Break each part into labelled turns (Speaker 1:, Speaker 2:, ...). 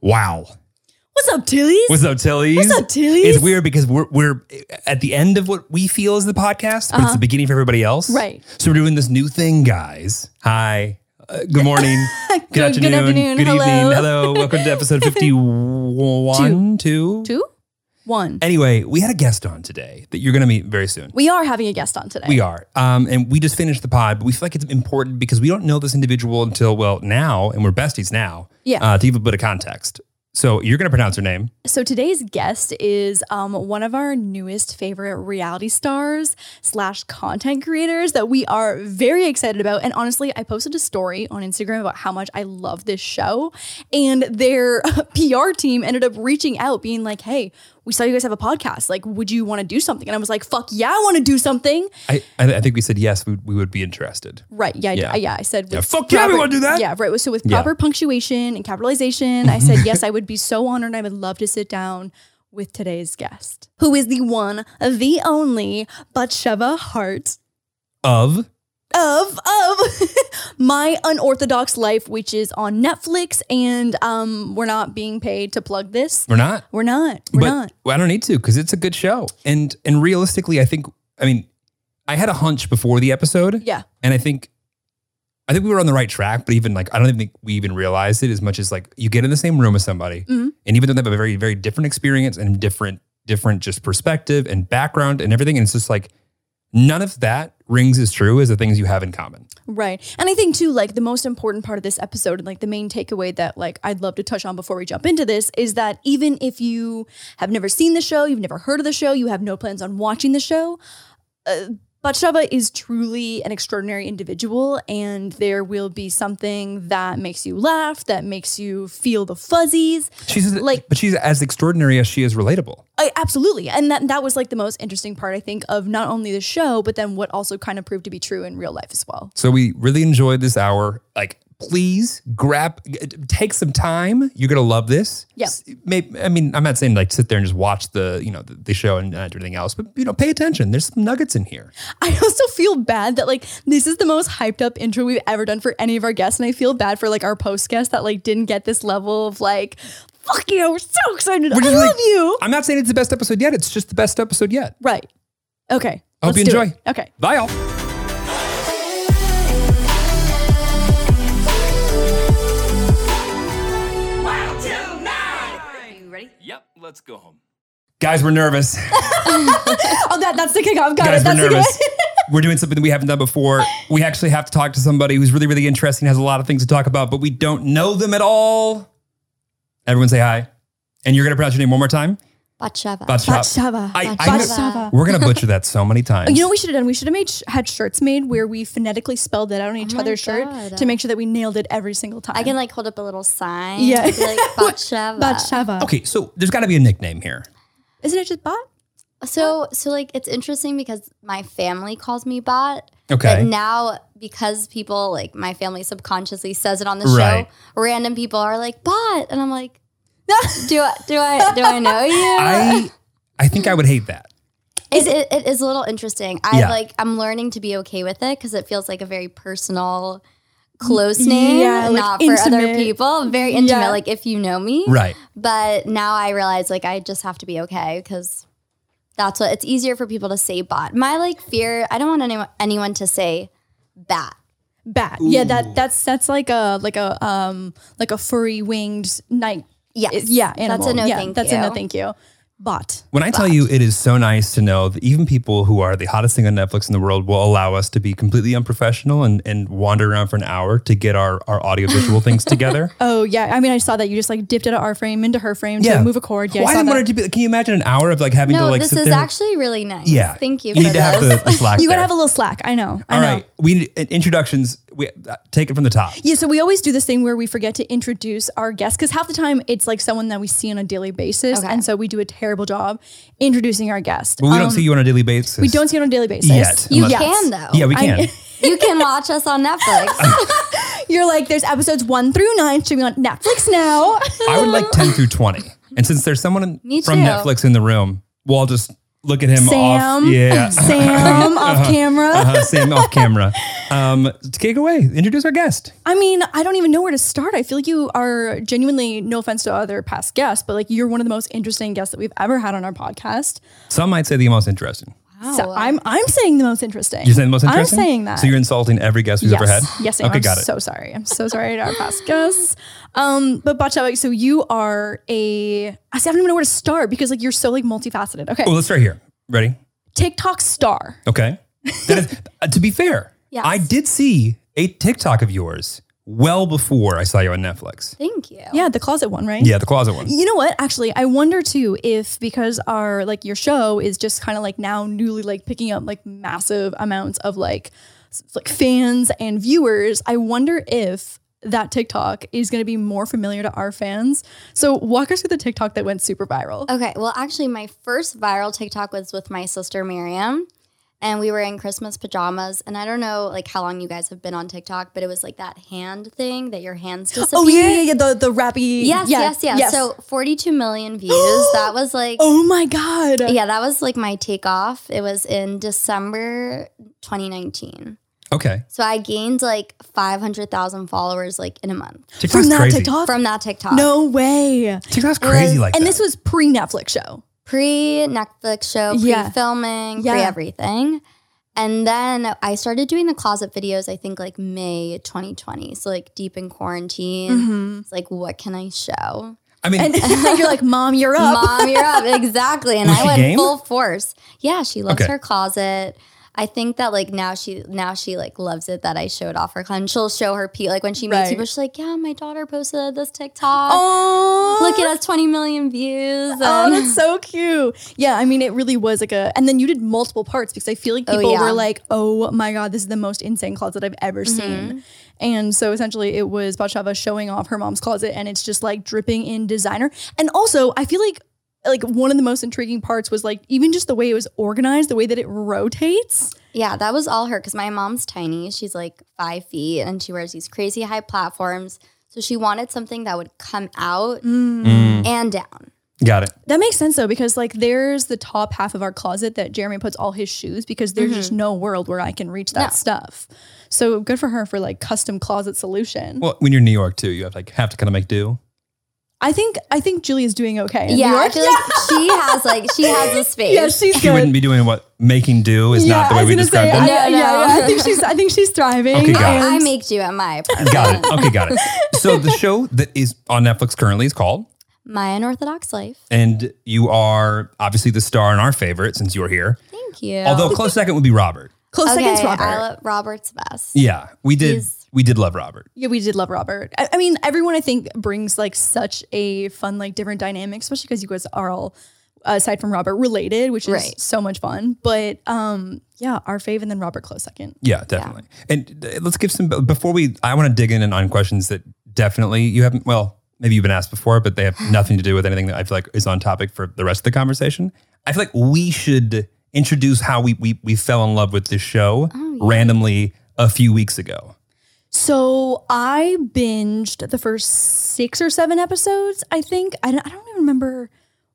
Speaker 1: Wow.
Speaker 2: What's up, Tillies?
Speaker 1: What's up, Tilly?
Speaker 2: What's up, Tillies?
Speaker 1: It's weird because we're we're at the end of what we feel is the podcast, but it's the beginning for everybody else.
Speaker 2: Uh-huh. Right.
Speaker 1: So we're doing this new thing, guys. Hi. Uh, good morning. good,
Speaker 2: Good- good
Speaker 1: afternoon.
Speaker 2: afternoon.
Speaker 1: Good
Speaker 2: Hello.
Speaker 1: evening. Hello. Welcome to episode 51. Two.
Speaker 2: Two? One.
Speaker 1: Anyway, we had a guest on today that you're going to meet very soon.
Speaker 2: we are having a guest on today.
Speaker 1: We are. Um, and we just finished the pod, but we feel like it's important because we don't know this individual until, well, now, and we're besties now.
Speaker 2: Yeah.
Speaker 1: Uh, to give a bit of context. So you're going to pronounce her name.
Speaker 2: So today's guest is um, one of our newest favorite reality stars slash content creators that we are very excited about. And honestly, I posted a story on Instagram about how much I love this show, and their PR team ended up reaching out, being like, "Hey, we saw you guys have a podcast. Like, would you want to do something?" And I was like, "Fuck yeah, I want to do something."
Speaker 1: I, I, I think we said yes, we, we would be interested.
Speaker 2: Right? Yeah,
Speaker 1: Yeah.
Speaker 2: yeah. I, yeah, I said,
Speaker 1: Yeah,
Speaker 2: with
Speaker 1: fuck yeah, we
Speaker 2: proper-
Speaker 1: wanna do that.
Speaker 2: Yeah, right. So with
Speaker 1: Yeah.
Speaker 2: proper punctuation and capitalization, I said yes. I would be so honored. I would love to sit down with today's guest, who is the one, the only Batsheva Hart
Speaker 1: Of
Speaker 2: of of my unorthodox life, which is on Netflix, and um, we're not being paid to plug this.
Speaker 1: We're not.
Speaker 2: We're not. We're
Speaker 1: but
Speaker 2: not.
Speaker 1: I don't need to because it's a good show. And and realistically, I think I mean I had a hunch before the episode,
Speaker 2: Yeah.
Speaker 1: and I think I think we were on the right track. But even like I don't even think we even realized it as much as like you get in the same room as somebody,
Speaker 2: Mhm.
Speaker 1: and even though they have a very very different experience and different different just perspective and background and everything, and it's just like none of that rings as true as the things you have in common.
Speaker 2: Right. And I think too, like the most important part of this episode and like the main takeaway that like I'd love to touch on before we jump into this is that even if you have never seen the show, you've never heard of the show, you have no plans on watching the show, uh, Batsheva is truly an extraordinary individual and there will be something that makes you laugh, that makes you feel the fuzzies.
Speaker 1: She's like,
Speaker 2: Like-
Speaker 1: but she's as extraordinary as she is relatable.
Speaker 2: I, absolutely. And that that was like the most interesting part I think of not only the show but then what also kind of proved to be true in real life as well.
Speaker 1: So we really enjoyed this hour. Like, please grab, g- take some time. You're gonna love this.
Speaker 2: Yeah.
Speaker 1: S- Maybe, I mean, I'm not saying like sit there and just watch the you know the, the show and not do anything else, but you know, pay attention. There's some nuggets in here.
Speaker 2: I also feel bad that like this is the most hyped up intro we've ever done for any of our guests, and I feel bad for like our post guests that like didn't get this level of like, fuck you, we're so excited, I
Speaker 1: just
Speaker 2: love
Speaker 1: like-
Speaker 2: you.
Speaker 1: I'm not saying it's the best episode yet. It's just the best episode yet.
Speaker 2: Right. Okay.
Speaker 1: I hope
Speaker 2: let's
Speaker 1: you
Speaker 2: do it.
Speaker 1: enjoy.
Speaker 2: Okay.
Speaker 1: Bye, all. Yep. Let's go home. Guys, we're nervous.
Speaker 2: Oh, that that's the kickoff. Got
Speaker 1: Guys, we're
Speaker 2: it. Oh, That's the
Speaker 1: nervous.
Speaker 2: kickoff.
Speaker 1: we're doing something that we haven't done before. We actually have to talk to somebody who's really, really interesting, has a lot of things to talk about, but we don't know them at all. Everyone say hi. And you're going to pronounce your name one more time?
Speaker 3: Batsheva.
Speaker 1: Batsheva.
Speaker 2: Batsheva.
Speaker 1: I- I-
Speaker 2: Batsheva.
Speaker 1: We're going to butcher that so many times.
Speaker 2: You know what we should have done? We should have made sh- had shirts made where we phonetically spelled that out on each
Speaker 3: Oh my
Speaker 2: other's shirt
Speaker 3: God.
Speaker 2: to make sure that we nailed it every single time.
Speaker 3: I can like hold up a little sign.
Speaker 2: Yeah.
Speaker 3: I'd be like Batsheva.
Speaker 2: Batsheva.
Speaker 1: okay, so there's got to be a nickname here.
Speaker 2: Isn't it just Bat?
Speaker 3: So so like it's interesting because my family calls me Bat.
Speaker 1: Okay.
Speaker 3: But now because people like my family subconsciously says it on the
Speaker 1: Right.
Speaker 3: show, random people are like Bot, and I'm like, do I do I do I know you?
Speaker 1: I I think I would hate that.
Speaker 3: It, it, it is a little interesting. I
Speaker 1: Yeah.
Speaker 3: like I'm learning to be okay with it because it feels like a very personal, close name,
Speaker 2: yeah, like
Speaker 3: not for other
Speaker 2: intimate.
Speaker 3: people. Very intimate.
Speaker 2: Yeah.
Speaker 3: Like if you know me,
Speaker 1: Right.
Speaker 3: But now I realize like I just have to be okay because that's what it's easier for people to say bot. My like fear, I don't want anyone anyone to say bat.
Speaker 2: Bat. Yeah, that that's that's like a like a um like a furry winged night
Speaker 3: Yes.
Speaker 2: It- yeah, animal.
Speaker 3: That's a no
Speaker 2: yeah,
Speaker 3: thank
Speaker 2: that's
Speaker 3: you.
Speaker 2: a no thank you. Bot.
Speaker 1: When I tell you it is so nice to know that even people who are the hottest thing on Netflix in the world will allow us to be completely unprofessional and, and wander around for an hour to get our, our audio visual things together.
Speaker 2: Oh yeah, I mean, I saw that you just like dipped out of our frame into her frame to move a cord. Yeah,
Speaker 1: Well,
Speaker 2: I
Speaker 1: I
Speaker 2: saw
Speaker 1: didn't want
Speaker 2: that.
Speaker 1: it to be. Can you imagine an hour of like having to
Speaker 3: No,
Speaker 1: like
Speaker 3: this
Speaker 1: sit
Speaker 3: is
Speaker 1: there?
Speaker 3: actually really nice.
Speaker 1: yeah.
Speaker 3: Thank you,
Speaker 1: You
Speaker 3: for
Speaker 1: need to have
Speaker 3: this.
Speaker 1: the, the slack.
Speaker 2: You gotta
Speaker 1: there.
Speaker 2: have a little slack. I know. I
Speaker 1: All
Speaker 2: know.
Speaker 1: right, we need uh, introductions. We uh, take it from the top.
Speaker 2: Yeah, so we always do this thing where we forget to introduce our guests because half the time it's like someone that we see on a daily basis,
Speaker 3: Okay.
Speaker 2: and so we do a terrible job introducing our guest.
Speaker 1: But we
Speaker 2: Um,
Speaker 1: don't see you on a daily basis.
Speaker 2: we don't see it on a daily basis.
Speaker 1: Yet,
Speaker 3: you
Speaker 1: unless-
Speaker 3: can though.
Speaker 1: Yeah, we can.
Speaker 3: you can watch us on Netflix.
Speaker 2: You're like, there's episodes one through nine should be on Netflix now.
Speaker 1: I would like ten through twenty. And since there's someone
Speaker 3: Me
Speaker 1: from
Speaker 3: too.
Speaker 1: Netflix in the room, well, I'll just look at him off.
Speaker 2: Sam,
Speaker 1: Yeah.
Speaker 2: Sam off camera.
Speaker 1: uh, Sam off camera. Um, take it away. Introduce our guest.
Speaker 2: I mean, I don't even know where to start. I feel like you are genuinely, no offense to other past guests, but like you're one of the most interesting guests that we've ever had on our podcast.
Speaker 1: Some might say the most interesting.
Speaker 2: So I'm I'm saying the most interesting.
Speaker 1: Oh. You're saying the most interesting.
Speaker 2: I'm saying that.
Speaker 1: So you're insulting every guest we've
Speaker 2: yes.
Speaker 1: ever had.
Speaker 2: Yes, I am.
Speaker 1: Okay,
Speaker 2: I'm
Speaker 1: got it.
Speaker 2: so sorry. I'm so sorry to our past guests. Um, but Bachawik, so you are a I see, I don't even know where to start because like you're so like multifaceted. Okay.
Speaker 1: well, Oh, let's start here. Ready?
Speaker 2: TikTok star.
Speaker 1: Okay. That is, uh, to be fair,
Speaker 3: Yes.
Speaker 1: I did see a TikTok of yours well before I saw you on Netflix.
Speaker 3: Thank you.
Speaker 2: Yeah, the closet one, right?
Speaker 1: Yeah, the closet one.
Speaker 2: You know what? Actually, I wonder too if because our like your show is just kind of like now newly like picking up like massive amounts of like s- like fans and viewers. I wonder if that TikTok is going to be more familiar to our fans. So walk us through the TikTok that went super viral.
Speaker 3: Okay. Well, actually, my first viral TikTok was with my sister Miriam, and we were in Christmas pajamas. And I don't know like how long you guys have been on TikTok, but it was like that hand thing that your hands disappear.
Speaker 2: oh yeah, yeah, yeah, the the rappy.
Speaker 3: Yes,
Speaker 2: yeah,
Speaker 3: yes, yes, So 42 million views. that was like,
Speaker 2: oh my god.
Speaker 3: yeah, that was like my takeoff. It was in December 2019.
Speaker 1: Okay.
Speaker 3: So I gained like 500,000 followers like in a month
Speaker 1: TikTok's
Speaker 2: From that
Speaker 1: crazy.
Speaker 2: TikTok?
Speaker 3: from that TikTok.
Speaker 2: no way.
Speaker 1: TikTok's crazy like
Speaker 2: and
Speaker 1: that.
Speaker 2: this was pre Netflix show.
Speaker 3: pre Netflix show, pre
Speaker 2: Yeah.
Speaker 3: filming,
Speaker 2: Yeah.
Speaker 3: pre everything. And then I started doing the closet videos, I think like May 2020. So, like deep in quarantine.
Speaker 2: Mm-hmm.
Speaker 3: It's like, what can I show?
Speaker 1: I mean,
Speaker 2: And you're like, Mom, you're up.
Speaker 3: Mom, you're up. Exactly. And
Speaker 1: Was
Speaker 3: I
Speaker 1: she
Speaker 3: went
Speaker 1: game?
Speaker 3: full force. Yeah, she loves
Speaker 1: Okay.
Speaker 3: her closet. I think that like now she now she like loves it that I showed off her closet. And she'll show her Pete like when she meets
Speaker 2: Right.
Speaker 3: people, she's like, Yeah, my daughter posted this TikTok.
Speaker 2: Oh,
Speaker 3: Look at us, 20 million views. And
Speaker 2: Oh, that's so cute. Yeah, I mean, it really was like a. And then you did multiple parts because I feel like
Speaker 3: Oh,
Speaker 2: people
Speaker 3: yeah. Mm-hmm.
Speaker 2: were like, "Oh my god, this is the most insane closet I've ever seen." And so essentially, it was Batshava showing off her mom's closet, and it's just like dripping in designer. And also, I feel like like one of the most intriguing parts was like even just the way it was organized, the way that it rotates.
Speaker 3: Yeah, that was all her because my mom's tiny. She's like five feet and she wears these crazy high platforms. So she wanted something that would come out
Speaker 1: Mm.
Speaker 3: and down.
Speaker 1: got it.
Speaker 2: That makes sense though, because like there's the top half of our closet that Jeremy puts all his shoes because there's just no world where I can reach that
Speaker 3: Mm-hmm. No.
Speaker 2: stuff. So good for her for like custom closet solution.
Speaker 1: Well, when you're in New York too, you have to like have to kind of make do.
Speaker 2: I think I think Julie's doing okay. in
Speaker 3: yeah,
Speaker 2: New
Speaker 3: I
Speaker 2: York.
Speaker 3: feel like she has like she has the space.
Speaker 2: yeah, she's
Speaker 1: She
Speaker 2: good.
Speaker 1: wouldn't be doing what making do is
Speaker 2: yeah,
Speaker 1: not the
Speaker 2: I
Speaker 1: way
Speaker 2: was
Speaker 1: we
Speaker 2: gonna
Speaker 1: describe
Speaker 2: say,
Speaker 1: them.
Speaker 2: I,
Speaker 3: No,
Speaker 2: yeah, yeah,
Speaker 3: no.
Speaker 2: yeah, I think she's I think she's thriving.
Speaker 1: Okay, got it.
Speaker 3: I, I
Speaker 2: and-
Speaker 3: make do at my apartment.
Speaker 1: Got it. Okay, got it. So the show that is on Netflix currently is called,
Speaker 3: My unorthodox life.
Speaker 1: and you are obviously the star and our favorite since you're here.
Speaker 3: Thank you.
Speaker 1: Although close second would be Robert.
Speaker 2: close
Speaker 3: okay,
Speaker 2: seconds, Robert.
Speaker 3: I love Robert's best.
Speaker 1: Yeah, we did.
Speaker 3: He's-
Speaker 1: we did love Robert.
Speaker 2: yeah, we did love Robert. I, I mean, everyone I think brings like such a fun, like different dynamic, especially because you guys are all uh, aside from Robert related, which is
Speaker 3: Right.
Speaker 2: so much fun. But um, yeah, our fave and then Robert close second.
Speaker 1: Yeah, definitely. And uh, let's give some before we. I want to dig in on questions that definitely you haven't. Well, maybe you've been asked before, but they have nothing to do with anything that I feel like is on topic for the rest of the conversation. I feel like we should introduce how we we, we fell in love with this show randomly a few weeks ago.
Speaker 2: So I binged the first six or seven episodes. I think I don't, I don't even remember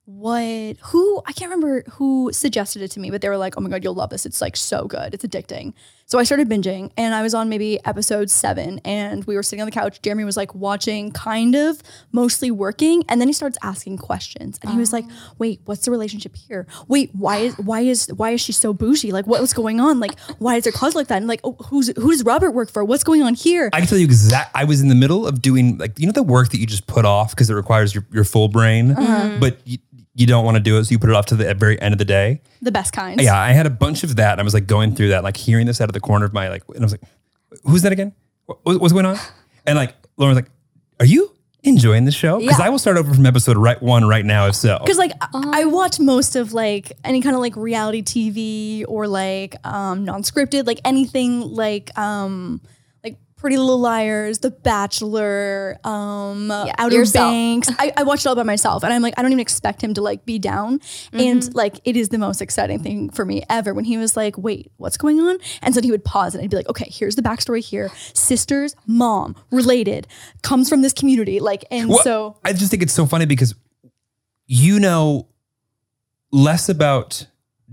Speaker 2: what who I can't remember who suggested it to me, but they were like, "Oh my god, you'll love this! It's like so good, it's addicting." So I started binging, and I was on maybe episode seven, and we were sitting on the couch. Jeremy was like watching, kind of mostly working, and then he starts asking questions, and he was like, "Wait, what's the relationship here? Wait, why is why is why is she so bougie? Like, what was going on? Like, why is her closet like that? And like, oh, who's who does Robert work for? What's going on here?"
Speaker 1: I can tell you exact. I was in the middle of doing like you know the work that you just put off because it requires your, your full brain, but you, you don't want to do it, so you put it off to the very end of the day.
Speaker 2: the best kind.
Speaker 1: Yeah, I had a bunch of that. And I was like going through that, like hearing this out of the corner of my like, and I was like, "Who's that again? What, what's going on?" And like Lauren was like, "Are you enjoying the show?" Because
Speaker 3: Yeah.
Speaker 1: I will start over from episode right one right now if so.
Speaker 2: Because like I- I watch most of like any kind of like reality TV or like um non-scripted, like anything like um like Pretty Little Liars, The Bachelor, um Outer
Speaker 3: yourself.
Speaker 2: Banks. I, I watch it all by myself and I'm like, I don't even expect him to like be down. And like it is the most exciting thing for me ever when he was like, Wait, what's going on? And so he would pause and I'd be like, Okay, here's the backstory here. Sisters, mom, related, comes from this community. Like and
Speaker 1: Well,
Speaker 2: so
Speaker 1: I just think it's so funny because you know less about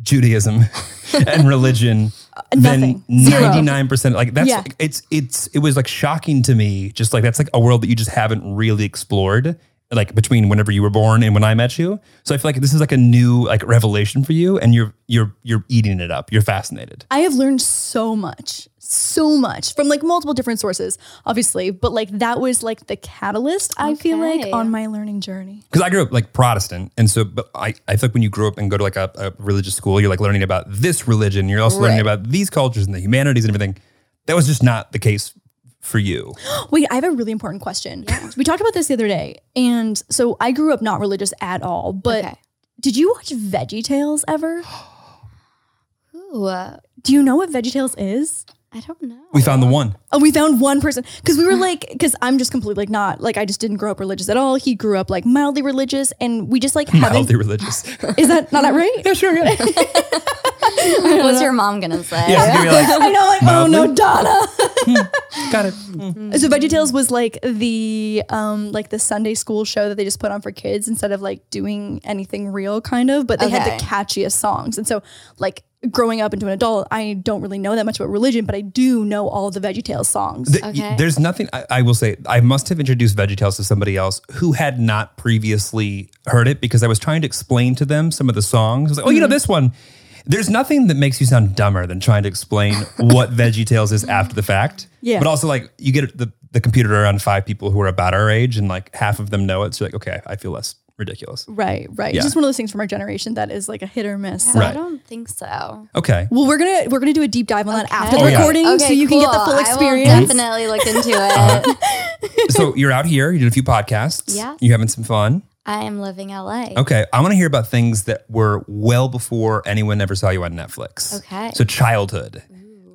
Speaker 1: Judaism and religion
Speaker 2: nothing.
Speaker 1: than
Speaker 2: Zero.
Speaker 1: ninety nine percent. Like that's
Speaker 2: Yeah.
Speaker 1: it's it's it was like shocking to me. Just like that's like a world that you just haven't really explored. Like between whenever you were born and when I met you, so I feel like this is like a new like revelation for you, and you're you're you're eating it up. You're fascinated.
Speaker 2: I have learned so much, so much from like multiple different sources, obviously, but like that was like the catalyst, I feel like,
Speaker 3: Okay.
Speaker 2: on my learning journey.
Speaker 1: because I grew up like Protestant, and so but I, I feel like when you grow up and go to like a, a religious school, you're like learning about this religion. You're also learning about these cultures and the humanities and everything. That was just not the case for you.
Speaker 2: Wait, I have a really important question. We talked about this the other day, and so I grew up not religious at all, but
Speaker 3: Okay.
Speaker 2: did you watch Veggie Tales ever?
Speaker 3: Ooh, uh,
Speaker 2: Do you know what Veggie Tales is?
Speaker 3: I don't know.
Speaker 1: We found the one.
Speaker 2: Oh, we found one person because we were like, because I'm just completely like not like I just didn't grow up religious at all. He grew up like mildly religious, and we just like haven't.
Speaker 1: Mildly religious.
Speaker 2: Is that not that right? yeah, sure. Yeah.
Speaker 3: What's your mom gonna say?
Speaker 1: yeah, you're like,
Speaker 2: I know, like oh no,
Speaker 1: Mildly?
Speaker 2: Donna.
Speaker 1: got it.
Speaker 2: So VeggieTales was like the um like the Sunday school show that they just put on for kids instead of like doing anything real kind of, but they had the
Speaker 3: Okay.
Speaker 2: catchiest songs. And so like growing up into an adult, I don't really know that much about religion, but I do know all of the VeggieTales songs.
Speaker 1: The-
Speaker 3: Okay.
Speaker 1: There's nothing I, I will say. I must have introduced VeggieTales to somebody else who had not previously heard it because I was trying to explain to them some of the songs. I was like, oh, you know
Speaker 3: Mm.
Speaker 1: this one. There's nothing that makes you sound dumber than trying to explain what VeggieTales is after the fact.
Speaker 2: Yeah.
Speaker 1: But also, like, you get the, the computer around five people who are about our age, and like half of them know it. So, you're like, okay, I feel less ridiculous.
Speaker 2: right, right.
Speaker 1: Yeah.
Speaker 2: It's just one of those things from our generation that is like a hit or miss.
Speaker 3: Yeah, I
Speaker 1: Right.
Speaker 3: don't think so.
Speaker 1: Okay.
Speaker 2: Well, we're gonna we're gonna do a deep dive on that after
Speaker 1: Oh,
Speaker 2: the
Speaker 1: yeah.
Speaker 2: recording, so you can get the
Speaker 3: cool.
Speaker 2: full
Speaker 3: I will
Speaker 2: experience.
Speaker 3: definitely look into it.
Speaker 1: Uh-huh. so, you're out here, you did a few podcasts.
Speaker 3: Yeah.
Speaker 1: You're having some fun.
Speaker 3: I am living LA.
Speaker 1: Okay, I want to hear about things that were well before anyone ever saw you on Netflix.
Speaker 3: Okay.
Speaker 1: So childhood.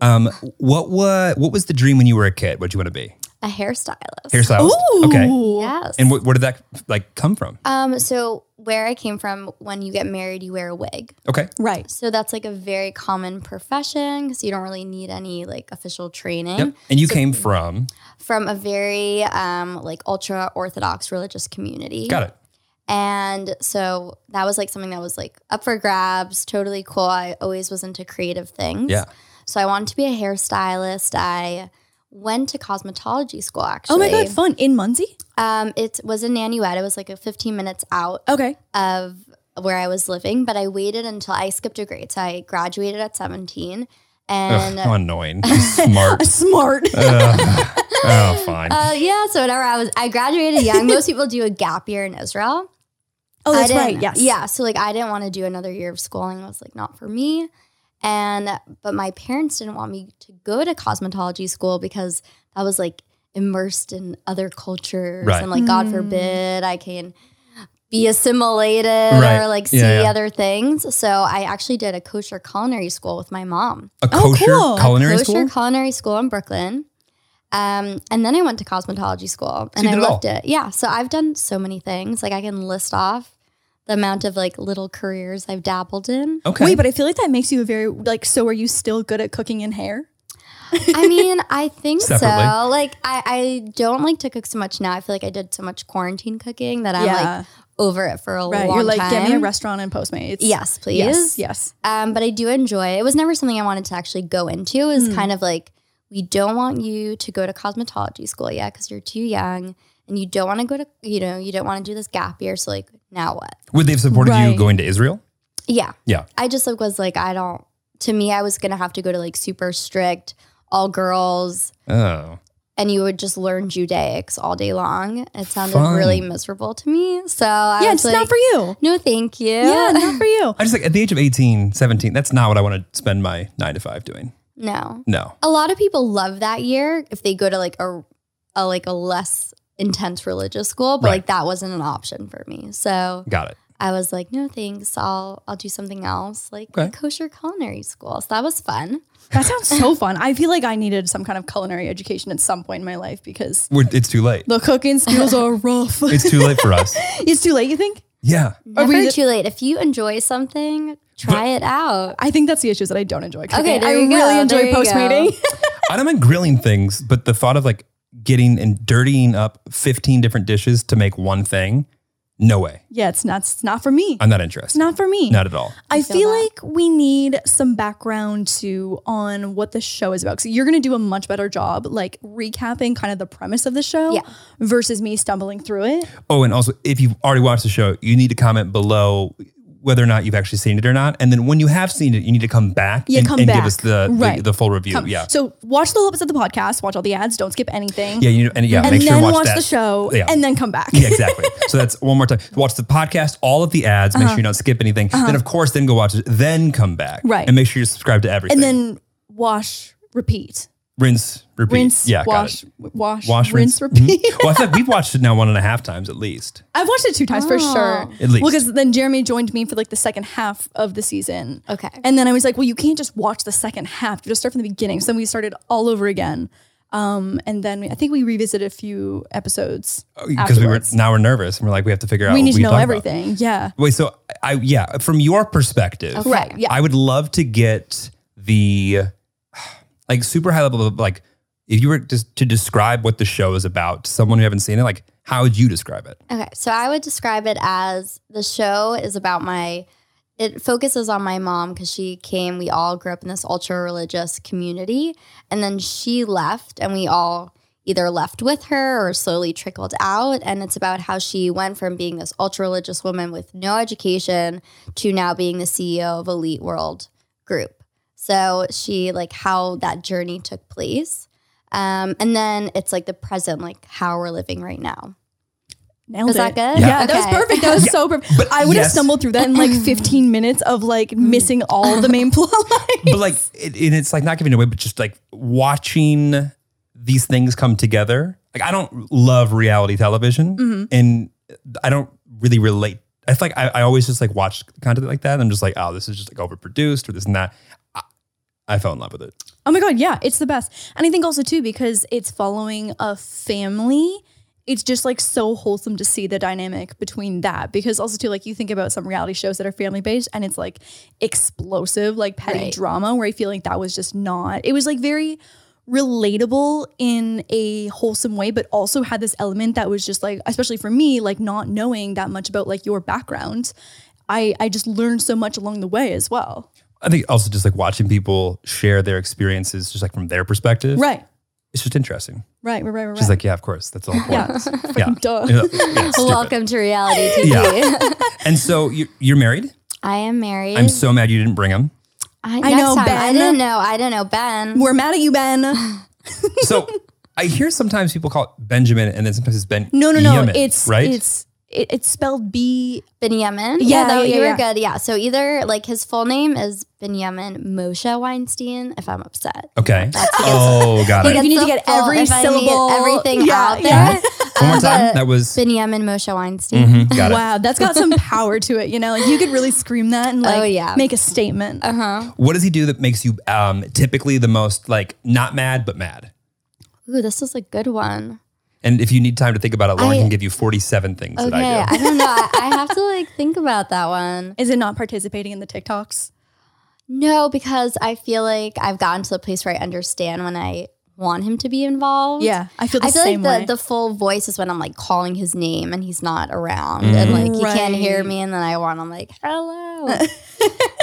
Speaker 1: Um, what was what was the dream when you were a kid? What did you want to be?
Speaker 3: A hairstylist.
Speaker 1: Hairstylist.
Speaker 2: Ooh,
Speaker 1: Okay.
Speaker 3: Yes.
Speaker 1: And what, where did that like come from?
Speaker 3: um, so where I came from, when you get married, you wear a wig.
Speaker 1: Okay.
Speaker 2: right.
Speaker 3: So that's like a very common profession because you don't really need any like official training.
Speaker 2: Mm-hmm.
Speaker 1: Yep. And you came from.
Speaker 3: From a very um, like ultra orthodox religious community.
Speaker 1: Got it.
Speaker 3: And so that was like something that was like up for grabs, totally cool. I always was into creative things.
Speaker 1: Yeah.
Speaker 3: So I wanted to be a hairstylist. I went to cosmetology school actually.
Speaker 2: Oh my god, fun in Muncie.
Speaker 3: Um, it was in Nanuet. It was like a 15 minutes out
Speaker 2: Okay.
Speaker 3: of where I was living, but I waited until I skipped a grade. So I graduated at 17.
Speaker 1: Ugh,
Speaker 3: And
Speaker 2: uh,
Speaker 1: how annoying. Smart.
Speaker 2: Smart.
Speaker 1: Ugh. oh, fine.
Speaker 3: uh, yeah, so whatever. I was I graduated young. Most people do a gap year in Israel.
Speaker 2: oh,
Speaker 3: I
Speaker 2: that's
Speaker 3: didn't-
Speaker 2: right. Yes.
Speaker 3: Yeah. So like I didn't want to do another year of schooling. It was like not for me. And but my parents didn't want me to go to cosmetology school because I was like immersed in other cultures
Speaker 1: Right.
Speaker 3: and like God
Speaker 2: Mm.
Speaker 3: forbid I can be assimilated
Speaker 1: Right.
Speaker 3: or like see
Speaker 1: Yeah, yeah.
Speaker 3: other things. So I actually did a kosher culinary school with my mom.
Speaker 1: a
Speaker 2: Oh,
Speaker 1: kosher
Speaker 2: cool.
Speaker 1: culinary
Speaker 3: kosher
Speaker 1: school.
Speaker 3: culinary school in Brooklyn. Um, and then I went to cosmetology school and
Speaker 1: you
Speaker 3: I
Speaker 1: did it all.
Speaker 3: loved it. Yeah. So I've done so many things. Like I can list off the amount of like little careers I've dabbled in.
Speaker 1: okay.
Speaker 2: Wait, but I feel like that makes you a very like. So, are you still good at cooking and hair?
Speaker 3: I mean, I think so.
Speaker 1: Separately.
Speaker 3: Like I, I don't like to cook so much now. I feel like I did so much quarantine cooking that I'm like over it for a
Speaker 2: right.
Speaker 3: long
Speaker 2: You're like,
Speaker 3: time.
Speaker 2: get me a restaurant and Postmates.
Speaker 3: Yes, please.
Speaker 2: yes, yes.
Speaker 3: Um, but I do enjoy it. It was never something I wanted to actually go into. It
Speaker 2: Hmm.
Speaker 3: was kind of like, we don't want you to go to cosmetology school yet because you're too young and you don't want to go to, you know, you don't want to do this gap year. So, like, now what?
Speaker 1: Would they have supported
Speaker 2: Right.
Speaker 1: you going to Israel?
Speaker 3: Yeah.
Speaker 1: Yeah.
Speaker 3: I just like, was like, I don't, to me, I was going to have to go to like super strict, all girls,
Speaker 1: Oh.
Speaker 3: and you would just learn Judaics all day long. It sounded
Speaker 1: Fun.
Speaker 3: really miserable to me. So, I
Speaker 2: yeah, it's
Speaker 3: was like,
Speaker 2: not for you.
Speaker 3: no, thank you.
Speaker 2: Yeah, not for you.
Speaker 1: I just like at the age of 18, 17, that's not what I want to spend my nine to five doing.
Speaker 3: No.
Speaker 1: No.
Speaker 3: a lot of people love that year if they go to like a, a like a less intense religious school but
Speaker 1: Right.
Speaker 3: like that wasn't an option for me so
Speaker 1: Got it.
Speaker 3: i was like no thanks i'll i'll do something else like
Speaker 1: Okay.
Speaker 3: a kosher culinary school so that was fun
Speaker 2: That sounds so fun. I feel like I needed some kind of culinary education at some point in my life because
Speaker 1: We're, it's too late.
Speaker 2: the cooking skills are rough.
Speaker 1: It's too late for us.
Speaker 2: it's too late. You think?
Speaker 1: Yeah.
Speaker 2: Are
Speaker 3: never
Speaker 2: we the-
Speaker 3: too late if you enjoy something try it out
Speaker 2: I think that's the issue is that I don't enjoy cooking.
Speaker 3: Okay, there
Speaker 2: I
Speaker 3: you go,
Speaker 2: really enjoy
Speaker 3: there you go.
Speaker 2: postmating.
Speaker 1: I don't mind grilling things, but the thought of like getting and dirtying up 15 different dishes to make one thing, No way.
Speaker 2: Yeah, it's not it's not for me.
Speaker 1: I'm not
Speaker 2: It's
Speaker 1: interested.
Speaker 2: not for me.
Speaker 1: Not at all.
Speaker 2: I
Speaker 3: feel
Speaker 2: feel
Speaker 3: that.
Speaker 2: like we need some background to on what the show is about. So you're going to do a much better job like recapping kind of the premise of the show
Speaker 3: Yeah.
Speaker 2: versus me stumbling through it.
Speaker 1: Oh, and also, if you've already watched the show, you need to comment below whether or not you've actually seen it or not. And then when you have seen it, you need to come back
Speaker 2: Yeah,
Speaker 1: and,
Speaker 2: come
Speaker 1: and
Speaker 2: back.
Speaker 1: give us the,
Speaker 2: Right.
Speaker 1: the, the full review.
Speaker 2: Come-
Speaker 1: Yeah.
Speaker 2: Um, So watch the whole episode of the podcast, watch all the ads, don't skip anything.
Speaker 1: Yeah. You, and yeah,
Speaker 2: And
Speaker 1: make
Speaker 2: then
Speaker 1: sure you
Speaker 2: watch,
Speaker 1: watch, that.
Speaker 2: the show
Speaker 1: Yeah.
Speaker 2: and then come back.
Speaker 1: yeah, exactly. So that's one more time. Watch the podcast, all of the ads. Make
Speaker 2: Uh-huh.
Speaker 1: sure you don't skip anything. Then, of course, then go watch it. Then come back.
Speaker 2: Right.
Speaker 1: And make sure you subscribe to everything.
Speaker 2: and then wash, repeat.
Speaker 1: rinse, repeat.
Speaker 2: Rinse,
Speaker 1: yeah, got it.
Speaker 2: wash, wash,
Speaker 1: Wash,
Speaker 2: rinse,
Speaker 1: rinse,
Speaker 2: repeat.
Speaker 1: Mhm. Well, I feel like we've watched it now one and a half times at least.
Speaker 2: I've watched it two times for
Speaker 3: Oh.
Speaker 2: sure.
Speaker 1: At least.
Speaker 2: Well, because then Jeremy joined me for like the second half of the season.
Speaker 3: Okay.
Speaker 2: And then I was like, well, you can't just watch the second half. You just start from the beginning. So then we started all over again. Um, and then we, I think we revisited a few episodes.
Speaker 1: Because we were
Speaker 2: Afterwards.
Speaker 1: now we're nervous and we're like we have to figure out.
Speaker 2: we
Speaker 1: Oh, what
Speaker 2: need to know
Speaker 1: talk about.
Speaker 2: everything. Yeah.
Speaker 1: Wait, so I yeah, from your perspective,
Speaker 3: Okay.
Speaker 2: Right. Yeah.
Speaker 1: I would love to get the like super high level of like if you were just to describe what the show is about to someone who haven't seen it, like how would you describe it?
Speaker 3: Okay, so I would describe it as the show is about my. It focuses on my mom because she came. We all grew up in this ultra religious community, and then she left, and we all either left with her or slowly trickled out. And it's about how she went from being this ultra religious woman with no education to now being the CEO of Elite World Group. So she like how that journey took place. Um, and then it's like the present, like how we're living right now.
Speaker 2: Nailed
Speaker 3: Was that
Speaker 2: it.
Speaker 3: good?
Speaker 2: Yeah.
Speaker 3: Yeah.
Speaker 2: That was
Speaker 3: Okay.
Speaker 2: perfect. That was so perfect.
Speaker 1: But
Speaker 2: I would have
Speaker 1: yes. Mm.
Speaker 2: stumbled through that in like 15 minutes of like missing all the main plot lines.
Speaker 1: But like it, and it's like not giving it away, but just like watching these things come together. Like I don't love reality television
Speaker 2: Mm-hmm.
Speaker 1: and I don't really relate. I feel like I, I always just like watch content like that. And I'm just like, oh, this is just like overproduced or this and that. I, I fell in love with it.
Speaker 2: Oh my god, yeah, it's the best. And I think also too because it's following a family, it's just like so wholesome to see the dynamic between that because also too like you think about some reality shows that are family based and it's like explosive like petty
Speaker 3: Right.
Speaker 2: drama where I feel like that was just not. It was like very relatable in a wholesome way but also had this element that was just like especially for me like not knowing that much about like your background. I I just learned so much along the way as well.
Speaker 1: I think also just like watching people share their experiences, just like from their perspective.
Speaker 2: Right.
Speaker 1: It's just interesting.
Speaker 2: Right, right, right, right.
Speaker 1: She's like, yeah, of course. That's all.
Speaker 2: yeah.
Speaker 1: Yeah.
Speaker 2: fucking Duh.
Speaker 1: yeah. yeah, stupid.
Speaker 3: Welcome to reality TV.
Speaker 1: Yeah. And so you, you're married.
Speaker 3: I am married.
Speaker 1: I'm so mad you didn't bring him.
Speaker 3: I, next
Speaker 2: know,
Speaker 3: time, I
Speaker 2: Ben.
Speaker 3: didn't know. I didn't know Ben.
Speaker 2: We're mad at you, Ben.
Speaker 1: So I hear sometimes people call it Benjamin, and then sometimes it's Ben.
Speaker 2: No, no, no.
Speaker 1: Yemen,
Speaker 2: it's
Speaker 1: right.
Speaker 2: It's it, it's spelled B.
Speaker 3: Benjamin.
Speaker 2: Yeah,
Speaker 3: that,
Speaker 2: yeah,
Speaker 3: you were
Speaker 2: yeah.
Speaker 3: good. Yeah. So either like his full name is Benjamin Moshe Weinstein. If I'm upset,
Speaker 1: okay. Oh, got
Speaker 3: He
Speaker 1: it.
Speaker 2: Like,
Speaker 3: gets
Speaker 2: you need to
Speaker 3: the
Speaker 2: get
Speaker 3: full
Speaker 2: every
Speaker 3: if I need
Speaker 2: syllable.
Speaker 3: everything
Speaker 2: Yeah,
Speaker 3: out there.
Speaker 2: yeah.
Speaker 1: One more
Speaker 3: Uh,
Speaker 1: time.
Speaker 3: but
Speaker 1: That was.
Speaker 3: Benjamin Moshe Weinstein.
Speaker 1: Mhm, got it.
Speaker 2: Wow, that's got some power to it. You know, like you could really scream that and like
Speaker 3: Oh, yeah.
Speaker 2: make a statement.
Speaker 3: Uh huh.
Speaker 1: What does he do that makes you um, typically the most like not mad but mad?
Speaker 3: Ooh, this is a good one.
Speaker 1: And if you need time to think about it, Lauren
Speaker 3: I-
Speaker 1: can give you 47 things
Speaker 3: Okay,
Speaker 1: that I do.
Speaker 3: I, don't know. I, I have to like think about that one.
Speaker 2: Is it not participating in the TikToks?
Speaker 3: No, because I feel like I've gotten to the place where I understand when I want him to be involved.
Speaker 2: Yeah, I feel the
Speaker 3: I feel
Speaker 2: same
Speaker 3: like
Speaker 2: way.
Speaker 3: the, the full voice is when I'm like calling his name and he's not around
Speaker 1: Mm.
Speaker 3: and like he can't hear
Speaker 2: Right.
Speaker 3: me and then I want him like hello.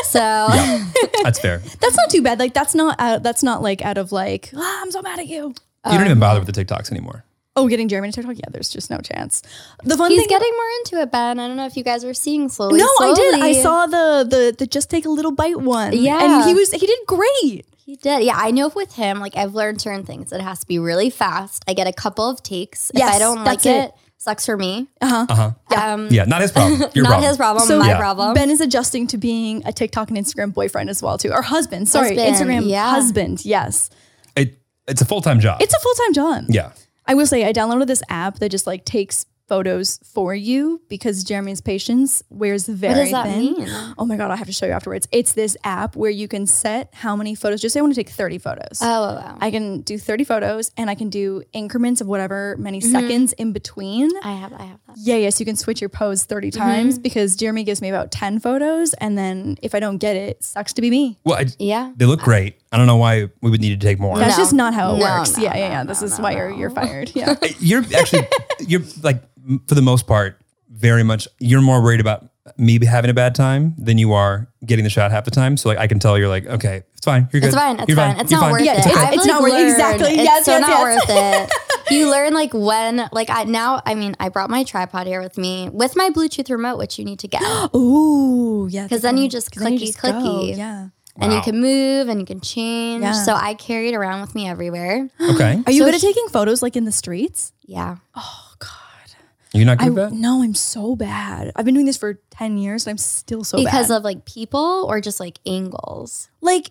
Speaker 3: so
Speaker 1: Yeah. That's fair.
Speaker 2: that's not too bad. Like that's not out, that's not like out of like ah, I'm so mad at you.
Speaker 1: you don't even bother with the TikToks anymore.
Speaker 2: Oh, getting Jeremy to TikTok? Yeah, there's just no chance. The fun
Speaker 3: he's
Speaker 2: thing.
Speaker 3: getting more into it, Ben. I don't know if you guys were seeing slowly.
Speaker 2: no, I did. I
Speaker 3: slowly.
Speaker 2: saw the the the just take a little bite one.
Speaker 3: Yeah.
Speaker 2: and he was he did great.
Speaker 3: He did. Yeah, I know with him, like I've learned certain things. It has to be really fast. I get a couple of takes. if
Speaker 2: Yes,
Speaker 3: I don't
Speaker 2: that's
Speaker 3: like
Speaker 2: it.
Speaker 3: it, sucks for me.
Speaker 1: Uh huh.
Speaker 3: Um
Speaker 1: Yeah, not his problem. Your
Speaker 3: not
Speaker 1: problem.
Speaker 3: his problem,
Speaker 2: So-
Speaker 3: my
Speaker 1: Yeah.
Speaker 3: problem.
Speaker 2: Ben is adjusting to being a TikTok and Instagram boyfriend as well too, or husband. Sorry,
Speaker 3: Husband,
Speaker 2: Instagram
Speaker 3: yeah.
Speaker 2: husband. Yes,
Speaker 1: It, it's a full time job.
Speaker 2: it's a full time job.
Speaker 1: yeah.
Speaker 2: I will say I downloaded this app that just like takes photos for you because Jeremy's patience wears very
Speaker 3: what does that
Speaker 2: thin.
Speaker 3: mean?
Speaker 2: Oh my god, I have to show you afterwards. It's this app where you can set how many photos. Just say I want to take thirty photos.
Speaker 3: Oh wow. I,
Speaker 2: I can do 30 photos and I can do increments of whatever many
Speaker 3: Mm-hmm.
Speaker 2: seconds in between.
Speaker 3: have I have that.
Speaker 2: Yeah, yes, you can switch your pose 30 times because Jeremy gives me about 10 photos. And then if I don't get it, sucks to be me.
Speaker 1: Well, I,
Speaker 3: Yeah.
Speaker 1: they look great. I don't know why we would need to take more.
Speaker 2: That's
Speaker 3: No.
Speaker 2: just not how it
Speaker 3: No,
Speaker 2: works.
Speaker 3: no,
Speaker 2: yeah, yeah,
Speaker 3: no,
Speaker 2: yeah. This
Speaker 3: no,
Speaker 2: is
Speaker 3: no,
Speaker 2: why you're,
Speaker 3: no.
Speaker 2: you're fired. Yeah.
Speaker 1: You're actually, you're like, m- for the most part, very much you're more worried about me having a bad time than you are getting the shot half the time. So like I can tell you're like, okay, it's fine. You're good.
Speaker 3: It's fine. It's
Speaker 1: You're
Speaker 3: fine. It's
Speaker 1: You're
Speaker 3: not worth
Speaker 2: Yeah,
Speaker 3: it.
Speaker 2: it's okay.
Speaker 3: I've,
Speaker 2: It's not worth-
Speaker 3: learned.
Speaker 2: exactly.
Speaker 3: It's
Speaker 2: Yes,
Speaker 3: so
Speaker 2: yes,
Speaker 3: not
Speaker 2: yes.
Speaker 3: worth it. You learn like when, like I now. I mean, I brought my tripod here with me with my Bluetooth remote, which you need to get,
Speaker 2: Ooh, yeah.
Speaker 3: 'Cause then you just
Speaker 2: Because then you
Speaker 3: clicky,
Speaker 2: just go,
Speaker 3: clicky.
Speaker 2: Yeah.
Speaker 3: and you
Speaker 1: Wow.
Speaker 3: can move and you can change.
Speaker 2: Yeah.
Speaker 3: So I carry it around with me everywhere.
Speaker 1: Okay.
Speaker 2: Are you
Speaker 3: So
Speaker 2: good at
Speaker 3: she-
Speaker 2: taking photos like in the streets?
Speaker 3: Yeah.
Speaker 2: Oh God.
Speaker 1: You're not
Speaker 2: I
Speaker 1: good at that?
Speaker 2: no, I'm so bad. I've been doing this for ten years, and I'm still so
Speaker 3: because
Speaker 2: bad.
Speaker 3: of like people or just like angles.
Speaker 2: like,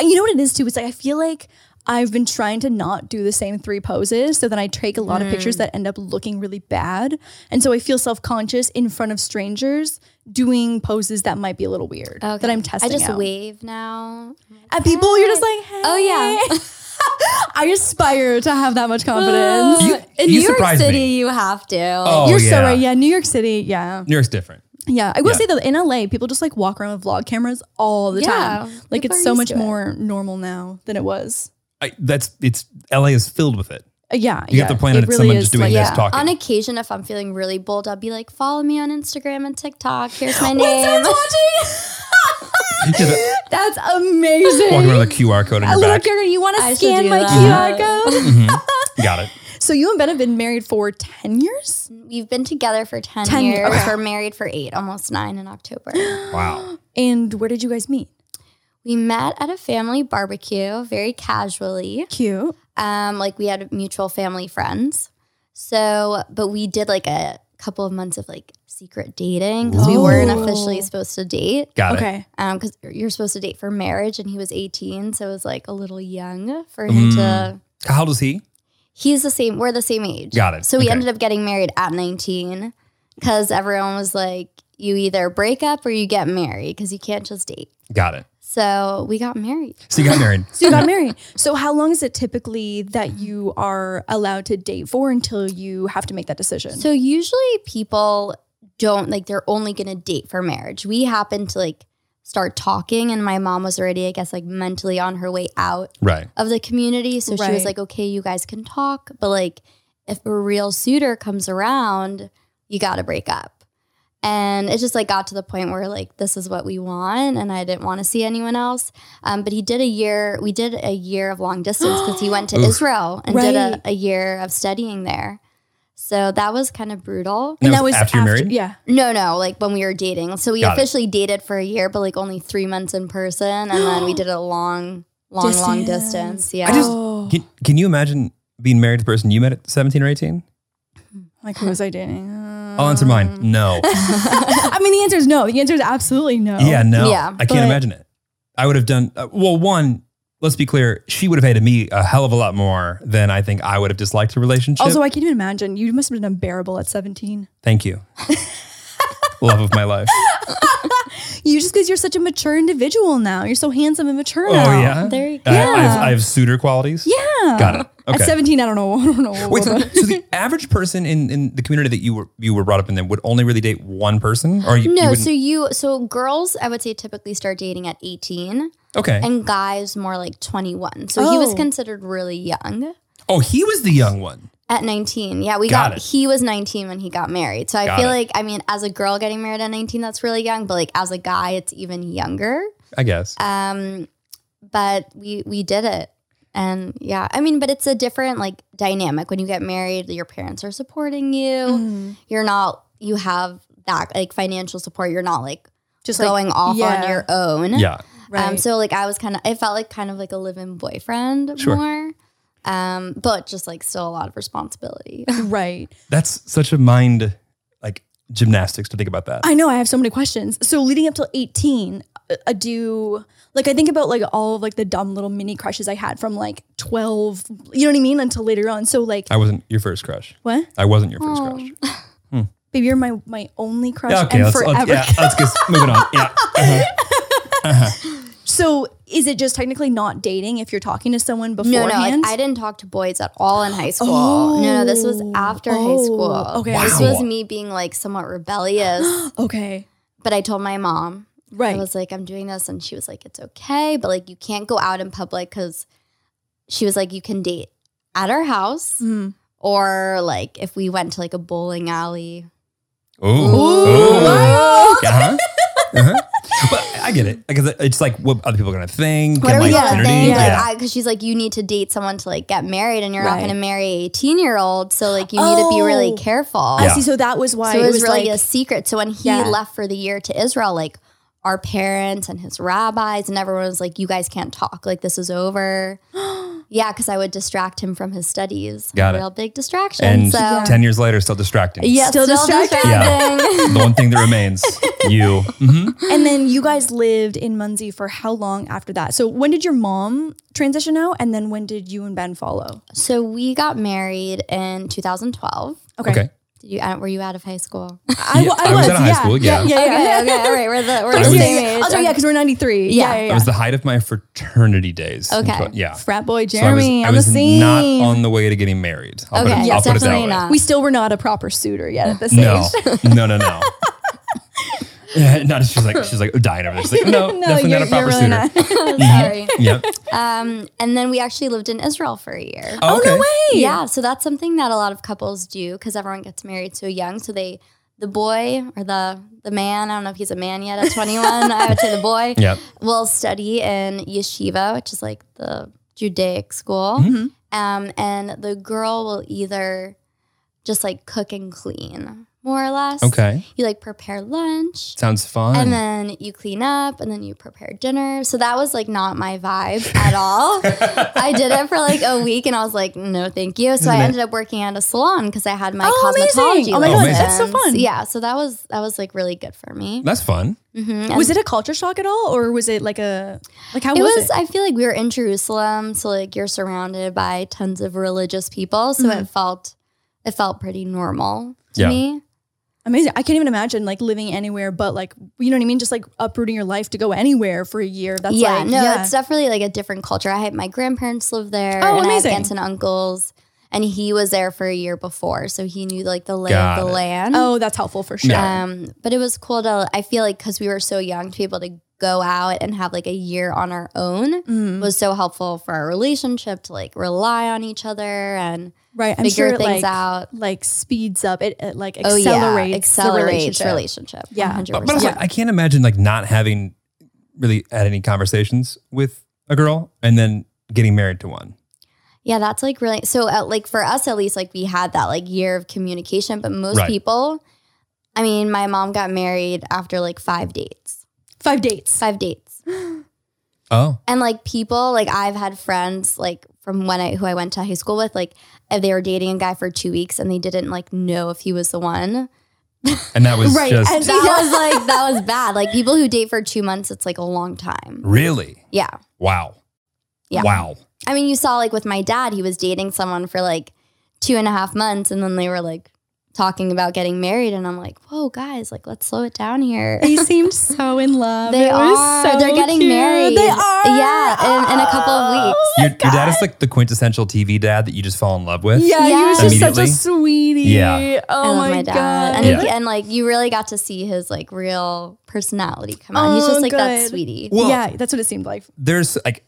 Speaker 2: you know what it is too. It's like I feel like I've been trying to not do the same three poses, so then I take a lot of pictures
Speaker 3: Mm.
Speaker 2: that end up looking really bad, and so I feel self conscious in front of strangers doing poses that might be a little weird that I'm testing.
Speaker 3: I just
Speaker 2: out.
Speaker 3: wave now.
Speaker 2: at people. You're just like, hey.
Speaker 3: Oh, yeah.
Speaker 2: I aspire to have that much confidence.
Speaker 1: You-
Speaker 3: in
Speaker 1: you
Speaker 3: New York
Speaker 1: surprised me.
Speaker 3: City, you have to.
Speaker 1: Oh,
Speaker 2: You're so
Speaker 1: yeah.
Speaker 2: right. Yeah, New York City. Yeah.
Speaker 1: New York's different.
Speaker 2: Yeah. I will
Speaker 1: Yeah.
Speaker 2: say though, in LA, people just like walk around with vlog cameras all the
Speaker 3: Yeah,
Speaker 2: time. Like
Speaker 3: people
Speaker 2: it's
Speaker 3: are
Speaker 2: so
Speaker 3: used
Speaker 2: much
Speaker 3: to it.
Speaker 2: more normal now than it was.
Speaker 1: I, that's it's LA is filled with it.
Speaker 2: Uh, yeah.
Speaker 1: You
Speaker 2: yeah.
Speaker 1: have to plan it at
Speaker 2: really
Speaker 1: someone
Speaker 2: is,
Speaker 1: just doing
Speaker 2: like,
Speaker 1: this
Speaker 2: yeah.
Speaker 1: talking.
Speaker 3: On occasion, if I'm feeling really bold, I'll be like, follow me on Instagram and TikTok. Here's my
Speaker 2: When
Speaker 3: name.
Speaker 2: someone's watching,
Speaker 1: You did it.
Speaker 2: that's
Speaker 1: Walking around
Speaker 2: amazing.
Speaker 1: with a QR code on
Speaker 2: A
Speaker 1: your
Speaker 2: little
Speaker 1: back.
Speaker 2: girl, you want
Speaker 3: I
Speaker 2: to
Speaker 3: should
Speaker 2: scan
Speaker 3: do
Speaker 2: my
Speaker 3: that.
Speaker 2: QR code?
Speaker 1: Mhm. Got it.
Speaker 2: So you and Ben have been married for ten years.
Speaker 3: We've been together for 10,
Speaker 2: 10 years.
Speaker 3: years.
Speaker 2: Okay.
Speaker 3: We're married for eight, almost nine in October.
Speaker 1: Wow.
Speaker 2: And where did you guys meet?
Speaker 3: we met at a family barbecue very casually.
Speaker 2: Cute.
Speaker 3: Um, like we had mutual family friends. So, but we did like a couple of months of like secret dating because we weren't
Speaker 2: Ooh.
Speaker 3: officially supposed to date.
Speaker 1: Got it.
Speaker 2: Okay.
Speaker 3: Um, because you're supposed to date for marriage, and he was 18, so it was like a little young for him
Speaker 2: Mm.
Speaker 3: to.
Speaker 1: How old is he?
Speaker 3: He's the same. We're the same age.
Speaker 1: Got it.
Speaker 3: So we
Speaker 1: Okay.
Speaker 3: ended up getting married at 19 because everyone was like, you either break up or you get married because you can't just date.
Speaker 1: Got it.
Speaker 3: So we got married.
Speaker 1: So you got married.
Speaker 2: So you got married. So how long is it typically that you are allowed to date for until you have to make that decision?
Speaker 3: So usually people don't like they're only gonna date for marriage. We happened to like start talking, and my mom was already, I guess, like mentally on her way out
Speaker 1: right.
Speaker 3: of the community. So she
Speaker 2: Right.
Speaker 3: was like, okay, you guys can talk, but like if a real suitor comes around, you got to break up. And it just like got to the point where like this is what we want, and I didn't want to see anyone else. Um, but he did a year. We did a year of long distance because he went to
Speaker 1: Oof.
Speaker 3: Israel and did
Speaker 2: Right.
Speaker 3: a, a year of studying there. So that was kind of brutal.
Speaker 1: And that was after you're married?
Speaker 2: Yeah.
Speaker 3: No, no, like when we were dating. So we
Speaker 1: Got it.
Speaker 3: officially dated for a year, but like only three months in person, and then we did a long, long, long
Speaker 2: Distance.
Speaker 3: distance. Yeah,
Speaker 1: I just-
Speaker 2: oh,
Speaker 1: Can, can you imagine being married to the person you met at 17 or 18?
Speaker 2: like who was I dating?
Speaker 1: I'll answer mine. No.
Speaker 2: I mean, the answer is no. The answer is absolutely no.
Speaker 1: Yeah, no.
Speaker 3: Oh, Yeah,
Speaker 1: I
Speaker 2: but-
Speaker 1: can't imagine it. I would have done, uh, well, one, let's be clear, she would have hated me a hell of a lot more than I think I would have disliked the relationship.
Speaker 2: Also, I can't even imagine. You must have been unbearable at 17.
Speaker 1: Thank you. Love of my life.
Speaker 2: You just because you're such a mature individual now. You're so handsome and mature
Speaker 1: Oh,
Speaker 2: now.
Speaker 1: yeah.
Speaker 3: There you
Speaker 1: I, I, have,
Speaker 2: Yeah.
Speaker 1: I have suitor qualities.
Speaker 2: Yeah.
Speaker 1: Got it.
Speaker 2: At
Speaker 1: Okay.
Speaker 2: 17, I don't know. I don't know. what
Speaker 1: Wait, so,
Speaker 2: was
Speaker 1: so the average person in, in the community that you were you were brought up in then would only really date one person, or you, you
Speaker 3: no,
Speaker 1: wouldn't-
Speaker 3: so you so girls I would say typically start dating at 18
Speaker 1: okay.
Speaker 3: and guys more like 21. So he was
Speaker 2: Oh.
Speaker 3: considered really young
Speaker 1: oh, he was the young one.
Speaker 3: at 19. Yeah, we
Speaker 1: Got
Speaker 3: got,
Speaker 1: it.
Speaker 3: he was 19 when he got married. So I
Speaker 1: Got
Speaker 3: feel
Speaker 1: it.
Speaker 3: like I mean as a girl getting married at 19 that's really young, but like as a guy it's even younger.
Speaker 1: I guess.
Speaker 3: Um but we we did it. And yeah, I mean, but it's a different like dynamic when you get married, your parents are supporting you.
Speaker 2: Mhm.
Speaker 3: You're not you have that like financial support. You're not like
Speaker 2: Just like,
Speaker 3: going off
Speaker 2: yeah.
Speaker 3: on your own.
Speaker 1: yeah.
Speaker 2: right.
Speaker 3: Um, so like I was kind of, I felt like kind of like a live-in boyfriend
Speaker 1: Sure.
Speaker 3: more, um, but just like still a lot of responsibility.
Speaker 2: right.
Speaker 1: That's such a mind like gymnastics to think about that.
Speaker 2: I know I have so many questions. So leading up till 18, uh, I do like I think about like all of like the dumb little mini crushes I had from like 12, you know what I mean, until later on. So like
Speaker 1: I wasn't your first crush.
Speaker 2: what?
Speaker 1: I wasn't your
Speaker 3: Oh.
Speaker 1: first crush.
Speaker 2: Baby, you're my my only crush
Speaker 1: Yeah, okay,
Speaker 2: and
Speaker 1: let's,
Speaker 2: forever.
Speaker 1: let's, yeah, let's get moving on. Yeah. Uh-huh.
Speaker 2: So is it just technically not dating if you're talking to someone
Speaker 3: no, no,
Speaker 2: beforehand?
Speaker 3: like I didn't talk to boys at all in high school. no, no, this was
Speaker 2: Oh.
Speaker 3: after
Speaker 2: Oh,
Speaker 3: high school.
Speaker 2: okay.
Speaker 3: this
Speaker 1: Wow.
Speaker 3: was me being like somewhat rebellious,
Speaker 2: okay.
Speaker 3: but I told my mom.
Speaker 2: Right.
Speaker 3: I was like, I'm doing this, and she was like, It's okay, but like you can't go out in public because she was like, you can date at our house
Speaker 2: Mm.
Speaker 3: or like if we went to like a bowling alley
Speaker 1: Ooh. Uh-huh. Uh-huh. But I get it because it's like what other people are gonna think.
Speaker 3: What
Speaker 1: and
Speaker 3: are we
Speaker 1: like
Speaker 3: gonna
Speaker 1: community.
Speaker 3: think?
Speaker 1: Yeah.
Speaker 3: Like, because she's like, you need to date someone to like get married, and you're not
Speaker 2: Right.
Speaker 3: gonna marry a 18 year old. So like, you need to be really
Speaker 2: Oh.
Speaker 3: careful.
Speaker 1: Yeah.
Speaker 2: I see. So that was why
Speaker 3: So it was, really
Speaker 2: like,
Speaker 3: a secret. So when he
Speaker 2: Yeah.
Speaker 3: left for the year to Israel, like our parents and his rabbis and everyone was like, "You guys can't talk. Like this is over." yeah, because I would distract him from his studies.
Speaker 1: Got it.
Speaker 3: Real big distraction.
Speaker 1: and
Speaker 3: so
Speaker 1: ten years later, still distracting.
Speaker 3: yeah,
Speaker 2: Still
Speaker 3: still,
Speaker 2: distracting.
Speaker 3: distracting.
Speaker 1: the one thing that remains, you. Mhm.
Speaker 2: and then you guys lived in Munsey for how long after that? So when did your mom transition out, and then when did you and Ben follow?
Speaker 3: So we got married in 2012.
Speaker 2: Okay,
Speaker 1: Okay.
Speaker 3: Did you? uh, Were you out of high school?
Speaker 2: I,
Speaker 1: Yeah,
Speaker 2: wa- I
Speaker 1: I was
Speaker 2: was
Speaker 1: out of high
Speaker 2: yeah.
Speaker 1: school, yeah.
Speaker 2: yeah, yeah. yeah.
Speaker 3: okay, okay, all right. We're the we're the
Speaker 1: I was-
Speaker 3: same age.
Speaker 2: Also, Oh, yeah, because we're ninety three.
Speaker 3: Yeah.
Speaker 2: yeah,
Speaker 1: It was the height of my fraternity days. in
Speaker 3: Okay.
Speaker 1: tw- Yeah.
Speaker 2: frat boy
Speaker 1: So I was,
Speaker 2: Jeremy
Speaker 1: I
Speaker 2: on the
Speaker 1: was
Speaker 2: scene.
Speaker 1: not on the way to getting married. I'll
Speaker 3: Okay,
Speaker 1: put it,
Speaker 3: yes,
Speaker 1: I'll put it that
Speaker 3: definitely
Speaker 1: way.
Speaker 3: not.
Speaker 2: we still were not a proper suitor yet at this
Speaker 1: No,
Speaker 2: age.
Speaker 1: no, no, no. Yeah, no, she's like she's like dying over this. Like, no, definitely not a proper suitor. Mm-hmm.
Speaker 3: Sorry.
Speaker 1: Yep.
Speaker 3: Um, and then we actually lived in Israel for a year.
Speaker 1: Oh, okay.
Speaker 3: Yeah, so that's something that a lot of couples do because everyone gets married so young. So they, the boy or the the man, I don't know if he's a man yet at 21. I would say the boy
Speaker 1: Yep.
Speaker 3: will study in yeshiva, which is like the Judaic school,
Speaker 1: Mm-hmm.
Speaker 2: Mhm.
Speaker 3: um, and the girl will either just like cook and clean, more or less.
Speaker 1: Okay.
Speaker 3: You like prepare lunch.
Speaker 1: Sounds fun.
Speaker 3: And then you clean up and then you prepare dinner. So that was like not my vibe at all. I did it for like a week and I was like, no, thank you. So
Speaker 1: Isn't
Speaker 3: I
Speaker 1: it-
Speaker 3: ended up working at a salon because I had my
Speaker 2: Mm-hmm. Oh,
Speaker 3: cosmetology.
Speaker 2: amazing. Oh my
Speaker 1: God, that's
Speaker 3: lessons.
Speaker 2: so fun.
Speaker 3: Yeah. So that was that was like really good for me.
Speaker 1: That's fun.
Speaker 3: Mhm.
Speaker 2: Was
Speaker 3: And
Speaker 2: it a culture shock at all, or was it like a like how
Speaker 3: it
Speaker 2: was,
Speaker 3: was,
Speaker 2: it?
Speaker 3: I feel like we were in Jerusalem, so like you're surrounded by tons of religious people. So
Speaker 2: Mm-hmm.
Speaker 3: it felt it felt pretty normal to
Speaker 1: Yeah.
Speaker 3: me.
Speaker 2: Amazing. I can't even imagine like living anywhere, but like you know what I mean, just like uprooting your life to go anywhere for a year. That's
Speaker 3: yeah,
Speaker 2: like,
Speaker 3: no,
Speaker 2: yeah.
Speaker 3: it's definitely like a different culture. I had my grandparents live there,
Speaker 2: Oh,
Speaker 3: and
Speaker 2: amazing.
Speaker 3: I have aunts and uncles, and he was there for a year before, so he knew like the lay
Speaker 1: Got
Speaker 3: of the
Speaker 1: it.
Speaker 3: land.
Speaker 2: oh, that's helpful for sure.
Speaker 1: Yeah.
Speaker 3: um, but it was cool to. I feel like because we were so young to be able to go out and have like a year on our own
Speaker 2: Mhm.
Speaker 3: was so helpful for our relationship to like rely on each other and
Speaker 2: Right. I'm
Speaker 3: figure
Speaker 2: sure it,
Speaker 3: things
Speaker 2: like,
Speaker 3: out.
Speaker 2: like speeds up it, it like
Speaker 3: Oh
Speaker 2: accelerates
Speaker 3: yeah,
Speaker 2: the
Speaker 3: accelerates
Speaker 2: relationship.
Speaker 3: relationship.
Speaker 2: Yeah.
Speaker 3: 100%.
Speaker 1: But, but also, I can't imagine like not having really had any conversations with a girl and then getting married to one.
Speaker 3: Yeah, that's like really so. At, like for us, at least, like we had that like year of communication. But most
Speaker 1: Right.
Speaker 3: people, I mean, my mom got married after like five dates,
Speaker 2: Five dates.
Speaker 3: five dates,
Speaker 1: Oh.
Speaker 3: and like people, like I've had friends like from when I who I went to high school with, like if they were dating a guy for two weeks and they didn't like know if he was the one.
Speaker 1: And that was
Speaker 2: Right.
Speaker 1: just
Speaker 2: And-
Speaker 3: That was like that was bad. Like people who date for two months, it's like a long time.
Speaker 1: really
Speaker 3: Yeah,
Speaker 1: wow.
Speaker 3: Yeah.
Speaker 1: Wow.
Speaker 3: I mean, you saw like with my dad, he was dating someone for like two and a half months, and then they were like talking about getting married, and I'm like, whoa, guys, like let's slow it down here.
Speaker 2: They seemed so in love.
Speaker 3: They
Speaker 2: It was
Speaker 3: are.
Speaker 2: so
Speaker 3: They're getting
Speaker 2: cute.
Speaker 3: married.
Speaker 2: They are.
Speaker 3: Yeah, in- in a couple of
Speaker 2: Oh,
Speaker 3: weeks.
Speaker 2: my
Speaker 1: Your, your dad
Speaker 2: God.
Speaker 1: is like the quintessential TV dad that you just fall in love with.
Speaker 2: Yeah, he was just such a
Speaker 1: Immediately.
Speaker 2: sweetie.
Speaker 1: Yeah.
Speaker 2: Oh
Speaker 3: I love
Speaker 2: my, god.
Speaker 3: and,
Speaker 1: Yeah.
Speaker 3: he- and like you really got to see his like real personality come out. He's
Speaker 2: Oh,
Speaker 3: just like that
Speaker 2: good.
Speaker 3: sweetie.
Speaker 1: Well,
Speaker 2: yeah, that's what it seemed like.
Speaker 1: there's like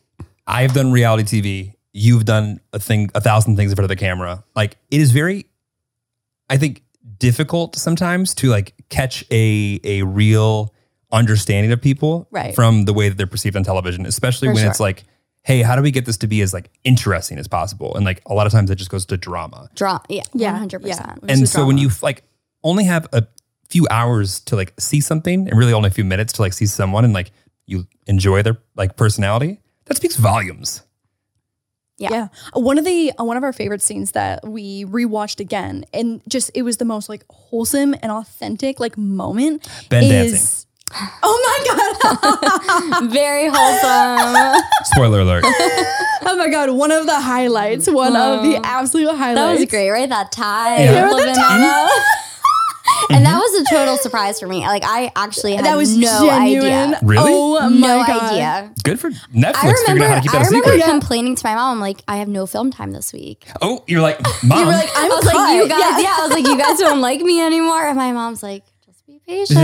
Speaker 1: I've done reality TV. You've done a thing, a thousand things in front of the camera. Like it is very, I think, difficult sometimes to like catch a a real understanding of people
Speaker 2: Right.
Speaker 1: from the way that they're perceived on television, especially
Speaker 3: For
Speaker 1: when
Speaker 3: sure.
Speaker 1: it's like, hey, how do we get this to be as like interesting as possible? And like a lot of times it just goes to drama.
Speaker 3: Draw, yeah,
Speaker 2: Yeah,
Speaker 3: one hundred
Speaker 2: yeah.
Speaker 3: percent.
Speaker 2: It was
Speaker 1: and
Speaker 2: a
Speaker 1: so when
Speaker 2: drama.
Speaker 1: you like only have a few hours to like see something and really only a few minutes to like see someone and like you enjoy their like personality, that speaks volumes.
Speaker 3: Yeah.
Speaker 2: Yeah. One of the uh, one of our favorite scenes that we rewatched again and just it was the most like wholesome and authentic like moment
Speaker 1: Ben dancing.
Speaker 2: is Oh my god.
Speaker 3: Very wholesome.
Speaker 1: Spoiler alert.
Speaker 2: oh my god, one of the highlights, one of the
Speaker 3: Oh.
Speaker 2: absolute highlights.
Speaker 3: that was great, right? That tie,
Speaker 1: Yeah. Mm-hmm.
Speaker 3: with
Speaker 2: Remember the
Speaker 3: banana. and that was a total surprise for me. Like I actually had
Speaker 2: That was
Speaker 3: no
Speaker 2: genuine.
Speaker 3: idea.
Speaker 1: Really?
Speaker 2: Oh my
Speaker 3: no
Speaker 2: god.
Speaker 3: idea.
Speaker 1: Good for Netflix
Speaker 3: I
Speaker 1: figuring
Speaker 3: remember,
Speaker 1: out how to keep that
Speaker 3: I
Speaker 1: a
Speaker 3: remember
Speaker 1: secret.
Speaker 3: complaining to my mom, I'm like, I have no film time this week.
Speaker 1: Oh, you're like, mom.
Speaker 3: "Ah."
Speaker 2: You were like, I'm
Speaker 3: I was like, you guys,
Speaker 2: yeah.
Speaker 3: yeah. I was like, you guys don't like me anymore. And my mom's like, just be patient.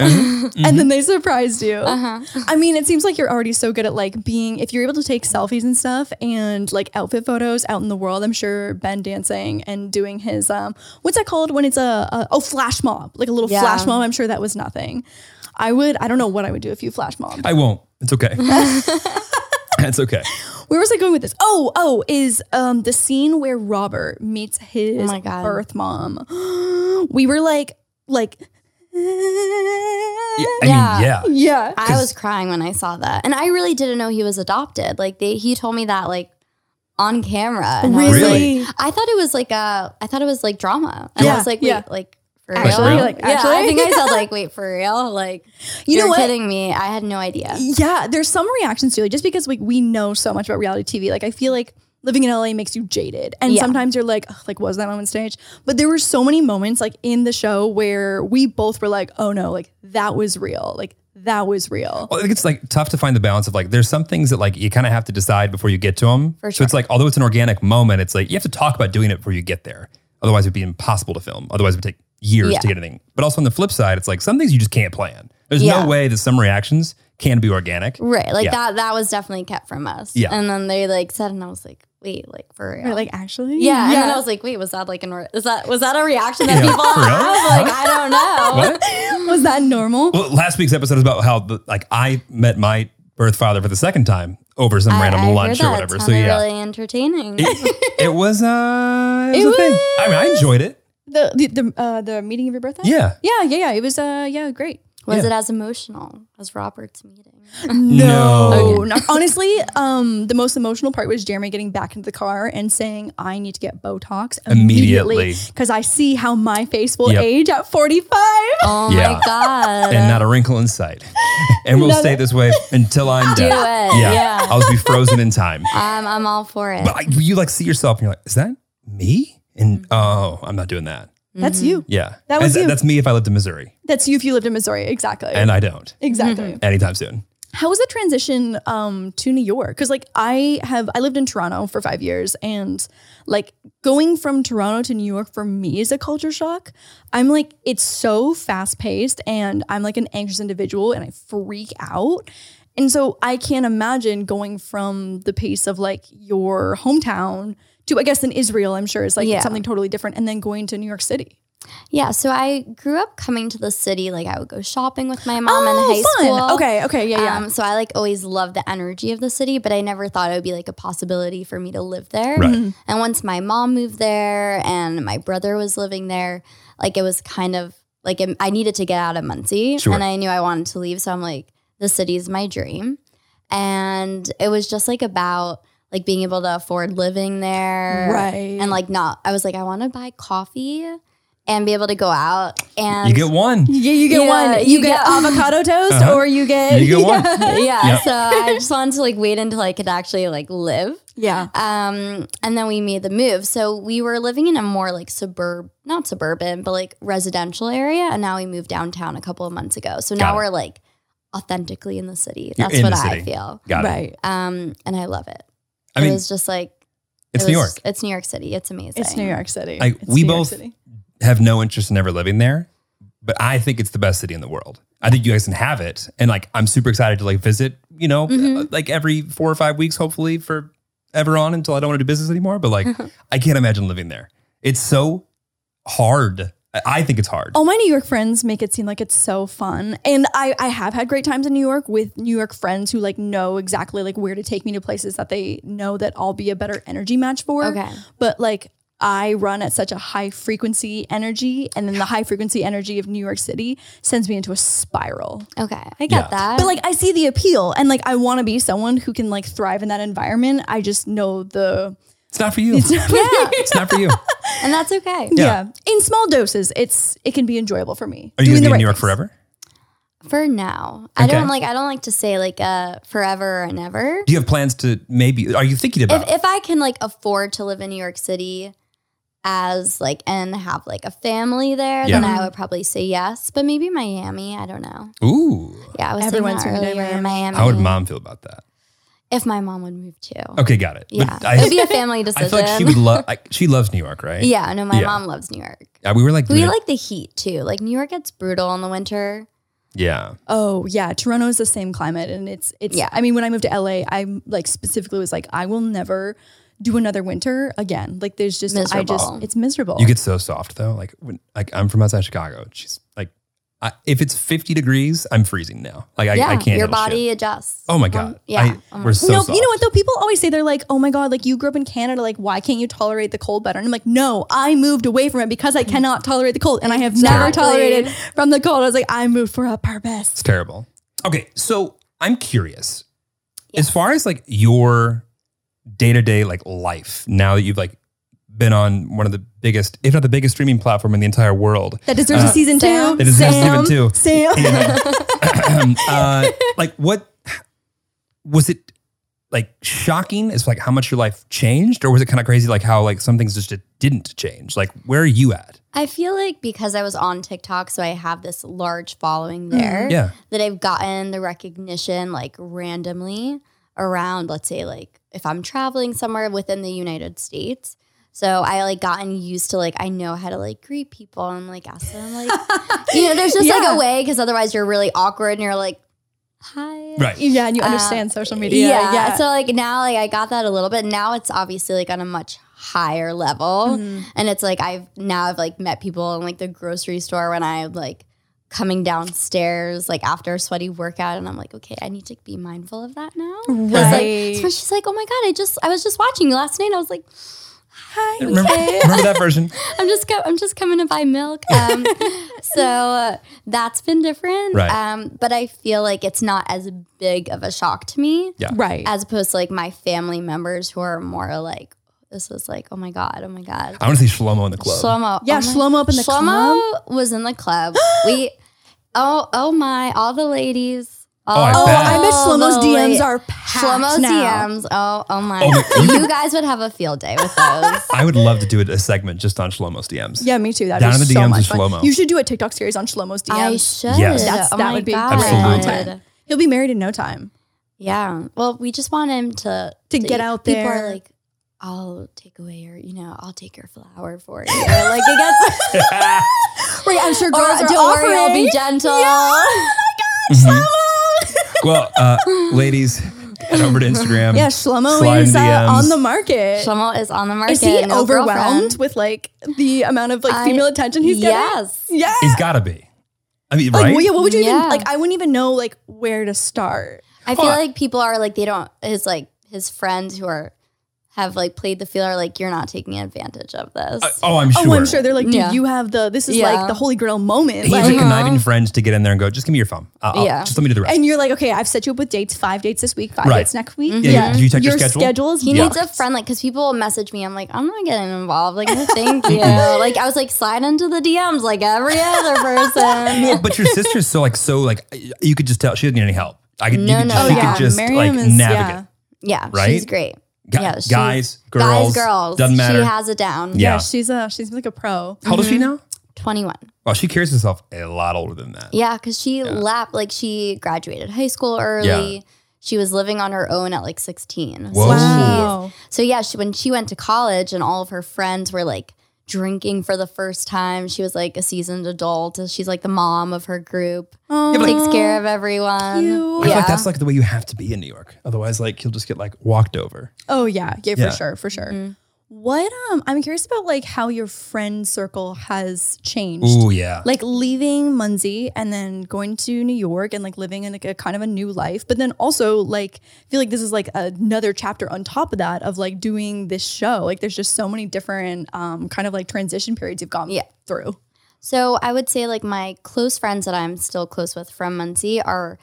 Speaker 2: and then they surprised you.
Speaker 3: uh-huh.
Speaker 2: I mean, it seems like you're already so good at like being, if you're able to take selfies and stuff and like outfit photos out in the world, I'm sure Ben dancing and doing his, um, what's that called when it's a, a oh, flash mob, like a little
Speaker 3: Yeah.
Speaker 2: flash mob. I'm sure that was nothing. I would, I don't know what I would do if you flash mob.
Speaker 1: I won't. It's okay. it's okay.
Speaker 2: Where was I going with this? Oh, oh, is um the scene where Robert meets his
Speaker 3: Oh my God.
Speaker 2: birth mom. we were like, like,
Speaker 1: Yeah,
Speaker 2: yeah.
Speaker 1: I
Speaker 3: Yeah.
Speaker 1: mean, yeah.
Speaker 3: I was crying when I saw that. And I really didn't know he was adopted. Like they he told me that like on camera. And I was
Speaker 1: Really?
Speaker 3: like I thought it was like a I thought it was like drama. And
Speaker 2: Yeah.
Speaker 3: I was like, wait,
Speaker 2: Yeah.
Speaker 3: like for
Speaker 1: Like, for
Speaker 3: real?
Speaker 1: real?
Speaker 2: Like,
Speaker 3: yeah,
Speaker 2: actually?
Speaker 3: I think I said like, wait, for real? Like
Speaker 2: You
Speaker 3: you
Speaker 2: know
Speaker 3: are
Speaker 2: what?
Speaker 3: kidding me. I had no idea.
Speaker 2: Yeah, there's some reactions to it just because like we know so much about reality TV. Like I feel like living in LA makes you jaded, and
Speaker 3: Yeah.
Speaker 2: sometimes you're like, "Ugh, like was that on stage? But there were so many moments like in the show where we both were like, oh no, like that was real, like that was real.
Speaker 1: Well, I think it's like tough to find the balance of like there's some things that like you kind of have to decide before you get to them.
Speaker 3: For
Speaker 1: So it's like although it's an organic moment, it's like you have to talk about doing it before you get there. Otherwise, it'd be impossible to film. Otherwise, it would take years
Speaker 3: Yeah.
Speaker 1: to get anything. But also on the flip side, it's like some things you just can't plan. There's
Speaker 3: Yeah.
Speaker 1: no way that some reactions can be organic.
Speaker 3: Right. Like
Speaker 1: Yeah.
Speaker 3: that that was definitely kept from us.
Speaker 1: Yeah.
Speaker 3: And then they like said and I was like, wait, like for real.
Speaker 2: Right, like actually,
Speaker 3: yeah, and then I was like, "Wait, was that like an or- is that was that a reaction that
Speaker 1: Yeah.
Speaker 3: people
Speaker 1: For real?
Speaker 3: have? Like, I don't know.
Speaker 1: What?
Speaker 2: was that normal?
Speaker 1: Well, last week's episode was about how the, like I met my birth father for the second time over some random
Speaker 3: heard
Speaker 1: lunch or
Speaker 3: that.
Speaker 1: whatever.
Speaker 3: It
Speaker 1: So
Speaker 3: sounded
Speaker 1: yeah,
Speaker 3: really entertaining.
Speaker 1: it, it was uh, it was
Speaker 2: It
Speaker 1: a thing. I mean, I enjoyed it.
Speaker 2: The the the, uh, the meeting of your birthday.
Speaker 1: Yeah.
Speaker 2: yeah, yeah, yeah. It was uh yeah great.
Speaker 3: Was
Speaker 1: Yeah.
Speaker 3: it as emotional as Robert's meeting?
Speaker 1: No.
Speaker 2: Oh, No, not- honestly, um, the most emotional part was Jeremy getting back into the car and saying, "I need to get Botox immediately
Speaker 1: Immediately.
Speaker 2: because I see how my face will
Speaker 1: Yep.
Speaker 2: age at 45."
Speaker 3: Oh
Speaker 1: Yeah.
Speaker 3: my god!
Speaker 1: and not a wrinkle in sight. And we'll
Speaker 2: Love
Speaker 1: stay
Speaker 2: it.
Speaker 1: this way until I'm
Speaker 3: Do it.
Speaker 1: dead.
Speaker 3: Yeah.
Speaker 1: I'll just be frozen in time.
Speaker 3: I'm, I'm all for it.
Speaker 1: But I, you like see yourself and you're like, is that me? And
Speaker 3: Mm-hmm.
Speaker 1: oh, I'm not doing that.
Speaker 2: That's you.
Speaker 1: Yeah.
Speaker 2: That was
Speaker 1: That's-
Speaker 2: you.
Speaker 1: That's me if I lived in Missouri
Speaker 2: That's you if you lived in Missouri, exactly.
Speaker 1: and I don't
Speaker 2: exactly.
Speaker 1: anytime soon.
Speaker 2: How was the transition um, to New York? Because like I have, I lived in Toronto for five years, and like going from Toronto to New York for me is a culture shock. I'm like, it's so fast paced, and I'm like an anxious individual, and I freak out. And so I can't imagine going from the pace of like your hometown to, I guess, in Israel, I'm sure is like
Speaker 3: Yeah.
Speaker 2: something totally different, and then going to New York City.
Speaker 3: Yeah. So I grew up coming to the city. Like I would go shopping with my mom Um,
Speaker 1: Oh,
Speaker 3: in high school.
Speaker 2: Oh, Okay, okay, yeah, yeah.
Speaker 3: Um, so I like always loved the energy of the city, but I never thought it would be like a possibility for me to live there.
Speaker 1: Right.
Speaker 3: And once my mom moved there and my brother was living there, like it was kind of like it, I needed to get out of Muncie
Speaker 1: Sure.
Speaker 3: and I knew I wanted to leave. So I'm like, the city's my dream. And it was just like about like being able to afford living there.
Speaker 2: right.
Speaker 3: And like not, I was like, I want to buy coffee and be able to go out and
Speaker 1: You get one.
Speaker 2: Yeah, you get
Speaker 3: Yeah,
Speaker 2: one. You,
Speaker 3: you
Speaker 2: get,
Speaker 3: get-
Speaker 2: avocado toast,
Speaker 1: Uh-huh.
Speaker 2: or you get
Speaker 1: You get one.
Speaker 3: yeah,
Speaker 1: Yep.
Speaker 3: so I just wanted to like wait until I could actually like live.
Speaker 2: Yeah.
Speaker 3: Um, and then we made the move. So we were living in a more like suburb, not suburban, but like residential area. And now we moved downtown a couple of months ago. So
Speaker 1: Got
Speaker 3: now
Speaker 1: it.
Speaker 3: we're like authentically in the city.
Speaker 1: You're
Speaker 3: That's
Speaker 1: in
Speaker 3: what
Speaker 1: the
Speaker 3: I
Speaker 1: city.
Speaker 3: feel.
Speaker 1: Got it.
Speaker 2: right.
Speaker 3: Um, and I love it.
Speaker 1: I
Speaker 3: it
Speaker 1: mean,
Speaker 3: was just like
Speaker 1: it's
Speaker 3: it
Speaker 1: New
Speaker 3: was-
Speaker 1: York.
Speaker 3: It's New York City. It's amazing.
Speaker 2: It's New York City.
Speaker 1: Like,
Speaker 2: It's
Speaker 1: we
Speaker 2: New York
Speaker 1: both-
Speaker 2: City.
Speaker 1: Have no interest in ever living there, but I think it's the best city in the world. I think you guys can have it. And like, I'm super excited to like visit, you know,
Speaker 3: Mhm.
Speaker 1: uh, like every four or five weeks, hopefully for ever on until I don't want to do business anymore. But like,
Speaker 3: Mm-hmm.
Speaker 1: I can't imagine living there. It's so hard. I- I think it's hard.
Speaker 3: Oh,
Speaker 2: All my New York friends make it seem like it's so fun. And I, I have had great times in New York with New York friends who like know exactly like where to take me to places that they know that I'll be a better energy match for.
Speaker 3: Okay.
Speaker 2: But like I run at such a high frequency energy and then the high frequency energy of New York City sends me into a spiral.
Speaker 3: Okay. I get
Speaker 1: Yeah.
Speaker 3: that.
Speaker 2: But like I see the appeal and like I want to be someone who can like thrive in that environment. I just know the
Speaker 1: It's not for you.
Speaker 2: it's not
Speaker 3: yeah.
Speaker 1: It's not for you.
Speaker 3: And that's okay.
Speaker 2: yeah.
Speaker 1: Yeah.
Speaker 2: In small doses, it's it can be enjoyable for me.
Speaker 1: Are you going to
Speaker 2: Doing the
Speaker 1: be in
Speaker 2: right
Speaker 1: New York
Speaker 2: things.
Speaker 1: forever?
Speaker 3: For now. I
Speaker 1: Okay.
Speaker 3: don't like I don't like to say like uh forever and ever.
Speaker 1: Do you have plans to maybe? Are you thinking about?
Speaker 3: if, if I can like afford to live in New York City as like and have like a family there, then
Speaker 1: Yeah.
Speaker 3: I would probably say yes. But maybe Miami, I don't know.
Speaker 1: Ooh,
Speaker 3: Yeah, I was
Speaker 2: Everyone's
Speaker 3: Everyone's
Speaker 2: gonna
Speaker 3: thinking
Speaker 2: do
Speaker 3: that earlier.
Speaker 2: Miami.
Speaker 3: Miami.
Speaker 1: how would mom feel about that?
Speaker 3: if my mom would move too.
Speaker 1: Okay, got it. But
Speaker 3: Yeah,
Speaker 1: I,
Speaker 3: it would be a family
Speaker 1: I
Speaker 3: decision.
Speaker 1: feel like she would love. She loves New York, right?
Speaker 3: yeah, no, my
Speaker 1: Yeah.
Speaker 3: mom loves New York.
Speaker 1: Yeah, we were like,
Speaker 3: We
Speaker 1: doing-
Speaker 3: like the heat too. Like New York gets brutal in the winter.
Speaker 1: yeah,
Speaker 2: Oh yeah, Toronto is the same climate, and it's it's.
Speaker 3: Yeah.
Speaker 2: I mean, when I moved to LA, I am like specifically was like, I will never do another winter again. Like, there's just I
Speaker 3: Miserable.
Speaker 2: just it's miserable.
Speaker 1: you get so soft though. Like, when, like I'm from outside Chicago. She's like, I, if it's 50 degrees, I'm freezing now. Like, I,
Speaker 3: yeah,
Speaker 1: I can't.
Speaker 3: your
Speaker 1: handle shit.
Speaker 3: body adjusts.
Speaker 1: Oh my
Speaker 3: Um,
Speaker 1: god.
Speaker 3: yeah,
Speaker 1: I-
Speaker 3: Oh my-
Speaker 1: we're so
Speaker 2: no,
Speaker 1: soft.
Speaker 2: you know what though? People always say they're like, "Oh my god, like you grew up in Canada, like why can't you tolerate the cold better?" And I'm like, "No, I moved away from it because I cannot tolerate the cold, and I have never
Speaker 3: Mm. Exactly.
Speaker 2: tolerated from the cold." I was like, "I moved for a
Speaker 1: It's
Speaker 2: purpose."
Speaker 1: terrible. Okay, so I'm curious.
Speaker 3: Yes.
Speaker 1: As far as like your day to day like life, now that you've like been on one of the biggest, if not the biggest streaming platform in the entire world,
Speaker 2: That deserves
Speaker 1: Uh,
Speaker 2: a season
Speaker 3: Sam.
Speaker 2: two.
Speaker 1: that is
Speaker 2: Sam.
Speaker 1: Steven too.
Speaker 2: Sam.
Speaker 1: uh, like what was it like shocking as like how much your life changed or was it kind of crazy like how like some things just didn't change like where are you at
Speaker 3: I feel like because I was on TikTok, so I have this large following there.
Speaker 1: yeah
Speaker 3: that I've gotten the recognition like randomly around, let's say, like if I'm traveling somewhere within the United States. So I like gotten used to like I know how to like greet people and like ask them like you know there's just like
Speaker 2: Yeah.
Speaker 3: a way because otherwise you're really awkward and you're like hi
Speaker 1: right
Speaker 2: yeah, and you
Speaker 3: Uh,
Speaker 2: understand social media.
Speaker 3: yeah.
Speaker 2: Yeah,
Speaker 3: so like now like I got that a little bit now it's obviously like on a much higher level
Speaker 2: Mhm.
Speaker 3: and it's like I've now I've like met people in like the grocery store when I'm like coming downstairs like after a sweaty workout and I'm like, okay, I need to be mindful of that now. 'Cause, like,
Speaker 2: Right.
Speaker 3: so she's like, oh my god, I just I was just watching you last night. and I was like, hi,
Speaker 1: remember, remember that version
Speaker 3: I'm just co- I'm just coming to buy milk. Um, so uh, that's been different.
Speaker 1: Right.
Speaker 3: Um, but I feel like it's not as big of a shock to me
Speaker 1: yeah
Speaker 2: right.
Speaker 3: as opposed to like my family members who are more like, this is like, oh my god, oh my god.
Speaker 1: i want to see shlomo in the club
Speaker 3: Shlomo,
Speaker 2: yeah,
Speaker 3: oh my-
Speaker 2: Shlomo up in the club.
Speaker 3: Shlomo was in the club. we oh oh my, all the ladies.
Speaker 1: Oh, I
Speaker 2: Oh,
Speaker 1: bet.
Speaker 2: I bet Shlomo's
Speaker 3: the
Speaker 2: DMs
Speaker 3: la-
Speaker 2: are packed
Speaker 3: Shlomo's
Speaker 2: now.
Speaker 3: DMs. Oh oh my,
Speaker 1: Oh, my-
Speaker 3: you guys would have a field day with those.
Speaker 1: i would love to do a segment just on shlomo's dms
Speaker 2: Yeah, me too. That'd
Speaker 1: Down
Speaker 2: be
Speaker 1: in the
Speaker 2: so
Speaker 1: DMs
Speaker 2: much
Speaker 1: is
Speaker 2: fun.
Speaker 1: Shlomo.
Speaker 2: You should do a TikTok series on Shlomo's
Speaker 3: I
Speaker 2: DMs.
Speaker 3: should.
Speaker 1: Yes.
Speaker 2: That's-
Speaker 3: oh
Speaker 2: that
Speaker 3: my
Speaker 2: would be
Speaker 3: God.
Speaker 1: Absolutely.
Speaker 2: content. He'll be married in no time.
Speaker 3: Yeah. Well, we just want him to
Speaker 2: To get out
Speaker 3: People
Speaker 2: there.
Speaker 3: are like, I'll take away your, you know, I'll take your flower for you. like it gets.
Speaker 2: Right, I'm sure
Speaker 3: Or,
Speaker 2: girls are
Speaker 3: don't worry, I'll be
Speaker 2: offering.
Speaker 3: gentle.
Speaker 1: Mhm. well uh ladies head over to instagram
Speaker 2: Yeah, Shlomo
Speaker 1: Slide
Speaker 2: is uh,
Speaker 1: DMs.
Speaker 2: on the market.
Speaker 3: Shlomo is on the market.
Speaker 2: Is he
Speaker 3: no
Speaker 2: overwhelmed
Speaker 3: girlfriend.
Speaker 2: with like the amount of like
Speaker 3: I-
Speaker 2: female attention he's getting?
Speaker 3: yes.
Speaker 2: Yeah.
Speaker 1: he's gotta be i mean
Speaker 2: Like,
Speaker 1: right
Speaker 2: Oh, well, yeah, what would you
Speaker 3: Yeah.
Speaker 2: even like? I wouldn't even know like where to start.
Speaker 3: I feel
Speaker 1: Huh.
Speaker 3: like people are like they don't his like his friends who are have like played the field are like you're not taking advantage of this.
Speaker 1: Uh, oh i'm sure
Speaker 2: Oh, I'm sure they're like, dude,
Speaker 3: Yeah.
Speaker 2: you have the this is
Speaker 3: Yeah.
Speaker 2: like the holy grail moment.
Speaker 1: he's
Speaker 2: Like, uh-huh.
Speaker 1: like
Speaker 3: Mhm.
Speaker 1: conniving friends to get in there and go just give me your phone Uh, I'll-
Speaker 3: Yeah.
Speaker 1: just let me do the rest
Speaker 2: and you're like, okay, I've set you up with dates, five dates this week, five
Speaker 1: Right.
Speaker 2: dates next week.
Speaker 1: Yeah, you- you check your schedule?
Speaker 2: is
Speaker 3: he
Speaker 1: Yeah.
Speaker 3: needs a friend, like, because people message me. I'm like, I'm not getting involved. Like, no, thank you. like, I was like, slide into the DMs like every other person.
Speaker 1: Well, but your sister's so like so like you could just tell she doesn't need any help. I could you
Speaker 3: No,
Speaker 1: could,
Speaker 3: no,
Speaker 1: she
Speaker 3: yeah.
Speaker 1: could just
Speaker 2: Miriam
Speaker 1: like
Speaker 2: is-
Speaker 1: navigate.
Speaker 3: Yeah, she's
Speaker 1: Right?
Speaker 3: great.
Speaker 1: Gu-
Speaker 3: Yeah, she's-
Speaker 1: guys, girls,
Speaker 3: Guys, girls,
Speaker 1: doesn't matter.
Speaker 3: She has mm-hmm. it down.
Speaker 1: Yeah.
Speaker 2: Yeah, she's a she's like a pro.
Speaker 1: How old is she now?
Speaker 3: 21.
Speaker 1: Well, she carries herself a lot older than that.
Speaker 3: Yeah, because she lap like she graduated high school early. She was living on her own at like 16. So
Speaker 1: Whoa.
Speaker 2: Wow.
Speaker 3: So yeah, she, when she went to college and all of her friends were like drinking for the first time, she was like a seasoned adult. She's like the mom of her group,
Speaker 2: Oh,
Speaker 3: takes care of everyone.
Speaker 2: cute.
Speaker 1: I feel like that's like the way you have to be in New York. Otherwise, like you'll just get like walked over.
Speaker 2: oh yeah, yeah, for
Speaker 1: Yeah.
Speaker 2: sure, for sure.
Speaker 3: Mhm.
Speaker 2: What um, I'm curious about like how your friend circle has changed.
Speaker 1: Ooh, yeah.
Speaker 2: Like leaving Muncie and then going to New York and like living in like a kind of a new life, but then also like I feel like this is like another chapter on top of that of like doing this show. Like there's just so many different um kind of like transition periods you've gone
Speaker 3: Yeah.
Speaker 2: through.
Speaker 3: So I would say like my close friends that I'm still close with from Muncie are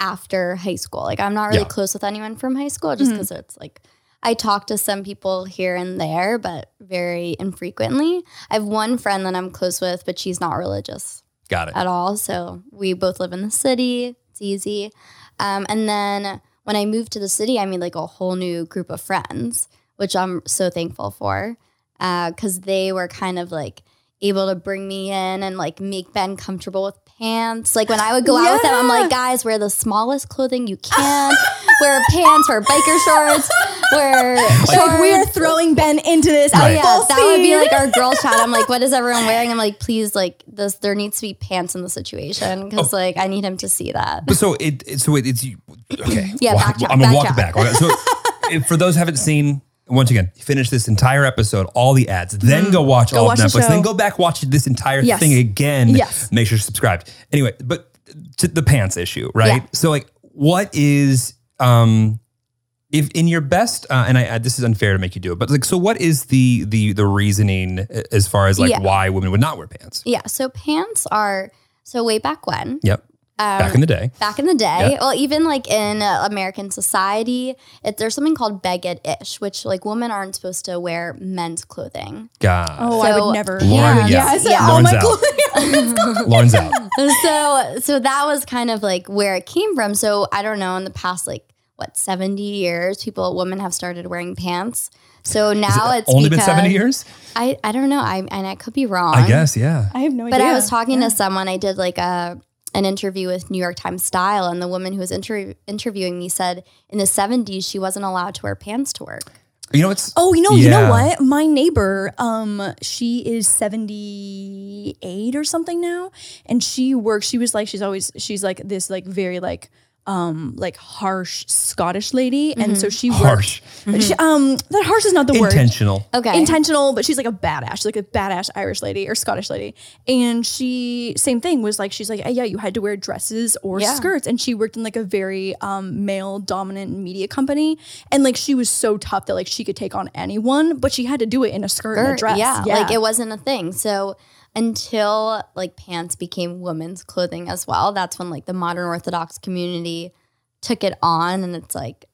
Speaker 3: after high school. Like I'm not really
Speaker 1: Yeah.
Speaker 3: close with anyone from high school just because it's like I talk to some people here and there, but very infrequently. I have one friend that I'm close with, but she's not religious.
Speaker 1: Got it.
Speaker 3: at all. So we both live in the city. It's easy. Um, and then when I moved to the city, I made like a whole new group of uh, friends, which I'm so thankful for because they were kind of like able to bring me in and like make Ben comfortable with pants. Like when I would go out with them, I'm
Speaker 2: Yeah.
Speaker 3: like, guys, wear the smallest clothing you can. wear pants, wear biker shorts, wear shorts.
Speaker 2: Like we're throwing Ben into this.
Speaker 3: Oh
Speaker 1: Right.
Speaker 2: Right.
Speaker 3: yeah, that would be like our girl chat. I'm like, what is everyone wearing? I'm like, please, like this. There needs to be pants in the situation
Speaker 1: Oh.
Speaker 3: because, like, I need him to see that.
Speaker 1: But so it, it so it, it's you- okay.
Speaker 3: Yeah,
Speaker 1: Walk-
Speaker 3: backtrack,
Speaker 1: I'm gonna walk
Speaker 3: backtrack.
Speaker 1: it back. Okay, So if, for those who haven't seen, once again, finish this entire episode, all the ads, then go watch all
Speaker 2: watch the
Speaker 1: of Netflix,
Speaker 2: show.
Speaker 1: then go back watch this entire
Speaker 2: Yes.
Speaker 1: thing again.
Speaker 2: Yes.
Speaker 1: Make sure you're subscribed. Anyway, but to the pants issue, right?
Speaker 3: Yeah.
Speaker 1: So like, what is um. If in your best, uh, and I, I, this is unfair to make you do it, but like, so what is the the the reasoning as far as like
Speaker 3: Yeah.
Speaker 1: why women would not wear pants?
Speaker 3: Yeah. So pants are so way back when.
Speaker 1: Yep,
Speaker 3: Um,
Speaker 1: back in the day.
Speaker 3: back in the day.
Speaker 1: Yeah.
Speaker 3: Well, even like in uh, American society, it, there's something called beged ish, which like women aren't supposed to wear men's clothing.
Speaker 1: God,
Speaker 2: Oh, I
Speaker 3: So-
Speaker 2: would never.
Speaker 1: Lauren,
Speaker 3: Yeah.
Speaker 2: Yeah, I
Speaker 1: yes.
Speaker 2: said,
Speaker 3: Yeah.
Speaker 2: oh
Speaker 1: Lauren's
Speaker 2: my
Speaker 1: out.
Speaker 2: God.
Speaker 1: Lauren's out.
Speaker 3: so so that was kind of like where it came from. So I don't know, in the past like what 70 years, people women have started wearing pants. So now
Speaker 1: Has it
Speaker 3: it's
Speaker 1: only been
Speaker 3: because-
Speaker 1: 70 years
Speaker 3: I, I don't know. I and I could be wrong.
Speaker 1: i guess yeah
Speaker 2: I have no
Speaker 3: But
Speaker 2: idea.
Speaker 3: I was talking to someone. I did like a an interview with New York Times Style, and the woman who was inter- interviewing me said in the 70s she wasn't allowed to wear pants to work.
Speaker 1: you know it's
Speaker 2: Oh, you know, you
Speaker 1: Yeah.
Speaker 2: know what? My neighbor, um, she is seventy eight or something now, and she works. She was like, she's always, she's like this, like very like, um, like harsh Scottish lady, and so she worked-
Speaker 1: harsh
Speaker 2: She, um, that harsh is not the word.
Speaker 1: intentional
Speaker 3: Okay.
Speaker 2: intentional, but she's like a badass. She's like a badass Irish lady or Scottish lady. And she, same thing, was like, she's like, "Eh, yeah, you had to wear dresses or
Speaker 3: Yeah.
Speaker 2: skirts. And she worked in like a very um, male dominant media company. And like, she was so tough that like she could take on anyone, but she had to do it in a skirt, and a dress.
Speaker 3: Yeah, like it wasn't a thing. So until like pants became women's clothing as well, that's when like the modern Orthodox community took it on, and it's like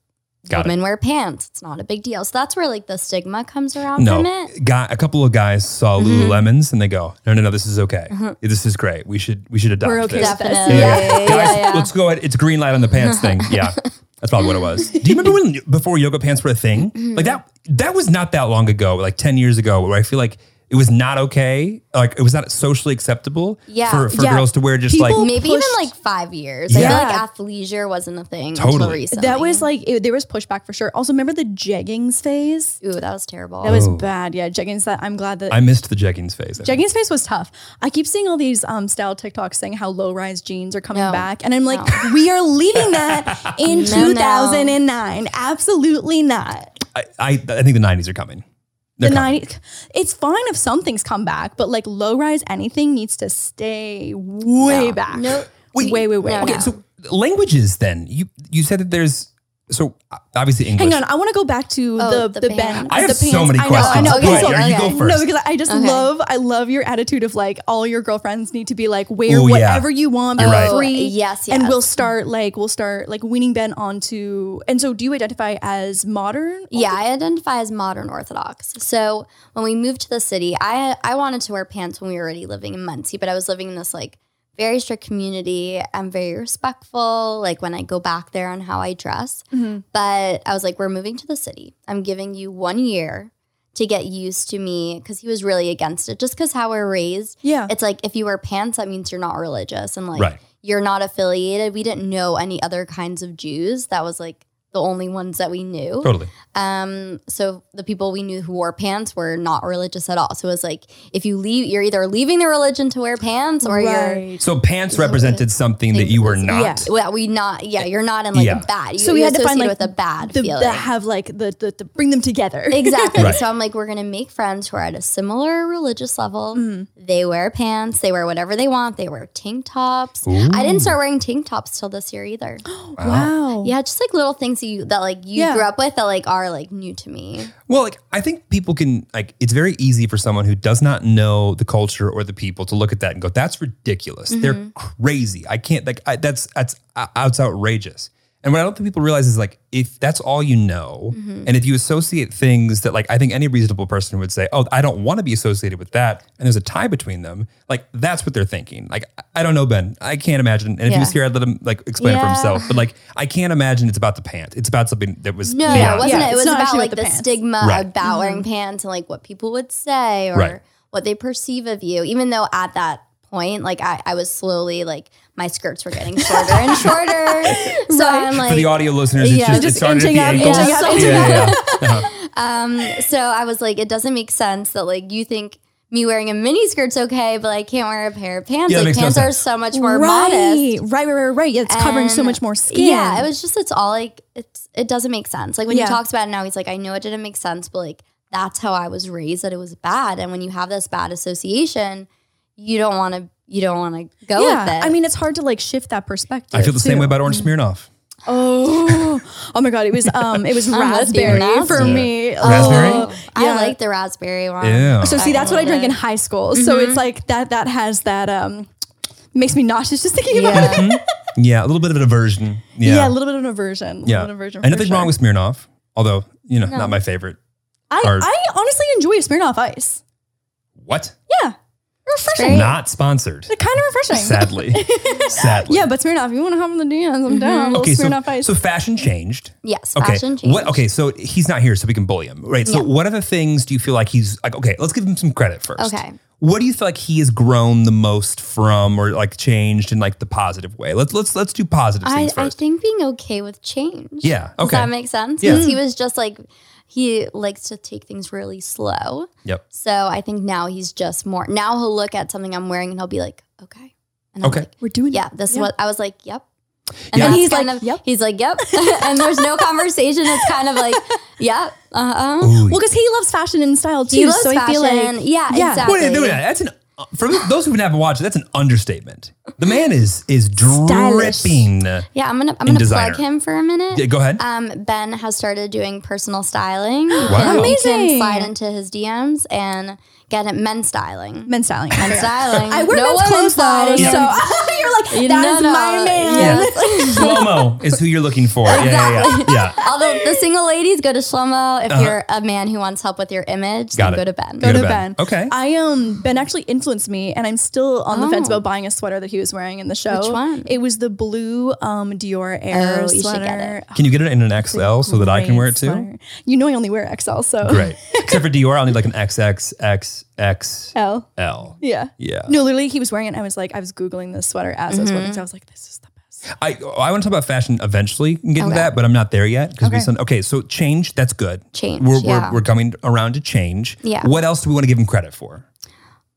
Speaker 1: Got it.
Speaker 3: women wear pants. It's not a big deal. So that's where like the stigma comes around from
Speaker 1: no
Speaker 3: it.
Speaker 1: guy a couple of guys saw
Speaker 3: Mhm.
Speaker 1: lululemons and they go no no no this is okay
Speaker 3: Mhm.
Speaker 1: this is great we should we should adopt
Speaker 2: We're okay
Speaker 1: this
Speaker 2: with this.
Speaker 3: Definitely.
Speaker 1: Yeah,
Speaker 3: Yeah, yeah,
Speaker 1: guys
Speaker 3: yeah.
Speaker 1: let's go ahead it's green light on the pants thing yeah that's probably what it was do you remember when before yoga pants were a thing
Speaker 3: Mm-hmm.
Speaker 1: like that that was not that long ago like 10 years ago where i feel like it was not okay like it was not socially acceptable
Speaker 3: Yeah.
Speaker 1: for, for
Speaker 2: Yeah.
Speaker 1: girls to wear just
Speaker 2: People
Speaker 1: like
Speaker 3: Maybe
Speaker 2: pushed-
Speaker 3: even like five years.
Speaker 1: Yeah.
Speaker 3: I feel like athleisure wasn't a thing until
Speaker 1: Totally.
Speaker 3: recently.
Speaker 2: that was like, it, there was pushback for sure. Also, remember the jeggings phase?
Speaker 3: ooh, that was terrible.
Speaker 2: That was
Speaker 1: Oh.
Speaker 2: bad. Yeah, jeggings that I'm glad that
Speaker 1: i missed the jeggings phase I think.
Speaker 2: Jeggings face was tough. I keep seeing all these um, style TikToks saying how low rise jeans are coming
Speaker 3: No.
Speaker 2: back. And I'm like, we are leaving that in
Speaker 3: No, no.
Speaker 2: 2009. Absolutely not.
Speaker 1: I, I, I think the 90s are coming
Speaker 2: The
Speaker 1: They're coming.
Speaker 2: 90s, it's fine if some things come back, but like low rise anything needs to stay way
Speaker 3: No.
Speaker 2: back.
Speaker 3: No.
Speaker 1: Wait,
Speaker 2: way, way, way.
Speaker 3: no,
Speaker 2: back.
Speaker 1: Okay, so languages then. You you said that there's so obviously English.
Speaker 2: Hang on, I want to go back to
Speaker 3: Oh,
Speaker 2: the the,
Speaker 3: the
Speaker 2: Ben.
Speaker 3: pants.
Speaker 1: I have
Speaker 2: the
Speaker 1: so many
Speaker 2: I know,
Speaker 1: questions.
Speaker 2: I know.
Speaker 3: Okay,
Speaker 2: Okay,
Speaker 3: so-
Speaker 1: Go ahead, you
Speaker 3: okay.
Speaker 1: go first.
Speaker 2: No, because I just
Speaker 3: Okay.
Speaker 2: love I love your attitude of like all your girlfriends need to be like wear
Speaker 1: Ooh, yeah.
Speaker 2: whatever you want, be
Speaker 1: You're right.
Speaker 2: free.
Speaker 3: Yes, yes.
Speaker 2: And we'll start like we'll start like weaning Ben onto and so do you identify as modern?
Speaker 3: Yeah, I identify as modern Orthodox. So when we moved to the city, I I wanted to wear pants when we were already living in Muncie, but I was living in this like very strict community. I'm very respectful, like when I go back there on how I dress.
Speaker 2: Mhm.
Speaker 3: But I was like, we're moving to the city. I'm giving you one year to get used to me because he was really against it, just because how we're raised.
Speaker 2: Yeah.
Speaker 3: It's like if you wear pants, that means you're not religious and like
Speaker 1: Right.
Speaker 3: you're not affiliated. We didn't know any other kinds of Jews. That was like the only ones that we knew.
Speaker 1: Totally.
Speaker 3: Um, so the people we knew who wore pants were not religious at all. So it was like if you leave, you're either leaving the religion to wear pants or you're.
Speaker 2: right.
Speaker 1: So pants represented something that you were not.
Speaker 3: Well, we not. Yeah, you're not in like
Speaker 1: Yeah.
Speaker 3: a bad. You,
Speaker 2: So we
Speaker 3: you
Speaker 2: had to find,
Speaker 3: associate
Speaker 2: like,
Speaker 3: with a bad
Speaker 2: The,
Speaker 3: feeling.
Speaker 2: that have like the, the the bring them together.
Speaker 3: exactly.
Speaker 1: Right.
Speaker 3: So I'm like, we're gonna make friends who are at a similar religious level.
Speaker 2: Mm-hmm.
Speaker 3: They wear pants. They wear whatever they want. They wear tank tops. I didn't start wearing tank tops till this year either.
Speaker 2: wow.
Speaker 3: yeah, just like little things that you that like you
Speaker 2: Yeah.
Speaker 3: grew up with that like are like new to me.
Speaker 1: Well, like I think people can like it's very easy for someone who does not know the culture or the people to look at that and go, "That's ridiculous.
Speaker 3: Mm-hmm.
Speaker 1: They're crazy. I can't like I, that's that's uh, it's outrageous." And what I don't think people realize is like if that's all you know,
Speaker 3: Mm-hmm.
Speaker 1: and if you associate things that like I think any reasonable person would say, "Oh, I don't want to be associated with that," and there's a tie between them, like that's what they're thinking. Like I- I don't know, Ben. I can't imagine. And if he was
Speaker 3: Yeah.
Speaker 1: here, I'd let him like explain it for
Speaker 3: Yeah.
Speaker 1: himself. But like I can't imagine it's about the pant. It's about something that was
Speaker 3: No,
Speaker 1: beyond.
Speaker 3: it wasn't.
Speaker 2: Yeah,
Speaker 3: it
Speaker 2: it's
Speaker 3: was
Speaker 2: not
Speaker 3: about
Speaker 2: actually
Speaker 3: like
Speaker 2: with Mm-hmm.
Speaker 3: the,
Speaker 2: the pants.
Speaker 3: stigma
Speaker 1: Right.
Speaker 3: about wearing pants and like what people would say or
Speaker 1: Right.
Speaker 3: what they perceive of you, even though at that point, like I, I was slowly like my skirts were getting shorter and shorter. So
Speaker 2: Right.
Speaker 3: I'm
Speaker 1: For
Speaker 3: like
Speaker 1: the audio listeners, it's
Speaker 3: yeah.
Speaker 1: just,
Speaker 2: Just
Speaker 1: it started at the
Speaker 2: inching up,
Speaker 1: ankles.
Speaker 3: inching up, inching
Speaker 1: yeah, yeah, yeah. Uh-huh.
Speaker 3: Um, so I was like, it doesn't make sense that like you think me wearing a mini skirt's okay, but I can't wear a pair of pants.
Speaker 1: Yeah, that
Speaker 3: like
Speaker 1: makes no
Speaker 3: pants are
Speaker 1: sense.
Speaker 3: so much more modest.
Speaker 2: right, right, right, right, right. Yeah, it's covering so
Speaker 3: And-
Speaker 2: much more skin.
Speaker 3: Yeah, it was just it's all like it's it doesn't make sense. Like when
Speaker 2: Yeah.
Speaker 3: he talks about it now, he's like, I know it didn't make sense, but like that's how I was raised that it was bad. And when you have this bad association, you don't want to you don't want to go
Speaker 2: yeah.
Speaker 3: with it.
Speaker 2: I mean, it's hard to like shift that perspective.
Speaker 1: I feel the same
Speaker 2: too.
Speaker 1: way about Orange Smirnoff.
Speaker 2: Oh, oh my god! It was um, it was
Speaker 3: Oh, that's being
Speaker 2: raspberry for
Speaker 3: nasty.
Speaker 2: me.
Speaker 1: Raspberry?
Speaker 2: Oh, yeah.
Speaker 3: I like the raspberry one.
Speaker 1: Yeah.
Speaker 2: So see, that's what I
Speaker 3: love
Speaker 2: drank in
Speaker 3: it.
Speaker 2: high school. So
Speaker 3: Mm-hmm.
Speaker 2: it's like that. That has that um, makes me nauseous just thinking about it.
Speaker 3: Yeah.
Speaker 1: Yeah, a little bit of an aversion.
Speaker 2: Mm-hmm. Yeah,
Speaker 1: Yeah.
Speaker 2: a little bit of an aversion.
Speaker 1: yeah.
Speaker 2: a little aversion.
Speaker 1: and
Speaker 2: for
Speaker 1: nothing
Speaker 2: sure.
Speaker 1: wrong with Smirnoff, although, you know,
Speaker 3: No.
Speaker 1: not my favorite.
Speaker 2: I,
Speaker 1: or-
Speaker 2: I honestly enjoy Smirnoff Ice.
Speaker 1: What?
Speaker 2: Yeah, refreshing.
Speaker 3: Very-
Speaker 1: Not sponsored.
Speaker 2: Kind of refreshing.
Speaker 1: Sadly. Sadly.
Speaker 2: Yeah, but Smirnoff, you want to hop on the DMs? I'm
Speaker 3: Mm-hmm.
Speaker 2: down. A
Speaker 1: Okay,
Speaker 2: little
Speaker 1: so,
Speaker 2: Smirnoff Ice.
Speaker 1: so fashion changed.
Speaker 3: Yes,
Speaker 1: Okay.
Speaker 3: fashion change.
Speaker 1: What okay, so he's not here, so we can bully him. Right. So
Speaker 3: Yeah.
Speaker 1: what other things do you feel like he's like okay, let's give him some credit first.
Speaker 3: Okay.
Speaker 1: What do you feel like he has grown the most from or like changed in like the positive way? Let's let's let's do positive
Speaker 3: I,
Speaker 1: things
Speaker 3: I
Speaker 1: first.
Speaker 3: think being okay with change.
Speaker 1: Yeah,
Speaker 3: Does
Speaker 1: okay.
Speaker 3: that make sense?
Speaker 1: Yeah.
Speaker 3: Because he was just like, he likes to take things really slow.
Speaker 1: yep.
Speaker 3: So I think now he's just more, now he'll look at something I'm wearing and he'll be like, okay. And I'm
Speaker 1: Okay.
Speaker 3: like,
Speaker 2: We're doing
Speaker 3: yeah, this is
Speaker 2: Yeah.
Speaker 3: what I was like, yep.
Speaker 1: Yeah.
Speaker 3: then
Speaker 1: And
Speaker 2: he's like, yep.
Speaker 3: He's like, yep. and there's no conversation. It's kind of like, yep. Uh huh.
Speaker 1: Ooh,
Speaker 2: Well, because he loves fashion and style too.
Speaker 3: He loves
Speaker 2: so I feel
Speaker 3: fashion.
Speaker 2: like
Speaker 3: yeah,
Speaker 2: Yeah.
Speaker 3: exactly.
Speaker 1: What are you doing? That's an for those who haven't watched it. That's an understatement. The man is is
Speaker 2: Stylish.
Speaker 1: dripping.
Speaker 3: Yeah, I'm gonna I'm
Speaker 1: In
Speaker 3: gonna
Speaker 1: designer.
Speaker 3: plug him for a minute.
Speaker 1: Yeah, go ahead.
Speaker 3: Um, ben has started doing personal styling. You
Speaker 1: Wow.
Speaker 3: can- you can
Speaker 2: Amazing.
Speaker 3: slide into his DMs and get it men's styling.
Speaker 2: men's styling.
Speaker 3: Men's styling.
Speaker 2: I wear men's
Speaker 3: women's
Speaker 2: clothes though,
Speaker 3: styling.
Speaker 2: so you're like, that is
Speaker 3: You know, no.
Speaker 2: my man.
Speaker 3: Yeah.
Speaker 1: Shlomo is who you're looking for. Yeah, yeah, yeah. yeah.
Speaker 3: Although the single ladies go to Shlomo if you're a man who wants help with your image,
Speaker 1: Got
Speaker 3: then
Speaker 1: it.
Speaker 3: go to Ben.
Speaker 1: Go
Speaker 2: Go
Speaker 1: to
Speaker 2: to
Speaker 1: Ben.
Speaker 2: Ben.
Speaker 1: Okay.
Speaker 2: I um Ben actually influenced me, and I'm still on the fence
Speaker 3: Oh.
Speaker 2: about buying a sweater that he was wearing in the show.
Speaker 3: Which one?
Speaker 2: It was the blue um Dior Air
Speaker 3: Oh, you should
Speaker 2: sweater.
Speaker 3: get it.
Speaker 1: Can you get it in an XL so that I can
Speaker 2: Great
Speaker 1: wear it too?
Speaker 2: sweater. You know I only wear XL, so
Speaker 1: Great. Except for Dior, I'll need like an XXXXL.
Speaker 2: L. Yeah.
Speaker 1: Yeah.
Speaker 2: No, literally, he was wearing it. And I was like, I was googling this sweater as I was
Speaker 3: Mm-hmm.
Speaker 2: wearing. it, so I was like, this is the best.
Speaker 1: I I want to talk about fashion eventually and get into
Speaker 3: Okay.
Speaker 1: that, but I'm not there yet because we
Speaker 2: Okay.
Speaker 1: sent, okay. So change, that's good.
Speaker 3: Change,
Speaker 1: We're,
Speaker 3: yeah.
Speaker 1: we're we're coming around to change.
Speaker 3: Yeah.
Speaker 1: What else do we want to give him credit for?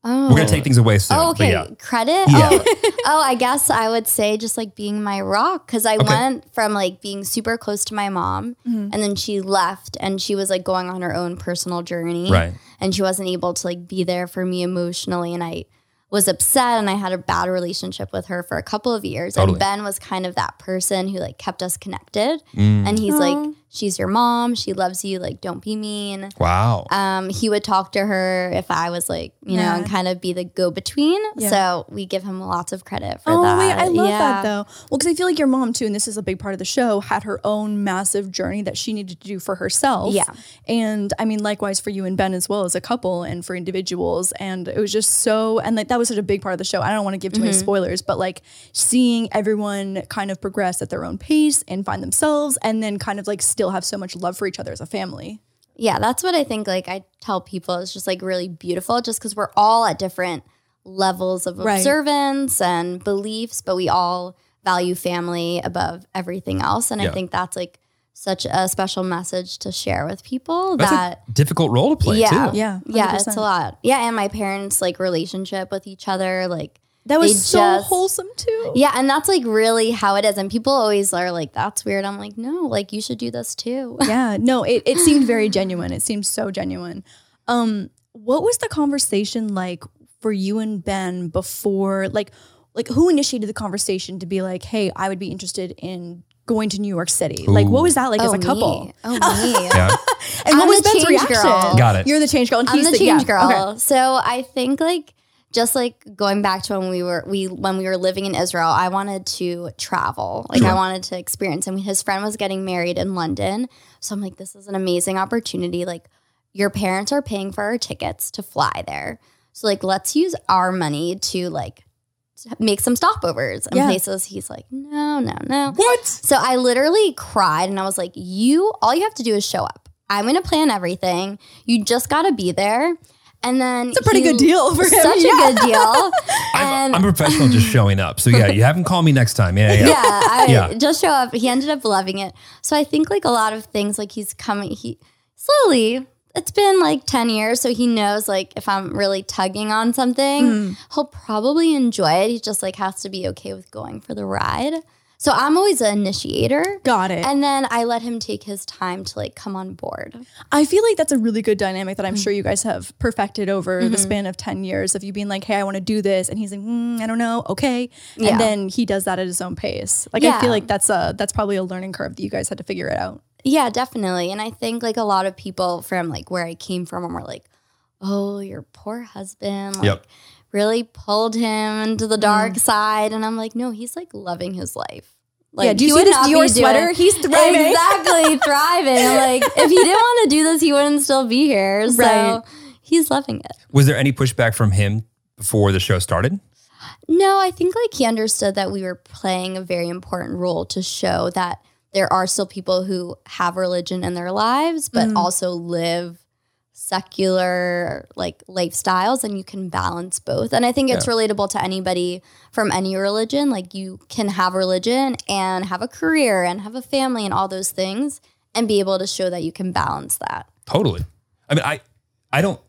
Speaker 3: Oh.
Speaker 1: We're gonna take things away soon.
Speaker 3: Oh,
Speaker 1: but
Speaker 3: okay.
Speaker 1: yeah.
Speaker 3: Credit.
Speaker 1: Yeah.
Speaker 3: Oh, oh, I guess I would say just like being my rock because I went from like being super close to my mom, and then she left, and she was like going on her own personal journey,
Speaker 1: Right.
Speaker 3: And she wasn't able to like be there for me emotionally, and I was upset, and I had a bad relationship with her for a couple of years.
Speaker 1: Totally.
Speaker 3: And Ben was kind of that person who like kept us connected,
Speaker 1: Mm.
Speaker 3: and he's
Speaker 2: Aw.
Speaker 3: like, "She's your mom. She loves you. Like, don't be mean."
Speaker 1: Wow.
Speaker 3: um, he would talk to her if I was like, you know, and
Speaker 2: Mad.
Speaker 3: kind of be the go between.
Speaker 2: Yeah.
Speaker 3: So we give him lots of credit for
Speaker 2: oh
Speaker 3: that.
Speaker 2: wait, I love that
Speaker 3: Yeah.
Speaker 2: though. Well, because I feel like your mom too, and this is a big part of the show, had her own massive journey that she needed to do for herself.
Speaker 3: Yeah.
Speaker 2: and I mean, likewise for you and Ben as well as a couple, and for individuals. And it was just so, and like that was such a big part of the show. I don't want to give too
Speaker 3: Mm-hmm.
Speaker 2: many spoilers, but like seeing everyone kind of progress at their own pace and find themselves, and then kind of like still have so much love for each other as a family.
Speaker 3: Yeah, that's what I think. Like I tell people, it's just like really beautiful, just because we're all at different levels of
Speaker 2: Right.
Speaker 3: observance and beliefs, but we all value family above everything else. And
Speaker 1: Yeah.
Speaker 3: I think that's like such a special message to share with people
Speaker 1: That's
Speaker 3: that
Speaker 1: a difficult role to play
Speaker 3: Uh, Yeah.
Speaker 1: too.
Speaker 2: Yeah,
Speaker 3: yeah, it's a
Speaker 2: 100%.
Speaker 3: lot. Yeah, and my parents like relationship with each other, like
Speaker 2: That was
Speaker 3: They
Speaker 2: so
Speaker 3: just-
Speaker 2: wholesome too.
Speaker 3: Yeah, and that's like really how it is. And people always are like, that's weird. I'm like, no, like you should do this too.
Speaker 2: yeah no it, it seemed very genuine it seemed so genuine um what was the conversation like for you and ben before like like who initiated the conversation to be like hey i would be interested in going to new york city like what was that like as a
Speaker 3: me.
Speaker 2: couple
Speaker 3: Oh, me.
Speaker 1: Yeah.
Speaker 2: and what
Speaker 3: I'm
Speaker 2: was
Speaker 3: the
Speaker 2: ben's
Speaker 3: change
Speaker 2: reaction
Speaker 3: girl.
Speaker 1: Got it.
Speaker 2: you're the change girl and
Speaker 3: I'm
Speaker 2: he's
Speaker 3: the change
Speaker 2: yeah, okay.
Speaker 3: girl. So I think like just like going back to when we were we when we were living in Israel, I wanted to travel. Like I wanted to experience. And his friend was getting married in London, so I'm like, this is an amazing opportunity. Like your parents are paying for our tickets to fly there, so like let's use our money to like make some stopovers in
Speaker 2: Yeah.
Speaker 3: places. He's like, no, no, no.
Speaker 1: What?
Speaker 3: So I literally cried and I was like, You, all you have to do is show up. I'm going to plan everything. You just got to be there. And then
Speaker 2: It's a pretty
Speaker 3: he-
Speaker 2: good deal for him.
Speaker 3: Such
Speaker 2: yeah.
Speaker 3: a good deal.
Speaker 1: I'm,
Speaker 3: And
Speaker 1: I'm a professional just showing up. So yeah, you have him call me next time. Yeah, yeah.
Speaker 3: yeah, I
Speaker 1: Yeah.
Speaker 3: just show up. He ended up loving it. So I think like a lot of things, like he's coming, he slowly, it's been like 10 years. So he knows like if I'm really tugging on something,
Speaker 2: Hmm.
Speaker 3: he'll probably enjoy it. He just like has to be okay with going for the ride. So I'm always an initiator.
Speaker 2: Got it.
Speaker 3: And then I let him take his time to like come on board.
Speaker 2: I feel like that's a really good dynamic that I'm
Speaker 3: Mm-hmm.
Speaker 2: sure you guys have perfected over the span of 10 years of you being like, hey, I want to do this. And he's like, mm, I don't know. Okay.
Speaker 3: Yeah.
Speaker 2: And then he does that at his own pace. Like, I
Speaker 3: Yeah.
Speaker 2: feel like that's a, that's probably a learning curve that you guys had to figure it out.
Speaker 3: Yeah, definitely. And I think like a lot of people from like where I came from were like, oh, your poor husband. Like,
Speaker 1: Yep.
Speaker 3: Really pulled him into the dark side. And I'm like, no, he's like loving his life. Like,
Speaker 2: Mm. yeah. Do you
Speaker 3: he
Speaker 2: see
Speaker 3: would
Speaker 2: this
Speaker 3: not be
Speaker 2: Dior
Speaker 3: doing-
Speaker 2: sweater? He's thriving.
Speaker 3: Exactly, thriving. Like, if he didn't want to do this, he wouldn't still be here. So
Speaker 2: Right.
Speaker 3: he's loving it.
Speaker 1: Was there any pushback from him before the show started?
Speaker 3: No, I think like he understood that we were playing a very important role to show that there are still people who have religion in their lives, but
Speaker 2: Mm.
Speaker 3: also live secular like lifestyles and you can balance both. And I think it's relatable to anybody from any religion. Like you can have religion and have a career and have a family and all those things and be able to show that you can balance that.
Speaker 1: Totally. I mean, I, I don't.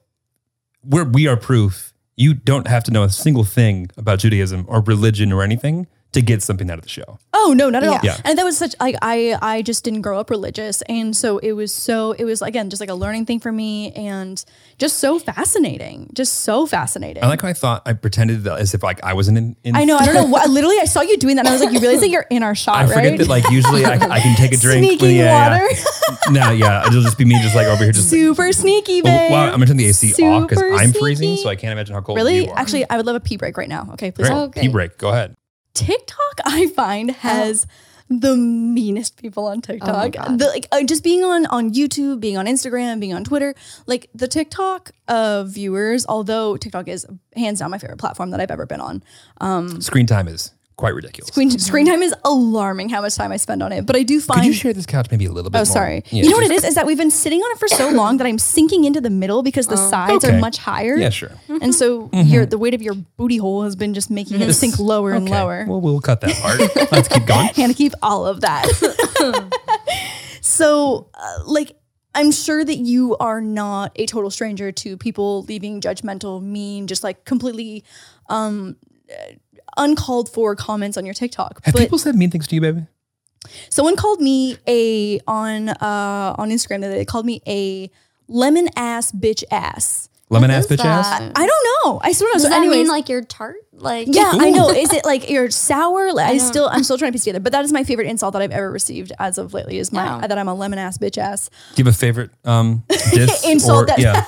Speaker 1: We're we are proof. You don't have to know a single thing about Judaism or religion or anything to get something out of the show.
Speaker 2: Oh no, not at all.
Speaker 1: Yeah. Yeah.
Speaker 2: And that was such like I I just didn't grow up religious, and so it was so it was again just like a learning thing for me, and just so fascinating, just so fascinating.
Speaker 1: I like how I thought I pretended that as if like I was in. in
Speaker 2: I know I don't know. What, literally, I saw you doing that, and I was like, you realize that you're in our shot,
Speaker 1: I forget
Speaker 2: right?
Speaker 1: that like usually I, I can take a drink.
Speaker 2: Sneaking water,
Speaker 1: no, yeah, it'll just be me just like over here just.
Speaker 2: super sneaky,
Speaker 1: Well,
Speaker 2: babe.
Speaker 1: Oh, wow, I'm gonna turn the AC off because
Speaker 2: Super
Speaker 1: I'm freezing,
Speaker 2: sneaky.
Speaker 1: so I can't imagine how cold
Speaker 2: really.
Speaker 1: you are.
Speaker 2: Actually, I would love a pee break right now. Okay, please.
Speaker 1: Great.
Speaker 2: hold.
Speaker 1: Pee
Speaker 3: Oh, great.
Speaker 1: break. Go ahead.
Speaker 2: TikTok, I find has the meanest people on TikTok.
Speaker 3: God.
Speaker 2: The, like uh, just being on on YouTube, being on Instagram, being on Twitter, like the TikTok uh, viewers. Although TikTok is hands down my favorite platform that I've ever been on. Um,
Speaker 1: Screen time is quite ridiculous.
Speaker 2: screen screen time is alarming how much time I spend on it, but I do
Speaker 1: Could
Speaker 2: find.
Speaker 1: you share this couch maybe a little bit?
Speaker 2: Oh,
Speaker 1: more?
Speaker 2: sorry.
Speaker 1: Yeah,
Speaker 2: you know what
Speaker 1: just-
Speaker 2: it is? Is that we've been sitting on it for so long that I'm sinking into the middle because the sides
Speaker 1: okay.
Speaker 2: are much higher.
Speaker 1: Yeah, sure. Mm-hmm.
Speaker 2: And so your the weight of your booty hole has been just making it sink lower and
Speaker 1: Okay.
Speaker 2: lower.
Speaker 1: Well, we'll cut that part. Let's keep going.
Speaker 2: Hannah, keep all of that. so, uh, like, I'm sure that you are not a total stranger to people leaving judgmental, mean, just like completely um, uh, uncalled for comments on your TikTok.
Speaker 1: Have
Speaker 2: but
Speaker 1: people said mean things to you, baby?
Speaker 2: someone called me a on uh, on Instagram the other day. They called me a lemon ass bitch ass.
Speaker 1: Lemon
Speaker 3: What
Speaker 1: ass,
Speaker 3: is
Speaker 1: bitch ass.
Speaker 3: that?
Speaker 2: I don't know. I swear to God.
Speaker 3: Does
Speaker 2: So,
Speaker 3: that
Speaker 2: anyways,
Speaker 3: mean like you're tart? Like
Speaker 2: Yeah, I
Speaker 1: Ooh.
Speaker 2: know. Is it like you're sour? Like, I
Speaker 3: don't-
Speaker 2: still, I'm still trying to piece it together. But that is my favorite insult that I've ever received as of lately. Is my
Speaker 3: Oh.
Speaker 2: that I'm a lemon ass bitch ass.
Speaker 1: Do you have a favorite um, diss
Speaker 2: Insult
Speaker 1: or
Speaker 2: that-
Speaker 1: yeah,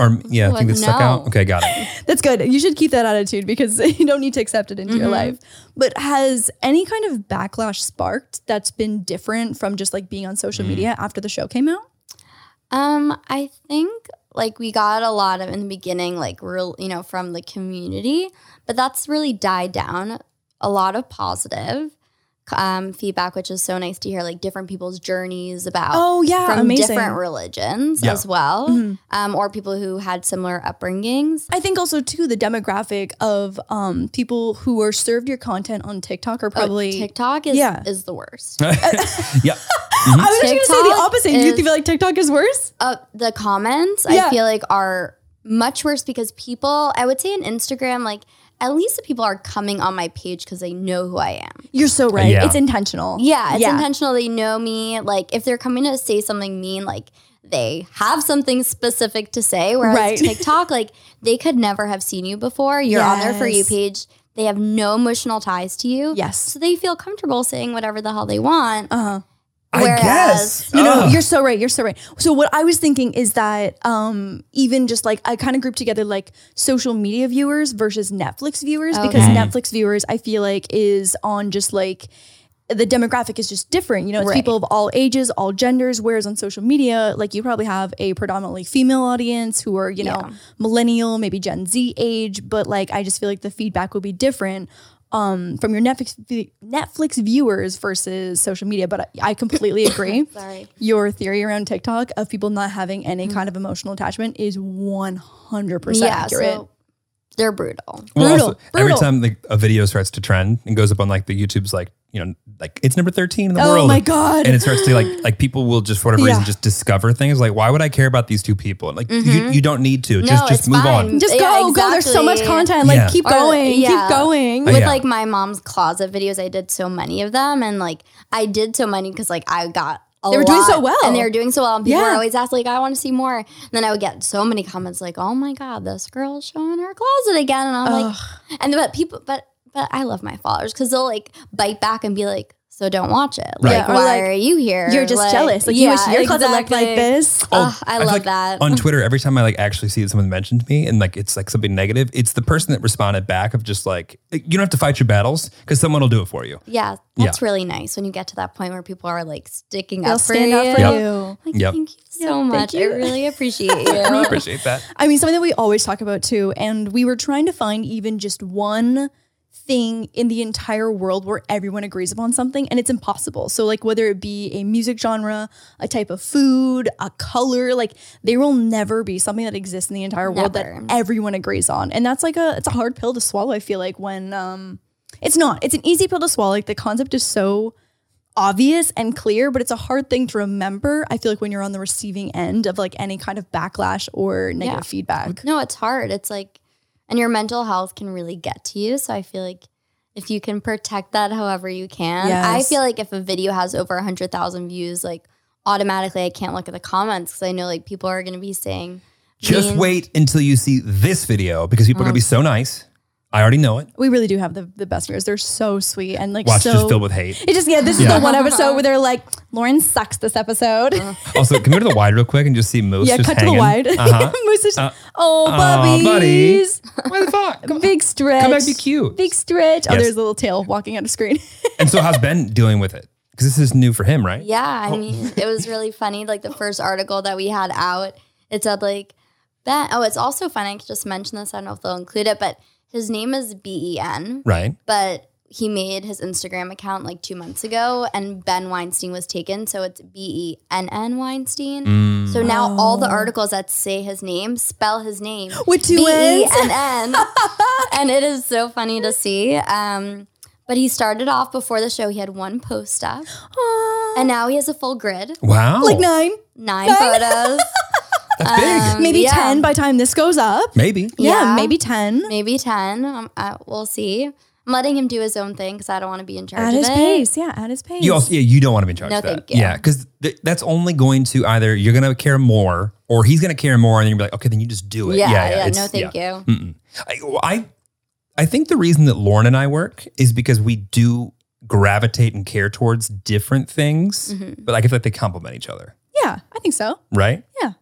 Speaker 1: or yeah, thing that stuck
Speaker 3: No.
Speaker 1: out? Okay, got it.
Speaker 2: That's good. You should keep that attitude because you don't need to accept it into your life. But has any kind of backlash sparked that's been different from just like being on social media after the show came out?
Speaker 3: Um, I think like we got a lot of in the beginning, like real, you know, from the community, but that's really died down. A lot of positive um, feedback, which is so nice to hear, like different people's journeys about
Speaker 2: Oh yeah,
Speaker 3: from
Speaker 2: amazing.
Speaker 3: different religions
Speaker 1: Yeah.
Speaker 3: as well,
Speaker 2: Mhm.
Speaker 3: um, or people who had similar upbringings.
Speaker 2: I think also too the demographic of um, people who are served your content on TikTok are
Speaker 3: Oh,
Speaker 2: probably.
Speaker 3: TikTok is
Speaker 2: yeah.
Speaker 3: is the worst.
Speaker 1: yeah,
Speaker 2: I was actually going to say the
Speaker 3: TikTok
Speaker 2: opposite. Do you
Speaker 3: is-
Speaker 2: feel like TikTok is worse?
Speaker 3: uh, the comments
Speaker 2: Yeah.
Speaker 3: I feel like are much worse because people, I would say on Instagram, like at least the people are coming on my page because they know who I am.
Speaker 2: You're so right.
Speaker 1: yeah.
Speaker 2: It's intentional.
Speaker 3: Yeah, it's
Speaker 2: Yeah.
Speaker 3: intentional. They know me. Like if they're coming to say something mean, like they have something specific to say. Whereas
Speaker 2: Right.
Speaker 3: TikTok, like they could never have seen you before. You're on their for you
Speaker 2: Yes.
Speaker 3: page. They have no emotional ties to you.
Speaker 2: Yes.
Speaker 3: So they feel comfortable saying whatever the hell they want.
Speaker 2: Uh huh.
Speaker 1: I
Speaker 3: Whereas-
Speaker 1: guess.
Speaker 2: You know,
Speaker 1: Ugh.
Speaker 2: you're so right. You're so right. So what I was thinking is that um, even just like I kind of grouped together like social media viewers versus Netflix viewers because
Speaker 3: Okay.
Speaker 2: Netflix viewers I feel like is on just like the demographic is just different. You know, it's
Speaker 3: Right.
Speaker 2: people of all ages, all genders. Whereas on social media, like you probably have a predominantly female audience who are you know
Speaker 3: Yeah.
Speaker 2: millennial, maybe Gen Z age. But like I just feel like the feedback would be different um, from your Netflix Netflix viewers versus social media. But I, I completely agree.
Speaker 3: Sorry.
Speaker 2: Your theory around TikTok of people not having any kind of emotional attachment is one hundred percent accurate.
Speaker 3: they're brutal.
Speaker 2: Brutal,
Speaker 1: Every
Speaker 2: brutal.
Speaker 1: time like a video starts to trend and goes up on like the YouTube's like you know like it's number thirteen in the
Speaker 2: oh
Speaker 1: world.
Speaker 2: my god!
Speaker 1: And it starts to like like people will just for whatever reason
Speaker 2: Yeah.
Speaker 1: just discover things like why would I care about these two people? And, Like
Speaker 2: Mm-hmm.
Speaker 1: you,
Speaker 3: Mhm.
Speaker 1: you don't need to
Speaker 3: No,
Speaker 1: just just
Speaker 3: it's
Speaker 1: move
Speaker 3: fine.
Speaker 1: on.
Speaker 2: just
Speaker 3: Yeah,
Speaker 2: go, go. There's so much
Speaker 3: exactly.
Speaker 2: content. Like
Speaker 1: Yeah.
Speaker 2: keep
Speaker 3: Or-
Speaker 2: going,
Speaker 3: yeah.
Speaker 2: keep going.
Speaker 1: Uh,
Speaker 3: with
Speaker 1: yeah.
Speaker 3: like my mom's closet videos, I did so many of them, and like I did so many because like I got a
Speaker 2: They were doing
Speaker 3: lot,
Speaker 2: so well.
Speaker 3: and they were doing so well. And people
Speaker 2: Yeah.
Speaker 3: were always asked like, "I want to see more." And then I would get so many comments like, "Oh my god, this girl's showing her closet again," and I'm like, and but people, but but I love my followers because they'll like bite back and be like. So don't watch it.
Speaker 1: Right.
Speaker 3: Like,
Speaker 2: Yeah, or,
Speaker 3: why
Speaker 2: like,
Speaker 3: are you here?
Speaker 2: You're just
Speaker 3: Like,
Speaker 2: jealous. Like you wish your closet looked
Speaker 3: exactly.
Speaker 2: like this.
Speaker 1: Oh,
Speaker 3: Ugh, I
Speaker 1: feel
Speaker 3: love
Speaker 1: like
Speaker 3: that.
Speaker 1: on Twitter. Every time I like actually see that someone mentioned me and like it's like something negative, it's the person that responded back of just like you don't have to fight your battles because someone will do it for you.
Speaker 3: Yeah, that's really nice when you get to that point where people are like sticking
Speaker 2: They'll
Speaker 3: up for
Speaker 2: stand
Speaker 3: you.
Speaker 2: up for
Speaker 1: Yep.
Speaker 2: you.
Speaker 3: Like,
Speaker 1: Yep.
Speaker 3: Thank you so
Speaker 2: Yeah,
Speaker 3: much.
Speaker 2: thank you.
Speaker 3: I really appreciate you.
Speaker 1: I really appreciate that.
Speaker 2: I mean, something that we always talk about too, and we were trying to find even just one thing in the entire world where everyone agrees upon something, and it's impossible. So, like, whether it be a music genre, a type of food, a color, like, there will never be something that exists in the entire world
Speaker 3: Never.
Speaker 2: that everyone agrees on, and that's like a it's a hard pill to swallow. I feel like when um, it's not, it's an easy pill to swallow. Like the concept is so obvious and clear, but it's a hard thing to remember. I feel like when you're on the receiving end of like any kind of backlash or negative
Speaker 3: Yeah.
Speaker 2: feedback.
Speaker 3: No, it's hard. It's like, and your mental health can really get to you. So I feel like if you can protect that however you can, I
Speaker 2: Yes.
Speaker 3: feel like if a video has over 100,000 views, like automatically I can't look at the comments because I know like people are going to be saying,
Speaker 1: Just
Speaker 3: mean-
Speaker 1: wait until you see this video because people are gonna be
Speaker 2: Uh-huh.
Speaker 1: so nice. I already know it.
Speaker 2: We really do have the, the best viewers. They're so sweet and like
Speaker 1: Watch
Speaker 2: so.
Speaker 1: just filled with hate.
Speaker 2: it just yeah, this is
Speaker 1: Yeah.
Speaker 2: the one episode where they're like, Lauren sucks this episode.
Speaker 1: Also, can we go to the wide real quick and just see Moose
Speaker 2: yeah,
Speaker 1: just
Speaker 2: cut to
Speaker 1: hanging?
Speaker 2: the wide.
Speaker 1: Uh-huh.
Speaker 2: Moose is just,
Speaker 1: Uh,
Speaker 2: oh,
Speaker 1: aw, buddy.
Speaker 2: buddies.
Speaker 1: What the fuck? Come,
Speaker 2: Big stretch.
Speaker 1: come back, be cute.
Speaker 2: Big stretch. Oh,
Speaker 1: Yes.
Speaker 2: there's a little tail walking out of screen.
Speaker 1: And so, how's Ben dealing with it? Because this is new for him, right?
Speaker 3: Yeah, I mean, it was really funny. Like the first article that we had out, it said like Ben. Oh, it's also funny. I just mentioned this. I don't know if they'll include it, but his name is B E N.
Speaker 1: Right.
Speaker 3: But he made his Instagram account like two months ago, and Ben Weinstein was taken, so it's B E N N Weinstein.
Speaker 1: Mm.
Speaker 3: So now all the
Speaker 2: Oh.
Speaker 3: articles that say his name spell his name
Speaker 2: With two
Speaker 3: B E
Speaker 2: ends.
Speaker 3: N N. And it is so funny to see. Um, but he started off before the show. He had one post up,
Speaker 2: Aw.
Speaker 3: and now he has a full grid
Speaker 1: wow.
Speaker 2: like nine,
Speaker 3: nine
Speaker 2: Nine?
Speaker 3: photos.
Speaker 1: That's big.
Speaker 3: Um,
Speaker 2: maybe
Speaker 3: yeah.
Speaker 2: ten by the time this goes up.
Speaker 1: Maybe.
Speaker 2: Yeah,
Speaker 3: Yeah.
Speaker 2: maybe ten.
Speaker 3: Maybe ten. Um, uh, we'll see. I'm letting him do his own thing because I don't want to be in charge
Speaker 2: At
Speaker 3: of
Speaker 2: his
Speaker 3: it.
Speaker 2: pace, yeah, at his pace.
Speaker 1: You also, yeah, you don't want to be in charge
Speaker 3: No,
Speaker 1: of that.
Speaker 3: thank you.
Speaker 1: Yeah, because th- that's only going to either you're going to care more, or he's going to care more, and you're going to be like, okay, then you just do it.
Speaker 3: Yeah, yeah.
Speaker 1: it's-
Speaker 3: no, thank you.
Speaker 1: Mm-mm. I, well, I, I think the reason that Lauren and I work is because we do gravitate and care towards different things,
Speaker 3: Mhm.
Speaker 1: but like I feel like they complement each other,
Speaker 2: yeah, I think so.
Speaker 1: right?
Speaker 2: Yeah.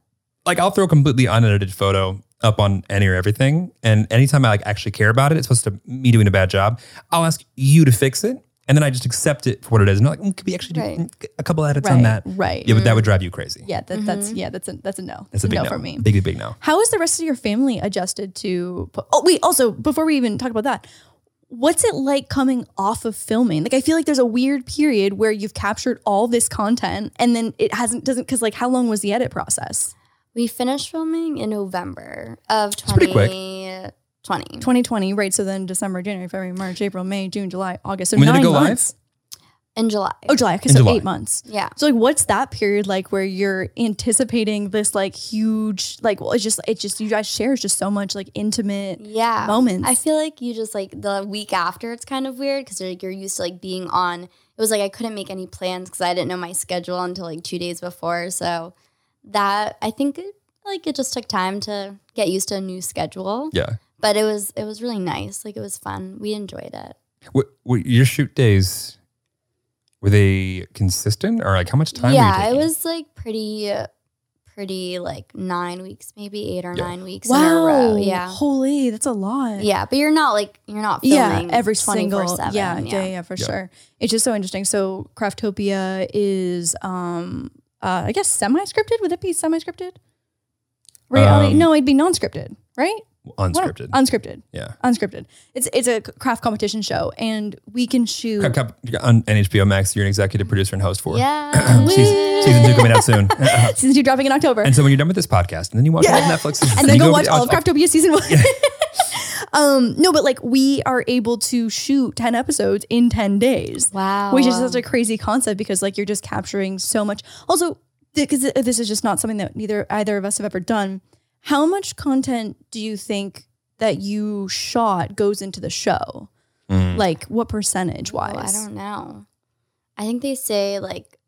Speaker 1: Like I'll throw a completely unedited photo up on any or everything, and anytime I like actually care about it, it's supposed to me doing a bad job. I'll ask you to fix it, and then I just accept it for what it is. And I'm like, mm, could we actually do
Speaker 3: Right.
Speaker 1: mm, a couple edits
Speaker 2: Right,
Speaker 1: on that?
Speaker 2: right.
Speaker 1: Yeah, but that would drive you crazy.
Speaker 2: Yeah, that, that's yeah, that's a that's a no.
Speaker 1: That's a big no,
Speaker 2: no for me.
Speaker 1: Big, big no.
Speaker 2: How is the rest of your family adjusted to? Oh wait, also before we even talk about that, what's it like coming off of filming? Like I feel like there's a weird period where you've captured all this content and then it hasn't doesn't because like how long was the edit process?
Speaker 3: We finished filming in November of
Speaker 1: pretty quick.
Speaker 3: 2020.
Speaker 2: 2020, right? So then December, January, February, March, April, May, June, July, August. So
Speaker 1: When did it
Speaker 2: nine
Speaker 1: go live?
Speaker 2: months.
Speaker 3: In July.
Speaker 2: Oh, July. Okay,
Speaker 1: In
Speaker 2: so
Speaker 1: July.
Speaker 2: eight months.
Speaker 3: yeah.
Speaker 2: So like, what's that period like where you're anticipating this like huge like? Well, it's just it's just you guys share just so much like intimate
Speaker 3: Yeah.
Speaker 2: moments.
Speaker 3: I feel like you just like the week after it's kind of weird because like you're used to like being on. It was like I couldn't make any plans because I didn't know my schedule until like two days before. So that I think it, like it just took time to get used to a new schedule.
Speaker 1: Yeah.
Speaker 3: But it was it was really nice. Like it was fun. We enjoyed it.
Speaker 1: What, what your shoot days were they consistent or like how much time?
Speaker 3: yeah,
Speaker 1: were
Speaker 3: it
Speaker 1: you
Speaker 3: was like pretty pretty like nine weeks, maybe eight or
Speaker 1: Yeah.
Speaker 3: nine weeks in a row. Yeah.
Speaker 2: Holy, that's a lot.
Speaker 3: Yeah, but you're not like you're not
Speaker 2: Yeah.
Speaker 3: filming
Speaker 2: Every single.
Speaker 3: 24/7,
Speaker 2: Yeah, yeah. Yeah. For
Speaker 1: Yeah.
Speaker 2: sure. It's just so interesting. So Craftopia is, um, uh, I guess semi-scripted. Would it be semi-scripted? Right. Ali?
Speaker 1: Um,
Speaker 2: no, it'd be non-scripted. Right. What-
Speaker 1: unscripted.
Speaker 2: unscripted,
Speaker 1: yeah.
Speaker 2: unscripted. It's it's a craft competition show, and we can shoot.
Speaker 1: Cup- Cup- On HBO Max, you're an executive producer and host for.
Speaker 3: Yeah.
Speaker 1: season, season two coming out soon.
Speaker 2: Season two dropping in October.
Speaker 1: and so when you're done with this podcast, and then you watch it on Netflix,
Speaker 2: and then
Speaker 1: you
Speaker 2: go,
Speaker 1: over
Speaker 2: watch
Speaker 1: the-
Speaker 2: all of Craftopia season one. um, no, but like we are able to shoot ten episodes in ten days.
Speaker 3: Wow.
Speaker 2: which is such a crazy concept because like you're just capturing so much. Also, because this is just not something that neither either of us have ever done. How much content do you think that you shot goes into the show?
Speaker 1: Mm.
Speaker 2: Like what percentage wise?
Speaker 3: Oh, I don't know. I think they say like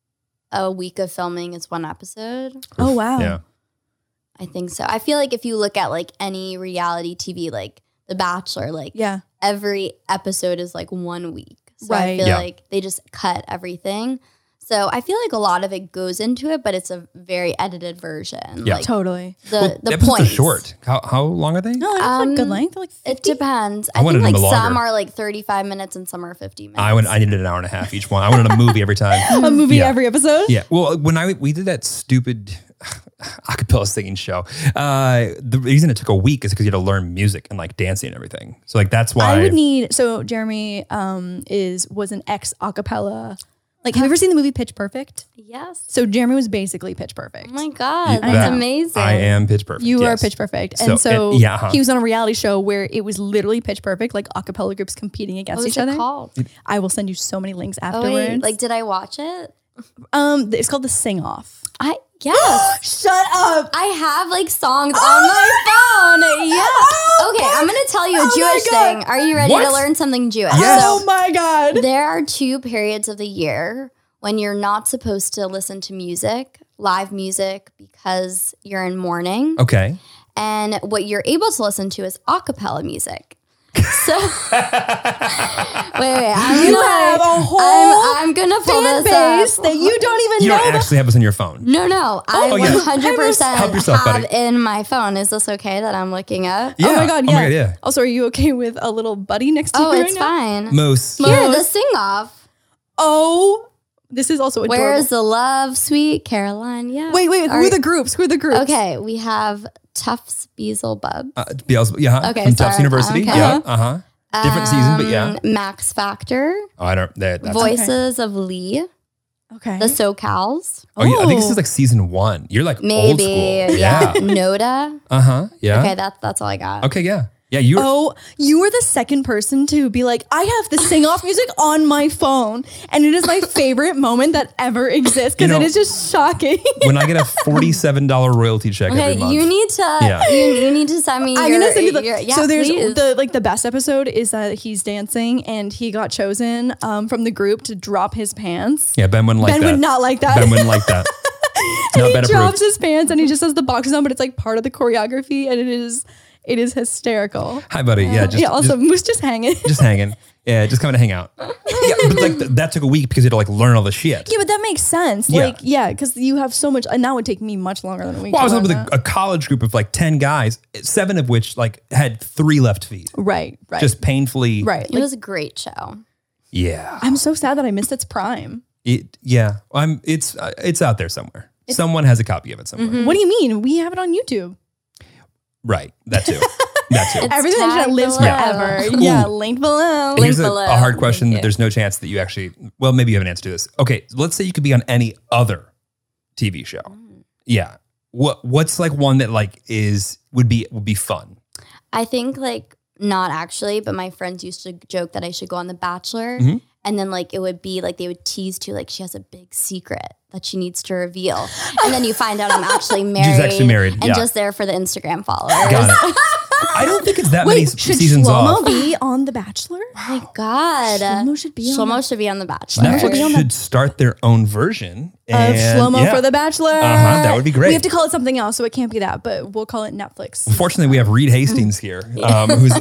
Speaker 3: a week of filming is one episode.
Speaker 2: Oh, wow.
Speaker 1: Yeah.
Speaker 3: I think so. I feel like if you look at like any reality TV, like The Bachelor, like
Speaker 2: Yeah.
Speaker 3: every episode is like one week. So
Speaker 2: Right.
Speaker 3: I feel
Speaker 1: Yeah.
Speaker 3: like they just cut everything. So I feel like a lot of it goes into it, but it's a very edited version.
Speaker 1: Yeah.
Speaker 3: Like
Speaker 2: Totally.
Speaker 3: the
Speaker 1: Well,
Speaker 3: the
Speaker 1: episodes are
Speaker 3: points.
Speaker 1: short. How how long are they?
Speaker 2: No, it's like good
Speaker 3: Um,
Speaker 2: length. Like
Speaker 3: It
Speaker 2: 50?
Speaker 3: depends.
Speaker 1: I
Speaker 3: I,
Speaker 1: wanted
Speaker 3: think like
Speaker 1: them longer.
Speaker 3: some are like 35 minutes and some are 50 minutes.
Speaker 1: I went. I needed an hour and a half each one. I wanted a movie every time.
Speaker 2: a movie
Speaker 1: Yeah.
Speaker 2: every episode.
Speaker 1: Yeah. Well, when I we did that stupid acapella singing show, uh, the reason it took a week is because you had to learn music and like dancing and everything. So like that's why
Speaker 2: I would need so Jeremy um is was an ex acapella. Like have you ever seen the movie Pitch Perfect?
Speaker 3: yes.
Speaker 2: So Jeremy was basically Pitch Perfect.
Speaker 3: Oh my God. That's
Speaker 1: that-
Speaker 3: amazing.
Speaker 1: I am pitch perfect.
Speaker 2: You
Speaker 1: yes.
Speaker 2: are pitch perfect. And so,
Speaker 1: So, and- yeah, uh-huh.
Speaker 2: he was on a reality show where it was literally pitch perfect, like a cappella groups competing
Speaker 3: What
Speaker 2: against
Speaker 3: was
Speaker 2: each
Speaker 3: Oh, it
Speaker 2: other.
Speaker 3: called?
Speaker 2: I will send you so many links
Speaker 3: Oh,
Speaker 2: afterwards.
Speaker 3: wait. Like, did I watch it?
Speaker 2: um it's called the sing off.
Speaker 3: I, yes.
Speaker 2: Shut up. Oh
Speaker 3: I have like songs on my phone. Yeah. okay, I'm gonna tell you a
Speaker 2: Oh my
Speaker 3: Jewish
Speaker 2: God.
Speaker 3: thing. Are you ready
Speaker 1: What?
Speaker 3: to learn something Jewish?
Speaker 1: Yes.
Speaker 2: Oh my god.
Speaker 3: So there are two periods of the year when you're not supposed to listen to music, live music, because you're in mourning.
Speaker 1: Okay.
Speaker 3: And what you're able to listen to is a cappella music. So wait, wait, I'm
Speaker 2: You
Speaker 3: gonna,
Speaker 2: have a whole
Speaker 3: I'm, I'm gonna pull
Speaker 2: Fan
Speaker 3: this
Speaker 2: base
Speaker 3: up.
Speaker 2: that you don't even
Speaker 1: You
Speaker 2: know.
Speaker 1: don't actually have us on your
Speaker 2: Mm.
Speaker 1: phone.
Speaker 3: No, no. I
Speaker 1: Oh, yeah.
Speaker 3: 100%
Speaker 1: Help yourself,
Speaker 3: have
Speaker 1: buddy.
Speaker 3: in my phone. Is this okay that I'm looking up?
Speaker 1: Yeah.
Speaker 2: Oh my god, yeah.
Speaker 1: Oh my god. Yeah.
Speaker 2: Also, are you okay with a little buddy next to you?
Speaker 3: Oh,
Speaker 2: right
Speaker 3: it's
Speaker 2: now?
Speaker 3: fine.
Speaker 1: Moose.
Speaker 3: Here,
Speaker 2: Close.
Speaker 3: the sing off.
Speaker 2: Oh, this is also adorable.
Speaker 3: Where is the love, sweet Caroline? Yeah.
Speaker 2: Wait, wait,
Speaker 3: Are-
Speaker 2: who are the groups? Who are the groups?
Speaker 3: Okay, we have Tufts Beelzebub.
Speaker 1: Uh, Beelzebub. Yeah.
Speaker 3: Okay,
Speaker 1: From
Speaker 3: sorry,
Speaker 1: Tufts University.
Speaker 3: okay.
Speaker 1: Yeah.
Speaker 2: Uh-huh.
Speaker 1: Uh huh. different season, but yeah.
Speaker 3: um, Max Factor,
Speaker 1: Oh, I don't. That, that's,
Speaker 3: Voices of Lee,
Speaker 2: Okay.
Speaker 3: the SoCals,
Speaker 1: oh, yeah, I think this
Speaker 2: Oh.
Speaker 1: is like season one. You're like old
Speaker 3: maybe.
Speaker 1: school. Yeah.
Speaker 3: Yeah. Noda.
Speaker 1: Uh huh. Yeah.
Speaker 3: Okay, that's that's all I got.
Speaker 1: Okay, yeah. Yeah, you were
Speaker 2: Oh, you were the second person to be like, I have the sing off music on my phone. And it is my favorite moment that ever exists because
Speaker 1: You know-
Speaker 2: it is just shocking.
Speaker 1: when I get a forty-seven dollar royalty check every
Speaker 3: Okay,
Speaker 1: month.
Speaker 3: you need to
Speaker 1: Yeah.
Speaker 3: you, you need to send me.
Speaker 2: I'm
Speaker 3: your,
Speaker 2: gonna send you the
Speaker 3: your- yeah,
Speaker 2: so there's
Speaker 3: please.
Speaker 2: the like the best episode is that he's dancing and he got chosen um, from the group to drop his pants.
Speaker 1: yeah, Ben wouldn't like
Speaker 2: ben
Speaker 1: that.
Speaker 2: would not like that.
Speaker 1: ben wouldn't like that. no,
Speaker 2: he
Speaker 1: Ben
Speaker 2: drops
Speaker 1: approved.
Speaker 2: his pants and he just has the boxes on, but it's like part of the choreography and it is it is hysterical.
Speaker 1: Hi, buddy. Yeah, just
Speaker 2: yeah, also Moose just hanging.
Speaker 1: just, just hanging. Yeah, just coming to hang out. Yeah, but like th- that took a week because you had to like learn all the shit.
Speaker 2: Yeah, but that makes sense.
Speaker 1: Yeah.
Speaker 2: Like, yeah, because you have so much, and that would take me much longer than a week.
Speaker 1: Well, I was
Speaker 2: to
Speaker 1: up with
Speaker 2: learn
Speaker 1: a, a college group of like ten guys, seven of which like had three left feet,
Speaker 2: that. right, right,
Speaker 1: just painfully.
Speaker 2: right.
Speaker 3: it
Speaker 2: Like,
Speaker 3: was a great show.
Speaker 1: Yeah.
Speaker 2: I'm so sad that I missed its prime.
Speaker 1: It, yeah. I'm. It's uh, it's out there somewhere. Someone has a copy of it somewhere.
Speaker 3: Mm.
Speaker 2: What do you mean? We have it on YouTube.
Speaker 1: Right. That too. that too.
Speaker 3: It's
Speaker 2: Everything that
Speaker 3: tagged
Speaker 2: lives
Speaker 3: below.
Speaker 2: forever.
Speaker 1: Ooh.
Speaker 2: Yeah, linked below.
Speaker 1: Here's
Speaker 3: Link
Speaker 1: a,
Speaker 3: below.
Speaker 1: a hard question
Speaker 3: Thank
Speaker 1: that
Speaker 3: you.
Speaker 1: there's no chance that you actually, well, maybe you have an answer to this. Okay, let's say you could be on any other TV show. Yeah. What what's like one that like is would be would be fun?
Speaker 3: I think like not actually, but my friends used to joke that I should go on The Bachelor.
Speaker 1: Mhm.
Speaker 3: And then like it would be like they would tease to like she has a big secret that she needs to reveal. And then you find out I'm actually married.
Speaker 1: She's actually married.
Speaker 3: And
Speaker 1: Yeah.
Speaker 3: just there for the Instagram followers.
Speaker 1: Got it. I don't think it's that many
Speaker 2: Wait,
Speaker 1: s-
Speaker 2: should
Speaker 1: seasons
Speaker 2: Shlomo
Speaker 1: off.
Speaker 2: be on The Bachelor?
Speaker 3: Oh my God.
Speaker 2: Shlomo should be on.
Speaker 3: Shlomo should be on The Bachelor.
Speaker 2: should be on
Speaker 1: Netflix
Speaker 2: that.
Speaker 1: should start their own version
Speaker 2: Of
Speaker 1: and
Speaker 2: Shlomo
Speaker 1: yeah.
Speaker 2: for The Bachelor.
Speaker 1: Uh-huh, that would be great.
Speaker 2: We have to call it something else, so it can't be that, but we'll call it Netflix.
Speaker 1: Fortunately, we have Reed Hastings here, um, who's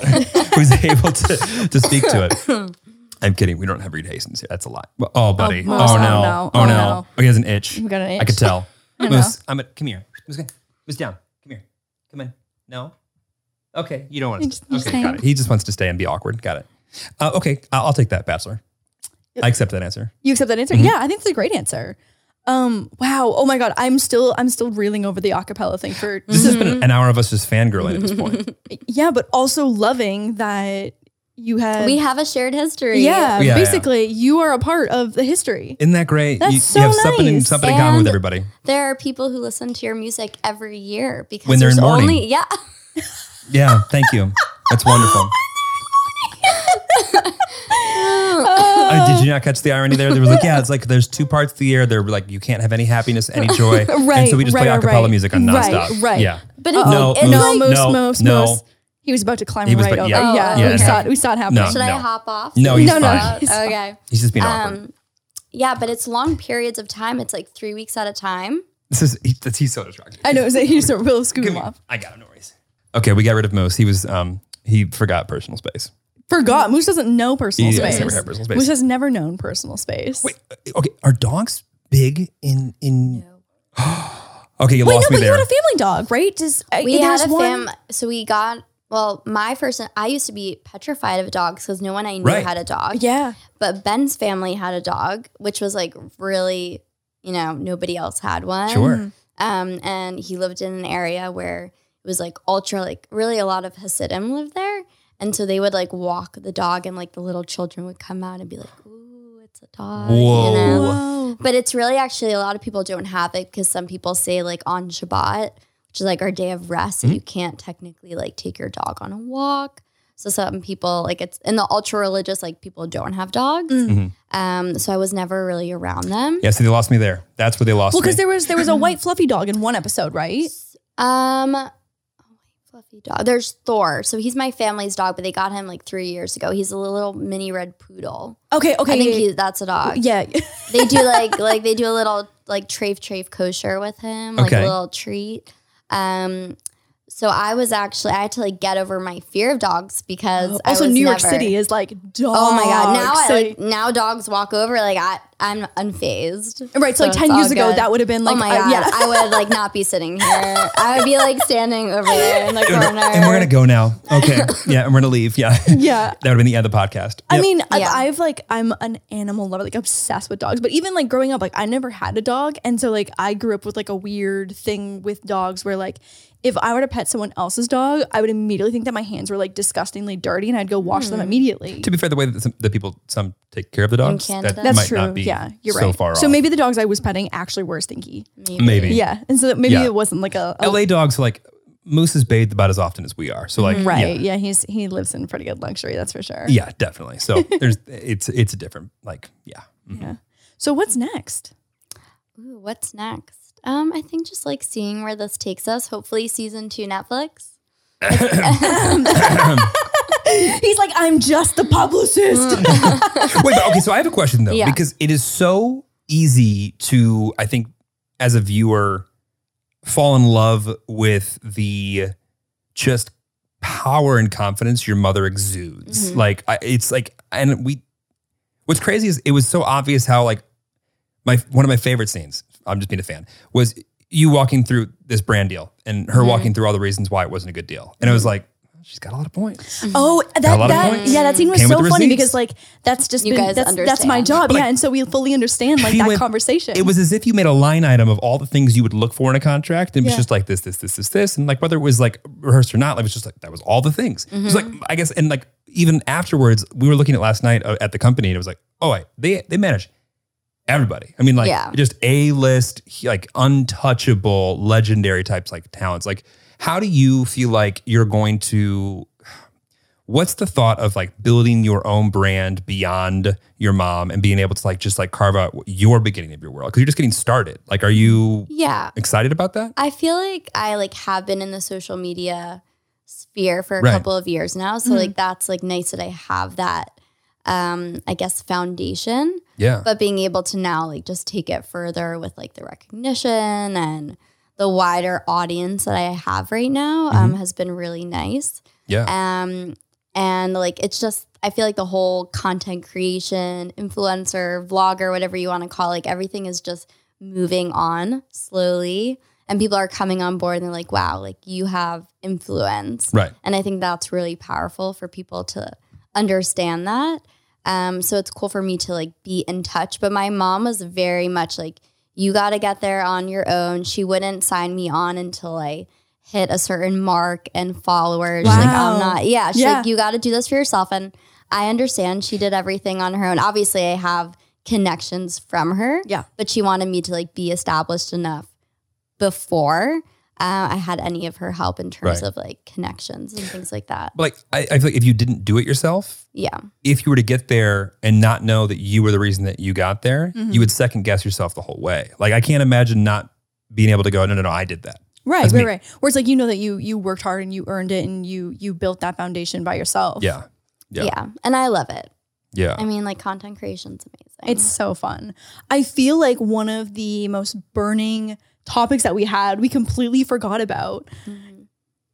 Speaker 1: who's able to, to speak to it. I'm kidding. We don't have Reed Hastings here. That's a lie. Oh, buddy. Oh,
Speaker 2: Moose,
Speaker 1: no. Oh,
Speaker 2: oh,
Speaker 1: no.
Speaker 2: no.
Speaker 1: Oh, no.
Speaker 2: Oh, no.
Speaker 1: Oh, he has an itch.
Speaker 2: You got an
Speaker 1: I could
Speaker 2: itch.
Speaker 1: tell.
Speaker 2: I
Speaker 1: Moose, I'm a, come here. Moose, go- Moose down. Come here. Come in. No. Okay. You don't want to.
Speaker 2: You just- you just
Speaker 1: okay. Got
Speaker 2: hang.
Speaker 1: it. He just wants to stay and be awkward. Got it. Uh, okay. I'll, I'll take that, Bachelor. I accept that answer.
Speaker 2: You accept that answer?
Speaker 1: Mhm.
Speaker 2: Yeah, I think it's a great answer. Um. Wow. Oh my God. I'm still. I'm still reeling over the acapella thing for.
Speaker 1: This has
Speaker 2: Mm-hmm.
Speaker 1: been an hour of us just fangirling at this point.
Speaker 2: Yeah, but also loving that you had.
Speaker 3: We have a shared history.
Speaker 1: Yeah,
Speaker 2: Yeah.
Speaker 1: yeah.
Speaker 2: basically, you are a part of the history.
Speaker 1: Isn't that great?
Speaker 2: That's
Speaker 1: you,
Speaker 2: so
Speaker 1: you have something in,
Speaker 2: nice.
Speaker 1: something in common with
Speaker 3: And-
Speaker 1: everybody.
Speaker 3: There are people who listen to your music every year because
Speaker 1: When they're in
Speaker 3: there's
Speaker 1: mourning.
Speaker 3: only yeah.
Speaker 1: Yeah, thank you. That's wonderful. Uh, did you not catch the irony there? There was like, yeah, it's like there's two parts of the year. They're like, you can't have any happiness, any joy. And
Speaker 2: Right,
Speaker 1: so we just play
Speaker 2: right,
Speaker 1: acapella
Speaker 2: right.
Speaker 1: music on
Speaker 2: Right,
Speaker 1: nonstop.
Speaker 2: right.
Speaker 1: Yeah.
Speaker 3: But it's,
Speaker 1: No,
Speaker 3: it's
Speaker 1: no,
Speaker 3: like, Oh,
Speaker 1: no.
Speaker 2: Most. most. Most. He was about to climb
Speaker 1: He was
Speaker 2: right
Speaker 1: about-
Speaker 2: over.
Speaker 1: yeah.
Speaker 2: Yeah.
Speaker 1: Yeah,
Speaker 2: we
Speaker 1: no.
Speaker 2: saw it. We saw it happen.
Speaker 1: No.
Speaker 3: should I hop off?
Speaker 1: No,
Speaker 2: he's
Speaker 3: Out?
Speaker 2: fine. he's fine.
Speaker 3: okay.
Speaker 1: He's just being awkward.
Speaker 3: Um, yeah, but it's long periods of time. It's like three weeks at a time.
Speaker 1: This is, he, that's, he's so distracting.
Speaker 2: I know. He just real scoop
Speaker 1: Give
Speaker 2: him
Speaker 1: me-
Speaker 2: off.
Speaker 1: I got him, no worries. Okay, we got rid of Moose. He was, um, he forgot personal space.
Speaker 2: Forgot. Moose doesn't know personal
Speaker 1: He
Speaker 2: space.
Speaker 1: never had personal space.
Speaker 2: Moose has never known personal space.
Speaker 1: Wait, uh, okay, are dogs big in, in, okay, you
Speaker 2: Wait,
Speaker 1: lost me
Speaker 2: no, but you
Speaker 1: there.
Speaker 2: had a family dog, right? Does I-
Speaker 3: We
Speaker 2: Uh, there's
Speaker 3: had a
Speaker 2: one-
Speaker 3: fam. So we got well. My first, I used to be petrified of dogs because no one I knew
Speaker 1: Right.
Speaker 3: had a dog.
Speaker 2: Yeah.
Speaker 3: But Ben's family had a dog, which was like really, you know, nobody else had one.
Speaker 1: sure.
Speaker 3: Um, and he lived in an area where it was like ultra, like really a lot of Hasidim lived there. And so they would like walk the dog, and like the little children would come out and be like, "Ooh, it's a dog." you
Speaker 1: Whoa.
Speaker 3: know?
Speaker 2: Whoa.
Speaker 3: But it's really actually a lot of people don't have it because some people say like on Shabbat, which is like our day of rest, that you can't technically like take your dog on a walk. So some people like it's in the ultra religious, like people don't have dogs.
Speaker 1: Mhm.
Speaker 3: Um, so I was never really around them.
Speaker 1: Yeah, so they lost me there. That's where they lost
Speaker 2: Well,
Speaker 1: me.
Speaker 2: because there was there was a white fluffy dog in one episode, right?
Speaker 3: Um, oh, my fluffy dog. There's Thor. So he's my family's dog, but they got him like three years ago. He's a little mini red poodle.
Speaker 2: Okay. Okay.
Speaker 3: I think he, that's a dog.
Speaker 2: yeah.
Speaker 3: they do like like they do a little like trafe trafe kosher with him, like a
Speaker 1: Okay.
Speaker 3: little treat. Um, so I was actually I had to like get over my fear of dogs because I
Speaker 2: also,
Speaker 3: was
Speaker 2: New York
Speaker 3: never-
Speaker 2: City is like dog.
Speaker 3: Oh my god! Now I,
Speaker 2: So-
Speaker 3: like now dogs walk over like I I'm unfazed.
Speaker 2: right. So, like
Speaker 3: so
Speaker 2: ten
Speaker 3: it's
Speaker 2: years
Speaker 3: all
Speaker 2: ago,
Speaker 3: good.
Speaker 2: that would have been like
Speaker 3: oh my
Speaker 2: uh,
Speaker 3: god!
Speaker 2: yeah.
Speaker 3: I would like not be sitting here. I would be like standing over there in the corner.
Speaker 1: and we're gonna go now. Okay. Yeah, and we're gonna leave. Yeah.
Speaker 2: Yeah.
Speaker 1: That would have been the end of the podcast.
Speaker 2: I
Speaker 1: Yep.
Speaker 2: mean, I-
Speaker 3: Yeah.
Speaker 2: I've like I'm an animal lover, like obsessed with dogs. But even like growing up, like I never had a dog, and so like I grew up with like a weird thing with dogs, where like if I were to pet someone else's dog, I would immediately think that my hands were like disgustingly dirty, and I'd go wash them immediately.
Speaker 1: to be fair, the way that some, the people some take care of the dogs,
Speaker 3: Canada.
Speaker 1: that
Speaker 3: That's
Speaker 1: might
Speaker 2: That's true.
Speaker 1: not be
Speaker 2: Yeah, you're
Speaker 1: so
Speaker 2: right.
Speaker 1: far
Speaker 2: so
Speaker 1: off.
Speaker 2: maybe the dogs I was petting actually were stinky.
Speaker 1: maybe.
Speaker 2: Yeah, and so that maybe
Speaker 1: Yeah.
Speaker 2: it wasn't like a, a-
Speaker 1: LA dogs like moose is bathed about as often as we are. So like
Speaker 2: right.
Speaker 1: yeah,
Speaker 2: Yeah. he's he lives in pretty good luxury, that's for sure.
Speaker 1: yeah, definitely. So there's it's it's a different like yeah. Mhm.
Speaker 2: Yeah. So what's next?
Speaker 3: Ooh, what's next? Um, I think just like seeing where this takes us. Hopefully, season two Netflix.
Speaker 2: He's like, I'm just the
Speaker 3: Hmm.
Speaker 2: publicist.
Speaker 1: Wait, but, okay. So I have a question though,
Speaker 3: Yeah.
Speaker 1: because it is so easy to I think as a viewer fall in love with the just power and confidence your mother exudes.
Speaker 3: Mhm.
Speaker 1: Like I, it's like, and we. What's crazy is it was so obvious how like my one of my favorite scenes. I'm just being a fan was you walking through this brand deal and her
Speaker 3: Mhm.
Speaker 1: walking through all the reasons why it wasn't a good deal, and it was like she's got a lot of points.
Speaker 3: Mm-hmm.
Speaker 2: Oh, that,
Speaker 1: a lot of
Speaker 2: that
Speaker 1: points.
Speaker 2: yeah, that scene was
Speaker 1: Came with
Speaker 2: so
Speaker 1: the
Speaker 2: funny
Speaker 1: receipts.
Speaker 2: because like that's just
Speaker 3: You
Speaker 2: been,
Speaker 3: guys
Speaker 2: that's, that's my
Speaker 3: understand.
Speaker 2: job,
Speaker 1: But,
Speaker 2: yeah,
Speaker 1: like,
Speaker 2: and so we fully understand like
Speaker 1: she
Speaker 2: that
Speaker 1: went-
Speaker 2: conversation.
Speaker 1: It was as if you made a line item of all the things you would look for in a contract, and it was
Speaker 2: Yeah.
Speaker 1: just like this, this, this, this, this, and like whether it was like rehearsed or not, like, it was just like that was all the things. It was like
Speaker 2: Mm-hmm.
Speaker 1: I guess, and like even afterwards, we were looking at last night uh, at the company, and it was like, oh, wait, they they manage everybody. I mean, like
Speaker 3: Yeah.
Speaker 1: just a list, like untouchable, legendary types, like talents. Like, how do you feel like you're going to? What's the thought of like building your own brand beyond your mom and being able to like just like carve out your beginning of your world? Because you're just getting started. Like, are you
Speaker 3: Yeah,
Speaker 1: excited about that?
Speaker 3: I feel like I like have been in the social media sphere for a
Speaker 1: Right.
Speaker 3: couple of years now. So
Speaker 2: Mhm.
Speaker 3: like that's like nice that I have that um I guess foundation,
Speaker 1: Yeah.
Speaker 3: but being able to now like just take it further with like the recognition and the wider audience that I have right now um has been really nice.
Speaker 1: Yeah.
Speaker 3: Um, and like it's just I feel like the whole content creation, influencer, vlogger, whatever you want to call, like everything is just moving on slowly, and people are coming on board and they're like, wow, like you have influence,
Speaker 1: Right.
Speaker 3: and I think that's really powerful for people to understand that. Um, so it's cool for me to like be in touch. But my mom was very much like, you got to get there on your own. She wouldn't sign me on until I hit a certain mark and followers. She's like,
Speaker 2: Wow.
Speaker 3: I'm not, yeah. She's
Speaker 2: Yeah.
Speaker 3: like, you got to do this for yourself. And I understand she did everything on her own. Obviously, I have connections from her.
Speaker 2: Yeah.
Speaker 3: But she wanted me to like be established enough before. Uh, I had any of her help in terms
Speaker 1: Right.
Speaker 3: of like connections and things like that.
Speaker 1: But like I, I feel like if you didn't do it yourself,
Speaker 3: Yeah.
Speaker 1: if you were to get there and not know that you were the reason that you got there,
Speaker 2: Mhm.
Speaker 1: you would second guess yourself the whole way. Like I can't imagine not being able to go, no, no, no, I did that.
Speaker 2: Right,
Speaker 1: That's
Speaker 2: right,
Speaker 1: me.
Speaker 2: right. Where it's like you know that you you worked hard and you earned it and you you built that foundation by yourself.
Speaker 1: Yeah. Yeah.
Speaker 3: Yeah. And I love it.
Speaker 1: Yeah.
Speaker 3: I mean, like content creation's amazing.
Speaker 2: It's so fun. I feel like one of the most burning topics that we had, we completely forgot about.
Speaker 3: Mhm.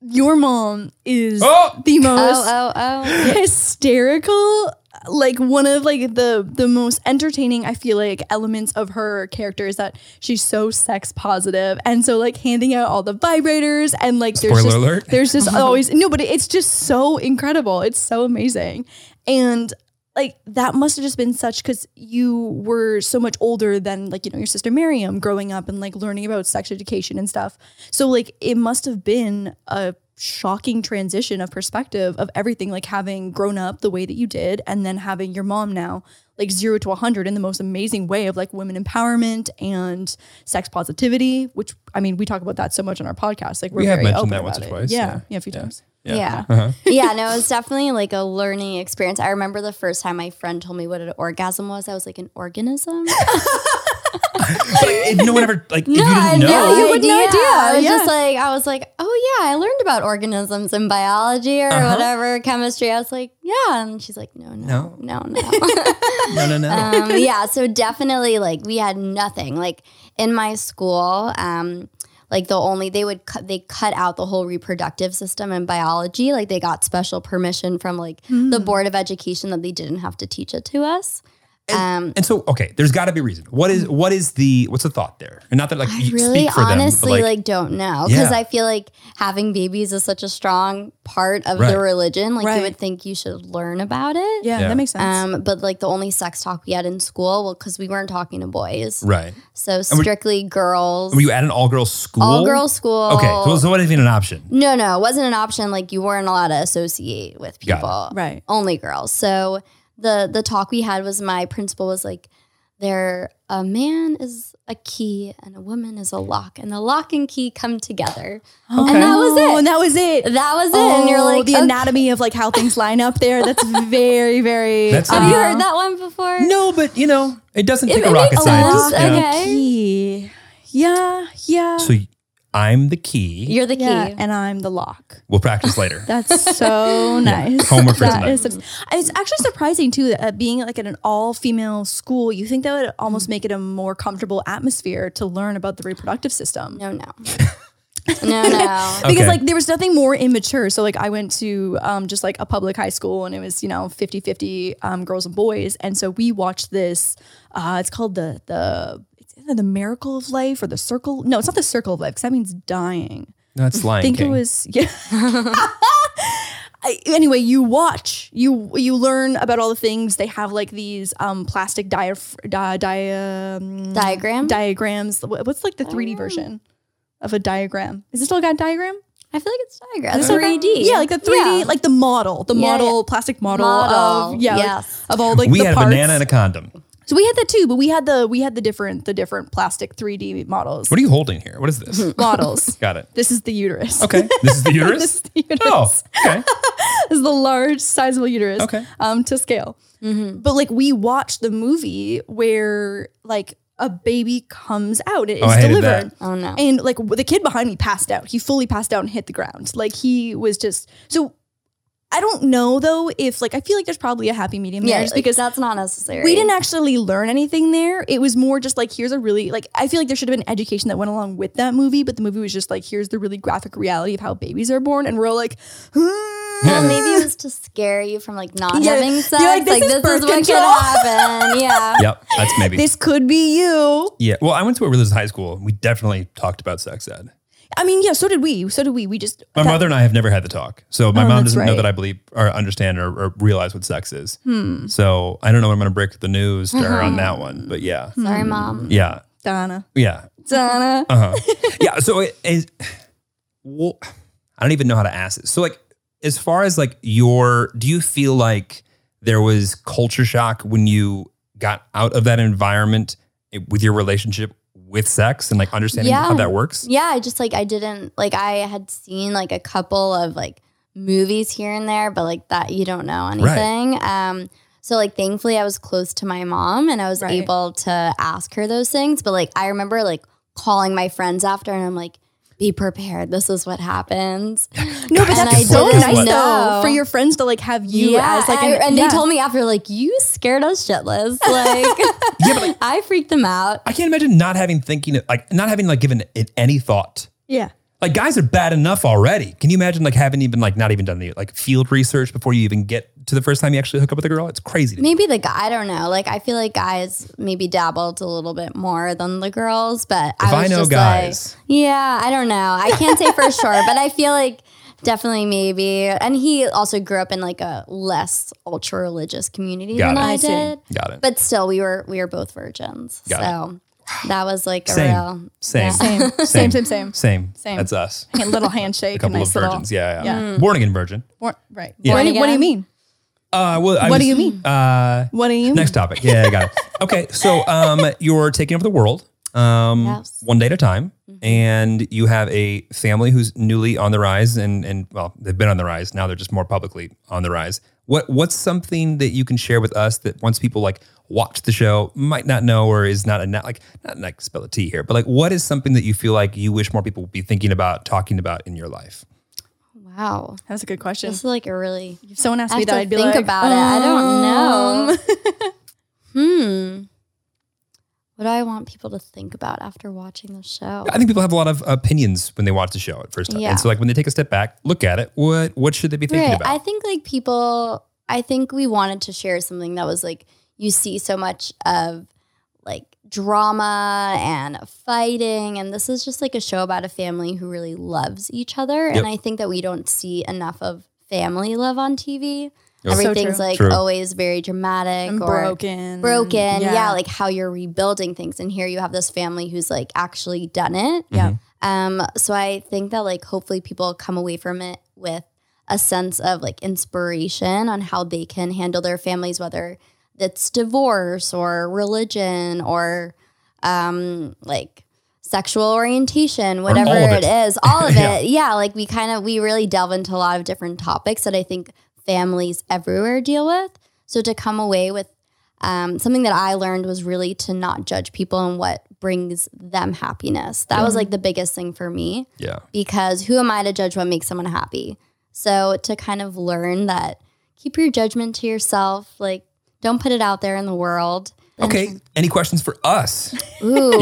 Speaker 2: Your mom is
Speaker 1: oh!
Speaker 2: the most
Speaker 3: Oh, oh, oh.
Speaker 2: hysterical like one of like the the most entertaining i feel like elements of her character is that she's so sex positive and so like handing out all the vibrators and like
Speaker 1: Spoiler
Speaker 2: there's just
Speaker 1: alert.
Speaker 2: there's just always no but it's just so incredible it's so amazing and like that must have just been such because you were so much older than like you know your sister miriam growing up and like learning about sex education and stuff so like it must have been a shocking transition of perspective of everything like having grown up the way that you did and then having your mom now like 0 to 100 in the most amazing way of like women empowerment and sex positivity which i mean we talk about that so much on our podcast like we're
Speaker 1: We have
Speaker 2: very
Speaker 1: mentioned
Speaker 2: open
Speaker 1: that once or
Speaker 2: about it.
Speaker 1: twice,
Speaker 2: yeah yeah,
Speaker 1: yeah.
Speaker 2: a few
Speaker 1: Yeah.
Speaker 2: times
Speaker 3: Yeah.
Speaker 1: Uh-huh.
Speaker 3: yeah, no, it was definitely like a learning experience. I remember the first time my friend told me what an orgasm was. I was like, an organism?
Speaker 1: But like, if no one ever like if you
Speaker 3: I
Speaker 1: didn't
Speaker 3: had
Speaker 1: know.
Speaker 2: no, you would no idea.
Speaker 3: I was
Speaker 2: Yeah.
Speaker 3: just like, I was like, oh yeah, I learned about organisms in biology or
Speaker 1: Uh-huh.
Speaker 3: whatever, chemistry. I was like, yeah. And she's like, no, no, no, no.
Speaker 1: No, no, no.
Speaker 3: um, yeah, so definitely like we had nothing. Like in my school, um, like the only they would cut they cut out the whole reproductive system in biology. Like they got special permission from like
Speaker 2: Mm.
Speaker 3: the board of education that they didn't have to teach it to us. Um,
Speaker 1: and so, okay, there's got to be a reason. What is what is the what's the thought there? And not that like
Speaker 3: I
Speaker 1: you
Speaker 3: really
Speaker 1: speak for
Speaker 3: honestly
Speaker 1: them, but
Speaker 3: like,
Speaker 1: like,
Speaker 3: don't know because
Speaker 1: Yeah.
Speaker 3: I feel like having babies is such a strong part of
Speaker 1: Right.
Speaker 3: the religion. Like
Speaker 2: Right.
Speaker 3: you would think you should learn about it.
Speaker 2: yeah,
Speaker 1: Yeah.
Speaker 2: that makes sense
Speaker 3: Um, but like the only sex talk we had in school, well, because we weren't talking to boys,
Speaker 1: right?
Speaker 3: so
Speaker 1: were-
Speaker 3: strictly girls.
Speaker 1: Were you at an all girls school?
Speaker 3: all girls school.
Speaker 1: Okay, so, so what is even an option?
Speaker 3: no, no, it wasn't an option. Like you weren't allowed to associate with
Speaker 1: Got it.
Speaker 3: people.
Speaker 2: right
Speaker 3: Only girls. So the the talk we had was my principal was like, there a man is a key and a woman is a lock, and the lock and key come together. And that was it.
Speaker 2: and Oh, that was it
Speaker 3: That was it. and you're
Speaker 2: Oh,
Speaker 3: like,
Speaker 2: the
Speaker 3: okay.
Speaker 2: anatomy of like how things line up there. That's very, very.
Speaker 1: That's-
Speaker 3: have you
Speaker 2: uh,
Speaker 3: heard that one before?
Speaker 1: No, but you know, it doesn't
Speaker 3: It-
Speaker 1: take a
Speaker 3: it
Speaker 1: rocket
Speaker 3: makes
Speaker 1: scientist.
Speaker 3: sense.
Speaker 1: you know?
Speaker 3: Okay.
Speaker 2: Key. Yeah, yeah.
Speaker 1: So y- I'm the key.
Speaker 3: You're the key.
Speaker 2: yeah, and I'm the lock.
Speaker 1: we'll practice later.
Speaker 2: That's so nice.
Speaker 1: Homework for
Speaker 2: That
Speaker 1: tonight.
Speaker 2: is- it's actually surprising too that uh, being like at an all-female school, you think that would almost
Speaker 3: Mm-hmm.
Speaker 2: make it a more comfortable atmosphere to learn about the reproductive system.
Speaker 3: no, no. no, no.
Speaker 2: because
Speaker 1: Okay.
Speaker 2: like there was nothing more immature so like i went to um, just like a public high school and it was you know 50 50 um, girls and boys and so we watched this uh, it's called the the it's either the miracle of life or the circle no it's not the circle of life because that means dying
Speaker 1: No, it's
Speaker 2: i
Speaker 1: Lion
Speaker 2: think it
Speaker 1: King.
Speaker 2: was yeah I, anyway you watch you you learn about all the things they have like these um plastic diaph- di- di- um,
Speaker 3: Diagram.
Speaker 2: diagrams Wha- what's like the 3d version of a diagram is it still got diagram
Speaker 3: I feel like it's diagram.
Speaker 2: so that-
Speaker 3: 3D.
Speaker 2: Yeah, like the 3D,
Speaker 3: Yeah.
Speaker 2: like the model, the
Speaker 3: Yeah,
Speaker 2: model, plastic model,
Speaker 3: Model,
Speaker 2: of yeah, like,
Speaker 3: yes.
Speaker 2: of all like
Speaker 1: we
Speaker 2: the
Speaker 1: had
Speaker 2: parts.
Speaker 1: a banana and a condom.
Speaker 2: so we had that too, but we had the we had the different the different plastic 3D models.
Speaker 1: What are you holding here? What is
Speaker 3: Mm-hmm.
Speaker 1: this?
Speaker 2: models.
Speaker 1: Got it.
Speaker 2: This is the uterus.
Speaker 1: Okay, this is the uterus.
Speaker 2: this is the uterus.
Speaker 1: Oh, okay.
Speaker 2: This is the large, sizable uterus.
Speaker 1: Okay.
Speaker 2: Um, to scale.
Speaker 3: Mm-hmm.
Speaker 2: But like we watched the movie where like a baby comes out. It is
Speaker 1: Oh, I hated that.
Speaker 2: delivered.
Speaker 3: Oh no.
Speaker 2: And like w- the kid behind me passed out. He fully passed out and hit the ground. Like he was just so. I don't know though if like I feel like there's probably a happy medium there,
Speaker 3: yeah,
Speaker 2: just because
Speaker 3: because that's not necessary.
Speaker 2: we didn't actually learn anything there. It was more just like here's a really like I feel like there should have been education that went along with that movie, but the movie was just like here's the really graphic reality of how babies are born, and we're all like, "Hmm,
Speaker 3: Well, maybe it was to scare you from like not
Speaker 2: Yeah.
Speaker 3: having sex.
Speaker 2: like, this
Speaker 3: Like this,
Speaker 2: is
Speaker 3: is,
Speaker 2: birth
Speaker 3: what could
Speaker 2: control.
Speaker 3: happen. Yeah.
Speaker 1: Yep, that's maybe.
Speaker 2: this could be you.
Speaker 1: yeah. Well, I went to a religious high school. and We definitely talked about sex ed.
Speaker 2: I mean, yeah, so did we. So did we. We just
Speaker 1: My
Speaker 2: that-
Speaker 1: mother and I have never had the talk. So my mom
Speaker 2: Oh, that's
Speaker 1: doesn't know
Speaker 2: right. Hmm.
Speaker 1: that I believe or understand or, or realize what sex
Speaker 2: Uh-huh. Hmm.
Speaker 1: is. So I don't know when I'm going to break the news to her on that one. But yeah.
Speaker 2: Mm-hmm.
Speaker 3: Sorry, mom.
Speaker 1: Yeah.
Speaker 2: Donna.
Speaker 1: Yeah.
Speaker 3: Donna.
Speaker 1: Uh huh. yeah. So it is. Well, I don't even know how to ask this. So like, as far as like your, do you feel like there was culture shock when you got out of that environment with your relationship with sex and like understanding
Speaker 3: Yeah.
Speaker 1: how that works?
Speaker 3: Yeah, I just like I didn't like I had seen like a couple of like movies here and there, but like that you don't know anything. Um so like thankfully I was close to my mom and I was
Speaker 2: Right.
Speaker 3: able to ask her those things, but like I remember like calling my friends after and I'm like be prepared. This is what happens.
Speaker 2: No, but
Speaker 3: And
Speaker 2: that's
Speaker 1: I
Speaker 2: so
Speaker 1: didn't
Speaker 2: nice though
Speaker 3: know.
Speaker 2: for your friends to like have you as like
Speaker 3: and, I-
Speaker 2: an-
Speaker 3: and
Speaker 2: yeah.
Speaker 3: they told me after like you scared us shitless. Like,
Speaker 1: Yeah, but, like-
Speaker 3: I freaked them out.
Speaker 1: I can't imagine not having thinking like not having like given it any thought.
Speaker 2: yeah.
Speaker 1: Like guys are bad enough already. Can you imagine like having even like not even done the like field research before you even get to the first time you actually hook up with a girl? It's crazy. To me.
Speaker 3: Maybe the guy, I don't know. Like, I feel like guys maybe dabbled a little bit more than the girls, but
Speaker 1: If
Speaker 3: I
Speaker 1: I
Speaker 3: was
Speaker 1: know
Speaker 3: just
Speaker 1: guys.
Speaker 3: like, yeah, I don't know. I can't say for sure, but I feel like definitely maybe. And he also grew up in like a less ultra religious community
Speaker 1: Got
Speaker 3: than
Speaker 1: it.
Speaker 3: I,
Speaker 2: I see.
Speaker 3: did,
Speaker 1: Got it.
Speaker 3: but still, we were we were both virgins,
Speaker 1: Got it.
Speaker 3: so that was like a
Speaker 1: Same.
Speaker 3: real
Speaker 1: Same.
Speaker 2: Same. Same, same, same.
Speaker 1: Same.
Speaker 2: Same. Mm.
Speaker 1: That's us.
Speaker 2: A little
Speaker 1: A
Speaker 2: handshake, a
Speaker 1: couple
Speaker 2: nice
Speaker 1: of
Speaker 2: little.
Speaker 1: virgins. Yeah, yeah. Born again virgin.
Speaker 2: Born- right.
Speaker 1: Yeah.
Speaker 2: What, do you, what do you
Speaker 3: Born
Speaker 2: mean?
Speaker 1: Uh, well, I
Speaker 2: What do
Speaker 1: was-
Speaker 2: you mean?
Speaker 1: Uh,
Speaker 2: What do you mean?
Speaker 1: next topic. Yeah, I got it. Okay, so um, you're taking over the world, um,
Speaker 3: Yes. Mm-hmm.
Speaker 1: one day at a time, and you have a family who's newly on the rise, and and well, they've been on the rise. Now they're just more publicly on the rise. What what's something that you can share with us that once people like watch the show might not know or is not a not like not like spell a T here, but like what is something that you feel like you wish more people would be thinking about, talking about in your life?
Speaker 3: wow.
Speaker 2: That's a good question.
Speaker 3: This is like a really
Speaker 2: If someone asked
Speaker 3: I
Speaker 2: me
Speaker 3: have
Speaker 2: that,
Speaker 3: to
Speaker 2: I'd be
Speaker 3: think
Speaker 2: like, "Oh."
Speaker 3: about it. I don't know. "Um." hmm. What do I want people to think about after watching the show?
Speaker 1: I think people have a lot of opinions when they watch the show at first time.
Speaker 3: Yeah.
Speaker 1: And so like when they take a step back, look at it, what what should they be thinking about?
Speaker 3: I think like people. I think we wanted to share something that was like you see so much of like drama and fighting, and this is just like a show about a family who really loves each other,
Speaker 1: Yep.
Speaker 3: and I think that we don't see enough of family love on TV.
Speaker 1: Yep. So
Speaker 3: Everything's
Speaker 2: true.
Speaker 3: like
Speaker 1: True.
Speaker 3: always very dramatic
Speaker 2: I'm
Speaker 3: or
Speaker 2: broken.
Speaker 3: broken. Yeah. like how you're rebuilding things. And here you have this family who's like actually done it.
Speaker 1: Mm-hmm.
Speaker 2: Yeah.
Speaker 3: Um, so I think that like hopefully people come away from it with a sense of like inspiration on how they can handle their families, whether that's divorce or religion or um like sexual orientation, whatever
Speaker 1: all of
Speaker 3: it is, all of
Speaker 1: Yeah.
Speaker 3: it. Yeah, like we kind of we really delve into a lot of different topics that I think families everywhere deal with. So to come away with um, something that I learned was really to not judge people and what brings them happiness. That was like the biggest thing for me
Speaker 1: yeah.
Speaker 3: because who am I to judge what makes someone happy? So to kind of learn that keep your judgment to yourself, like don't put it out there in the world.
Speaker 1: Okay. Any questions for us?
Speaker 3: Ooh.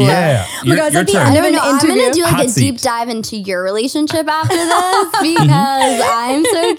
Speaker 1: Yeah. Your,
Speaker 2: guys,
Speaker 1: your
Speaker 2: at the
Speaker 1: turn.
Speaker 2: end
Speaker 3: I
Speaker 2: of
Speaker 3: don't
Speaker 2: an
Speaker 3: know. I'm
Speaker 2: interview.
Speaker 3: gonna do like
Speaker 1: Hot
Speaker 3: a
Speaker 1: seat.
Speaker 3: deep dive into your relationship after this because I'm so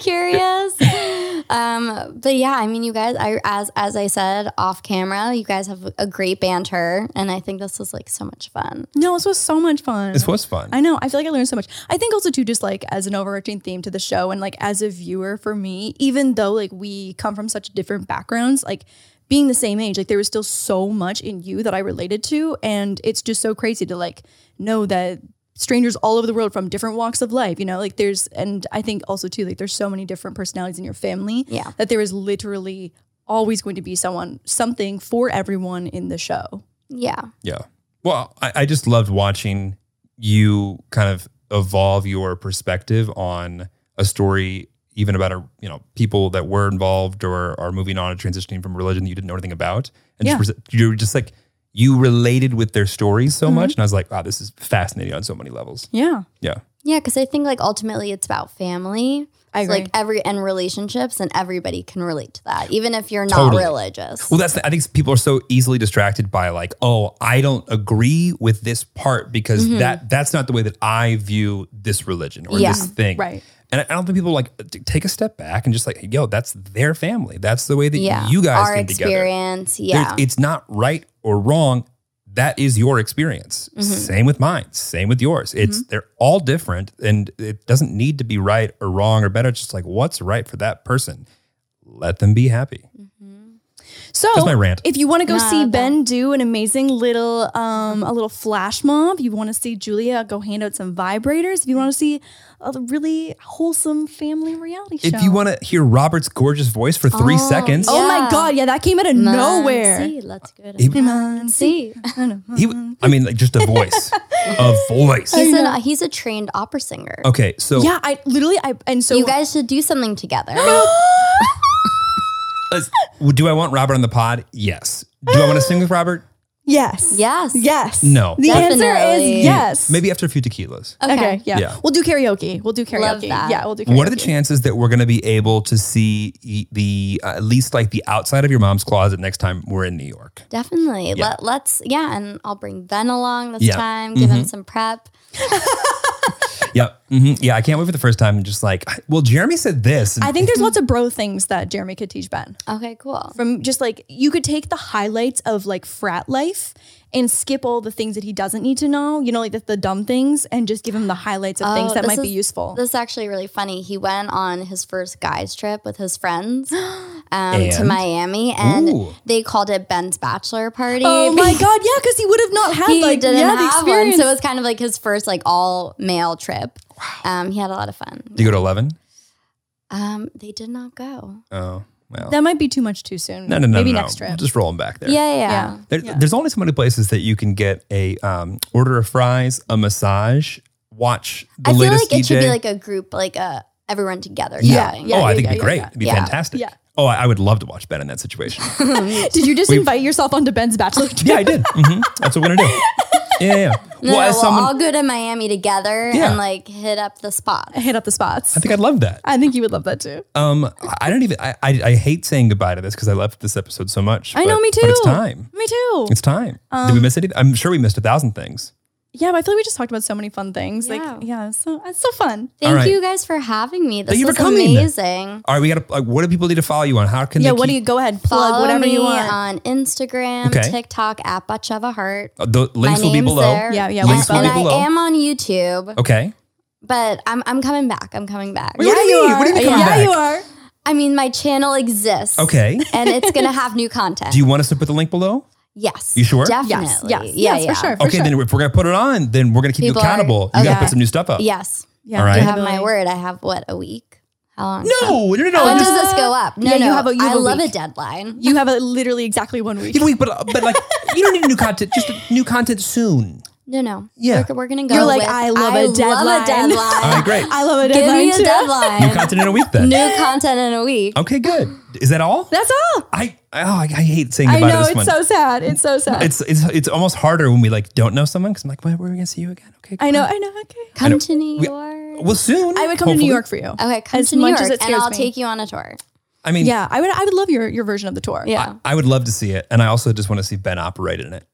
Speaker 3: curious. Um, but yeah, I mean, you guys, I as as I said off camera, you guys have a great banter, and I think this was like so much fun.
Speaker 2: No, this was so much fun.
Speaker 1: This was fun.
Speaker 2: I know. I feel like I learned so much. I think also too, just like as an overarching theme to the show, and like as a viewer for me, even though like we come from such different backgrounds, like being the same age, like there was still so much in you that I related to, and it's just so crazy to like know that strangers all over the world from different walks of life, you know, like there's, and I think also too, like there's so many different personalities in your family,
Speaker 3: Yeah.
Speaker 2: that there is literally always going to be someone, something for everyone in the show.
Speaker 3: Yeah,
Speaker 1: yeah. Well, I, I just loved watching you kind of evolve your perspective on a story, even about a you know people that were involved or are moving on or transitioning from religion that you didn't know anything about, and
Speaker 2: Yeah. Mm-hmm.
Speaker 1: just, pres- you were just like you related with their stories so much, and I was like, wow, this is fascinating on so many levels.
Speaker 2: Yeah.
Speaker 1: Yeah.
Speaker 3: yeah, because I think like ultimately it's about family.
Speaker 2: I
Speaker 3: So,
Speaker 2: agree.
Speaker 3: like every and relationships, and everybody can relate to that, even if you're not
Speaker 1: Totally.
Speaker 3: religious.
Speaker 1: Well, that's the- I think people are so easily distracted by like, oh, I don't agree with this part because
Speaker 3: Mm-hmm.
Speaker 1: that that's not the way that I view this religion or
Speaker 3: Yeah.
Speaker 1: this thing.
Speaker 2: Right.
Speaker 1: And I I don't think people like t- take a step back and just like, yo, that's their family. That's the way that
Speaker 3: yeah,
Speaker 1: you guys
Speaker 3: our
Speaker 1: came together.
Speaker 3: experience.
Speaker 1: There's-
Speaker 3: Yeah,
Speaker 1: It's not right or wrong. That is your experience.
Speaker 3: Mm-hmm.
Speaker 1: Same with mine. Same with yours. It's they're all different, and it doesn't need to be right or wrong or better. It's just like what's right for that person. Let them be happy.
Speaker 2: So
Speaker 1: That's my rant.
Speaker 2: if you want to go
Speaker 3: Nah,
Speaker 2: see
Speaker 3: that-
Speaker 2: Ben do an amazing little um a little flash mob, you want to see Julia go hand out some vibrators, if you want to see a really wholesome family reality show.
Speaker 1: If you want to hear Robert's gorgeous voice for three
Speaker 3: Oh,
Speaker 1: seconds,
Speaker 2: Oh
Speaker 3: Yeah.
Speaker 2: my god, yeah, that came out of nowhere.
Speaker 3: See, let's go.
Speaker 1: He-
Speaker 3: See,
Speaker 1: he, w- I mean, like just a voice, a voice.
Speaker 3: he's an, he's a trained opera singer.
Speaker 1: Okay, so
Speaker 2: Yeah, I literally I and so
Speaker 3: You guys should do something together.
Speaker 1: let's- well, do I want Robert on the pod? Yes. Do I want to sing with Robert?
Speaker 2: Yes.
Speaker 3: Yes.
Speaker 2: Yes.
Speaker 1: No.
Speaker 2: The answer
Speaker 3: Definitely.
Speaker 2: is yes.
Speaker 1: Maybe after a few tequilas.
Speaker 3: Okay.
Speaker 2: Okay. yeah.
Speaker 1: Yeah.
Speaker 2: We'll do karaoke. We'll do karaoke.
Speaker 3: Love that.
Speaker 2: Yeah, we'll do karaoke.
Speaker 1: What are the chances that we're going to be able to see y- the uh, at least like the outside of your mom's closet next time we're in New York?
Speaker 3: Definitely.
Speaker 1: Yeah.
Speaker 3: Let, let's, yeah. And I'll bring Ben along this
Speaker 1: Yeah. Mm-hmm.
Speaker 3: time, give him some prep.
Speaker 1: Yeah, hmm yeah. I can't wait for the first time. And just like, well, Jeremy said this. and-
Speaker 2: I think there's lots of bro things that Jeremy could teach Ben.
Speaker 3: Okay, cool.
Speaker 2: From just like you could take the highlights of like frat life and skip all the things that he doesn't need to know, you know, like the, the dumb things, and just give him the highlights of things
Speaker 3: Oh,
Speaker 2: that
Speaker 3: this
Speaker 2: might be
Speaker 3: is-
Speaker 2: useful.
Speaker 3: This is actually really funny. He went on his first guys trip with his friends um, to
Speaker 1: And?
Speaker 3: Miami, and
Speaker 1: Ooh.
Speaker 3: they called it Ben's bachelor party.
Speaker 2: oh my god, yeah, because he would have not had
Speaker 3: he
Speaker 2: like
Speaker 3: didn't
Speaker 2: yeah, the
Speaker 3: have one,
Speaker 2: experience.
Speaker 3: so it was kind of like his first like all male trip. Um, he had a lot of fun.
Speaker 1: Do you go to eleven?
Speaker 3: Um, they did not go.
Speaker 1: Oh, well.
Speaker 2: that might be too much too soon.
Speaker 1: no, no, no,
Speaker 2: Maybe
Speaker 1: no, no.
Speaker 2: next trip.
Speaker 1: Just roll them back there.
Speaker 3: Yeah, yeah.
Speaker 2: Yeah.
Speaker 1: There,
Speaker 2: Yeah.
Speaker 1: There's only so many places that you can get a um, order of fries, a massage, watch the
Speaker 3: I feel
Speaker 1: latest
Speaker 3: like it
Speaker 1: DJ.
Speaker 3: should be like a group, like a everyone together.
Speaker 2: Yeah.
Speaker 3: going.
Speaker 2: Yeah.
Speaker 1: oh, I think it'd be
Speaker 2: yeah,
Speaker 1: great.
Speaker 2: yeah.
Speaker 1: It'd be
Speaker 3: Yeah.
Speaker 1: fantastic.
Speaker 2: Yeah.
Speaker 1: Oh, I, I would love to watch Ben in that situation.
Speaker 2: Did you just
Speaker 1: We-
Speaker 2: invite yourself onto Ben's bachelor trip?
Speaker 1: yeah, I did. Mhm. That's what we're gonna do. Yeah, yeah. yeah.
Speaker 3: No,
Speaker 1: Oh, well,
Speaker 3: no,
Speaker 1: as
Speaker 3: we'll
Speaker 1: someone,
Speaker 3: all go to Miami together
Speaker 1: Yeah.
Speaker 3: and like hit up the spot.
Speaker 2: Hit up the spots.
Speaker 1: I think I'd love that.
Speaker 2: I think you would love that too.
Speaker 1: Um, I- I don't even. I, I, I hate saying goodbye to this because I loved this episode so much.
Speaker 2: I know,
Speaker 1: but-
Speaker 2: me too.
Speaker 1: But it's time.
Speaker 2: Me too.
Speaker 1: It's time. Did we miss anything? I'm sure we missed a thousand things.
Speaker 2: Yeah, but I feel like we just talked about so many fun things.
Speaker 3: Yeah.
Speaker 2: Like, yeah, it's so it's so fun.
Speaker 3: Thank
Speaker 1: right.
Speaker 3: you guys for having me. This
Speaker 1: you for
Speaker 3: was
Speaker 1: coming.
Speaker 3: amazing.
Speaker 1: All right, we got. to Like, what do people need to follow you on? How can
Speaker 2: yeah,
Speaker 1: They
Speaker 2: what do you
Speaker 1: keep,
Speaker 2: go ahead plug
Speaker 3: Follow
Speaker 2: whatever you
Speaker 3: me
Speaker 2: want?
Speaker 3: on Instagram,
Speaker 1: Okay.
Speaker 3: TikTok at Bacheva Heart.
Speaker 1: uh, the
Speaker 3: My
Speaker 1: links will be
Speaker 3: name's
Speaker 1: below.
Speaker 3: there.
Speaker 2: Yeah, yeah,
Speaker 3: And,
Speaker 2: we'll
Speaker 1: Links will
Speaker 3: and
Speaker 1: be
Speaker 3: I
Speaker 1: below.
Speaker 3: am on YouTube,
Speaker 1: Okay.
Speaker 3: but I'm I'm coming back. I'm coming back.
Speaker 1: Wait, what do you mean? What do you mean
Speaker 2: yeah,
Speaker 1: come back?
Speaker 2: you are.
Speaker 3: I mean, my channel exists.
Speaker 1: Okay.
Speaker 3: and it's gonna have new content.
Speaker 1: Do you want us to put the link below?
Speaker 3: yes.
Speaker 1: You sure?
Speaker 3: Definitely.
Speaker 2: Yes, yes,
Speaker 3: Yeah,
Speaker 2: yes,
Speaker 3: yeah.
Speaker 2: for sure.
Speaker 1: okay, then if we're gonna put it on, then we're gonna keep
Speaker 3: People
Speaker 1: you
Speaker 3: are-
Speaker 1: accountable. You gotta
Speaker 3: okay.
Speaker 1: put some new stuff up.
Speaker 3: Yes.
Speaker 2: Yeah,
Speaker 1: All right.
Speaker 3: I
Speaker 1: You
Speaker 3: have my
Speaker 2: definitely.
Speaker 3: word. I have what a week. How long? is that?
Speaker 1: No, no, no, no.
Speaker 3: When
Speaker 2: Um,
Speaker 1: just-
Speaker 3: does this go up? No,
Speaker 2: yeah, you
Speaker 3: no.
Speaker 2: have a- you have
Speaker 3: I
Speaker 2: a
Speaker 3: love
Speaker 2: week.
Speaker 3: a deadline.
Speaker 2: You have a, literally exactly one week.
Speaker 1: you know, we- but uh, but like you don't need new content. Just new content soon.
Speaker 3: No, no.
Speaker 1: Yeah.
Speaker 3: We're, we're gonna go.
Speaker 2: You're like,
Speaker 3: with,
Speaker 2: I love a deadline."
Speaker 3: deadline.
Speaker 1: All right, great.
Speaker 2: I love a
Speaker 3: Give
Speaker 2: deadline
Speaker 3: me a
Speaker 2: too.
Speaker 1: New
Speaker 3: deadline.
Speaker 1: content in a week then.
Speaker 3: New content in a week.
Speaker 1: Okay, good. Is that all?
Speaker 2: That's all.
Speaker 1: I oh, I, I hate saying
Speaker 2: I
Speaker 1: goodbye
Speaker 2: know
Speaker 1: to this
Speaker 2: it's
Speaker 1: one.
Speaker 2: so sad. It's so sad.
Speaker 1: it's it's it's almost harder when we like don't know someone because I'm like, well, we're gonna see you again. Okay,
Speaker 2: I know. I know. Okay.
Speaker 1: know.
Speaker 3: Come to New
Speaker 1: We- Oh.
Speaker 3: York.
Speaker 1: Well, soon
Speaker 2: I would come to
Speaker 1: hopefully.
Speaker 2: New York for you.
Speaker 3: Okay, come
Speaker 2: As
Speaker 3: to New
Speaker 2: much
Speaker 3: York,
Speaker 2: as it
Speaker 3: and
Speaker 2: scares
Speaker 3: I'll
Speaker 2: me.
Speaker 3: take you on a tour.
Speaker 1: I mean,
Speaker 2: Yeah, I would. I would love your your version of the tour.
Speaker 3: Yeah.
Speaker 1: I, I would love to see it, and I also just want to see Ben operate in it.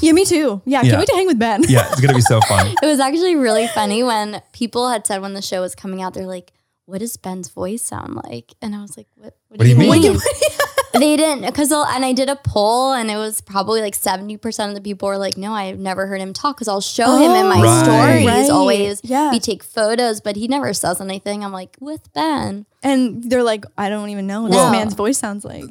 Speaker 2: Yeah, me too. Yeah,
Speaker 1: Yeah.
Speaker 2: can't wait to hang with Ben.
Speaker 1: Yeah, it's gonna be so fun.
Speaker 3: It was actually really funny when people had said when the show was coming out, they're like, "What does Ben's voice sound like?" And I was like, "What? What,
Speaker 1: do you mean?
Speaker 3: they didn't because and I did a poll, and it was probably like seventy percent of the people were like, "No, I've never heard him talk." Because I'll show him in my
Speaker 1: Oh, Right.
Speaker 3: stories
Speaker 2: Right.
Speaker 3: always.
Speaker 2: Yeah.
Speaker 3: we take photos, but he never says anything. I'm like, with Ben,
Speaker 2: And they're like, I don't even know what
Speaker 3: Well-
Speaker 2: this man's voice sounds like.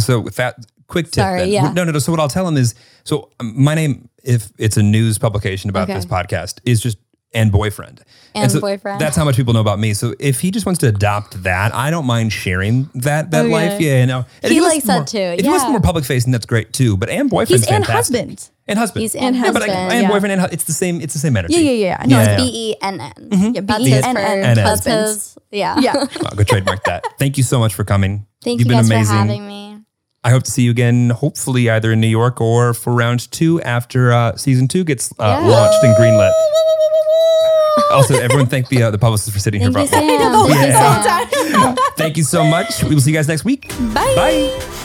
Speaker 1: So with that quick tip,
Speaker 3: Sorry,
Speaker 1: then.
Speaker 3: yeah.
Speaker 1: No, no, no. So what I'll tell him is, so um, my name, if it's a news publication about
Speaker 3: Okay.
Speaker 1: this podcast, is just and boyfriend
Speaker 3: And
Speaker 1: so
Speaker 3: boyfriend.
Speaker 1: That's how much people know about me. So if he just wants to adopt that, I don't mind sharing that that
Speaker 2: Okay.
Speaker 1: life. Yeah, no. And
Speaker 3: He
Speaker 1: if wants
Speaker 3: likes that
Speaker 1: more-
Speaker 3: too,
Speaker 1: If he wants
Speaker 3: yeah.
Speaker 1: more public facing, that's great too. But and boyfriend,
Speaker 2: He's and husband.
Speaker 1: and husband,
Speaker 3: he's and
Speaker 1: Yeah, but
Speaker 3: husband.
Speaker 1: I, I am boyfriend and hu- it's the same. It's the same energy.
Speaker 2: Yeah, yeah, yeah. I know.
Speaker 1: Yeah.
Speaker 3: B E N N.
Speaker 2: Yeah,
Speaker 3: That's
Speaker 2: B E
Speaker 3: his
Speaker 2: N
Speaker 3: first-
Speaker 2: N
Speaker 1: And
Speaker 3: That's
Speaker 2: husbands.
Speaker 3: his. Yeah.
Speaker 2: Yeah.
Speaker 1: I'll go trademark that. Thank you so much for coming.
Speaker 3: Thank
Speaker 1: You've
Speaker 3: you
Speaker 1: been
Speaker 3: guys
Speaker 1: amazing.
Speaker 3: for having me.
Speaker 1: I hope to see you again, hopefully either in New York or for round two after uh, season two gets uh,
Speaker 3: Yeah.
Speaker 1: launched and greenlit. also, everyone thank the uh, the publicist for sitting
Speaker 3: Thank
Speaker 1: here.
Speaker 3: you,
Speaker 1: for-
Speaker 3: Sam.
Speaker 2: know,
Speaker 3: Thank you,
Speaker 1: yeah.
Speaker 3: Sam.
Speaker 1: thank you so much. We will see you guys next week.
Speaker 2: Bye.
Speaker 1: Bye.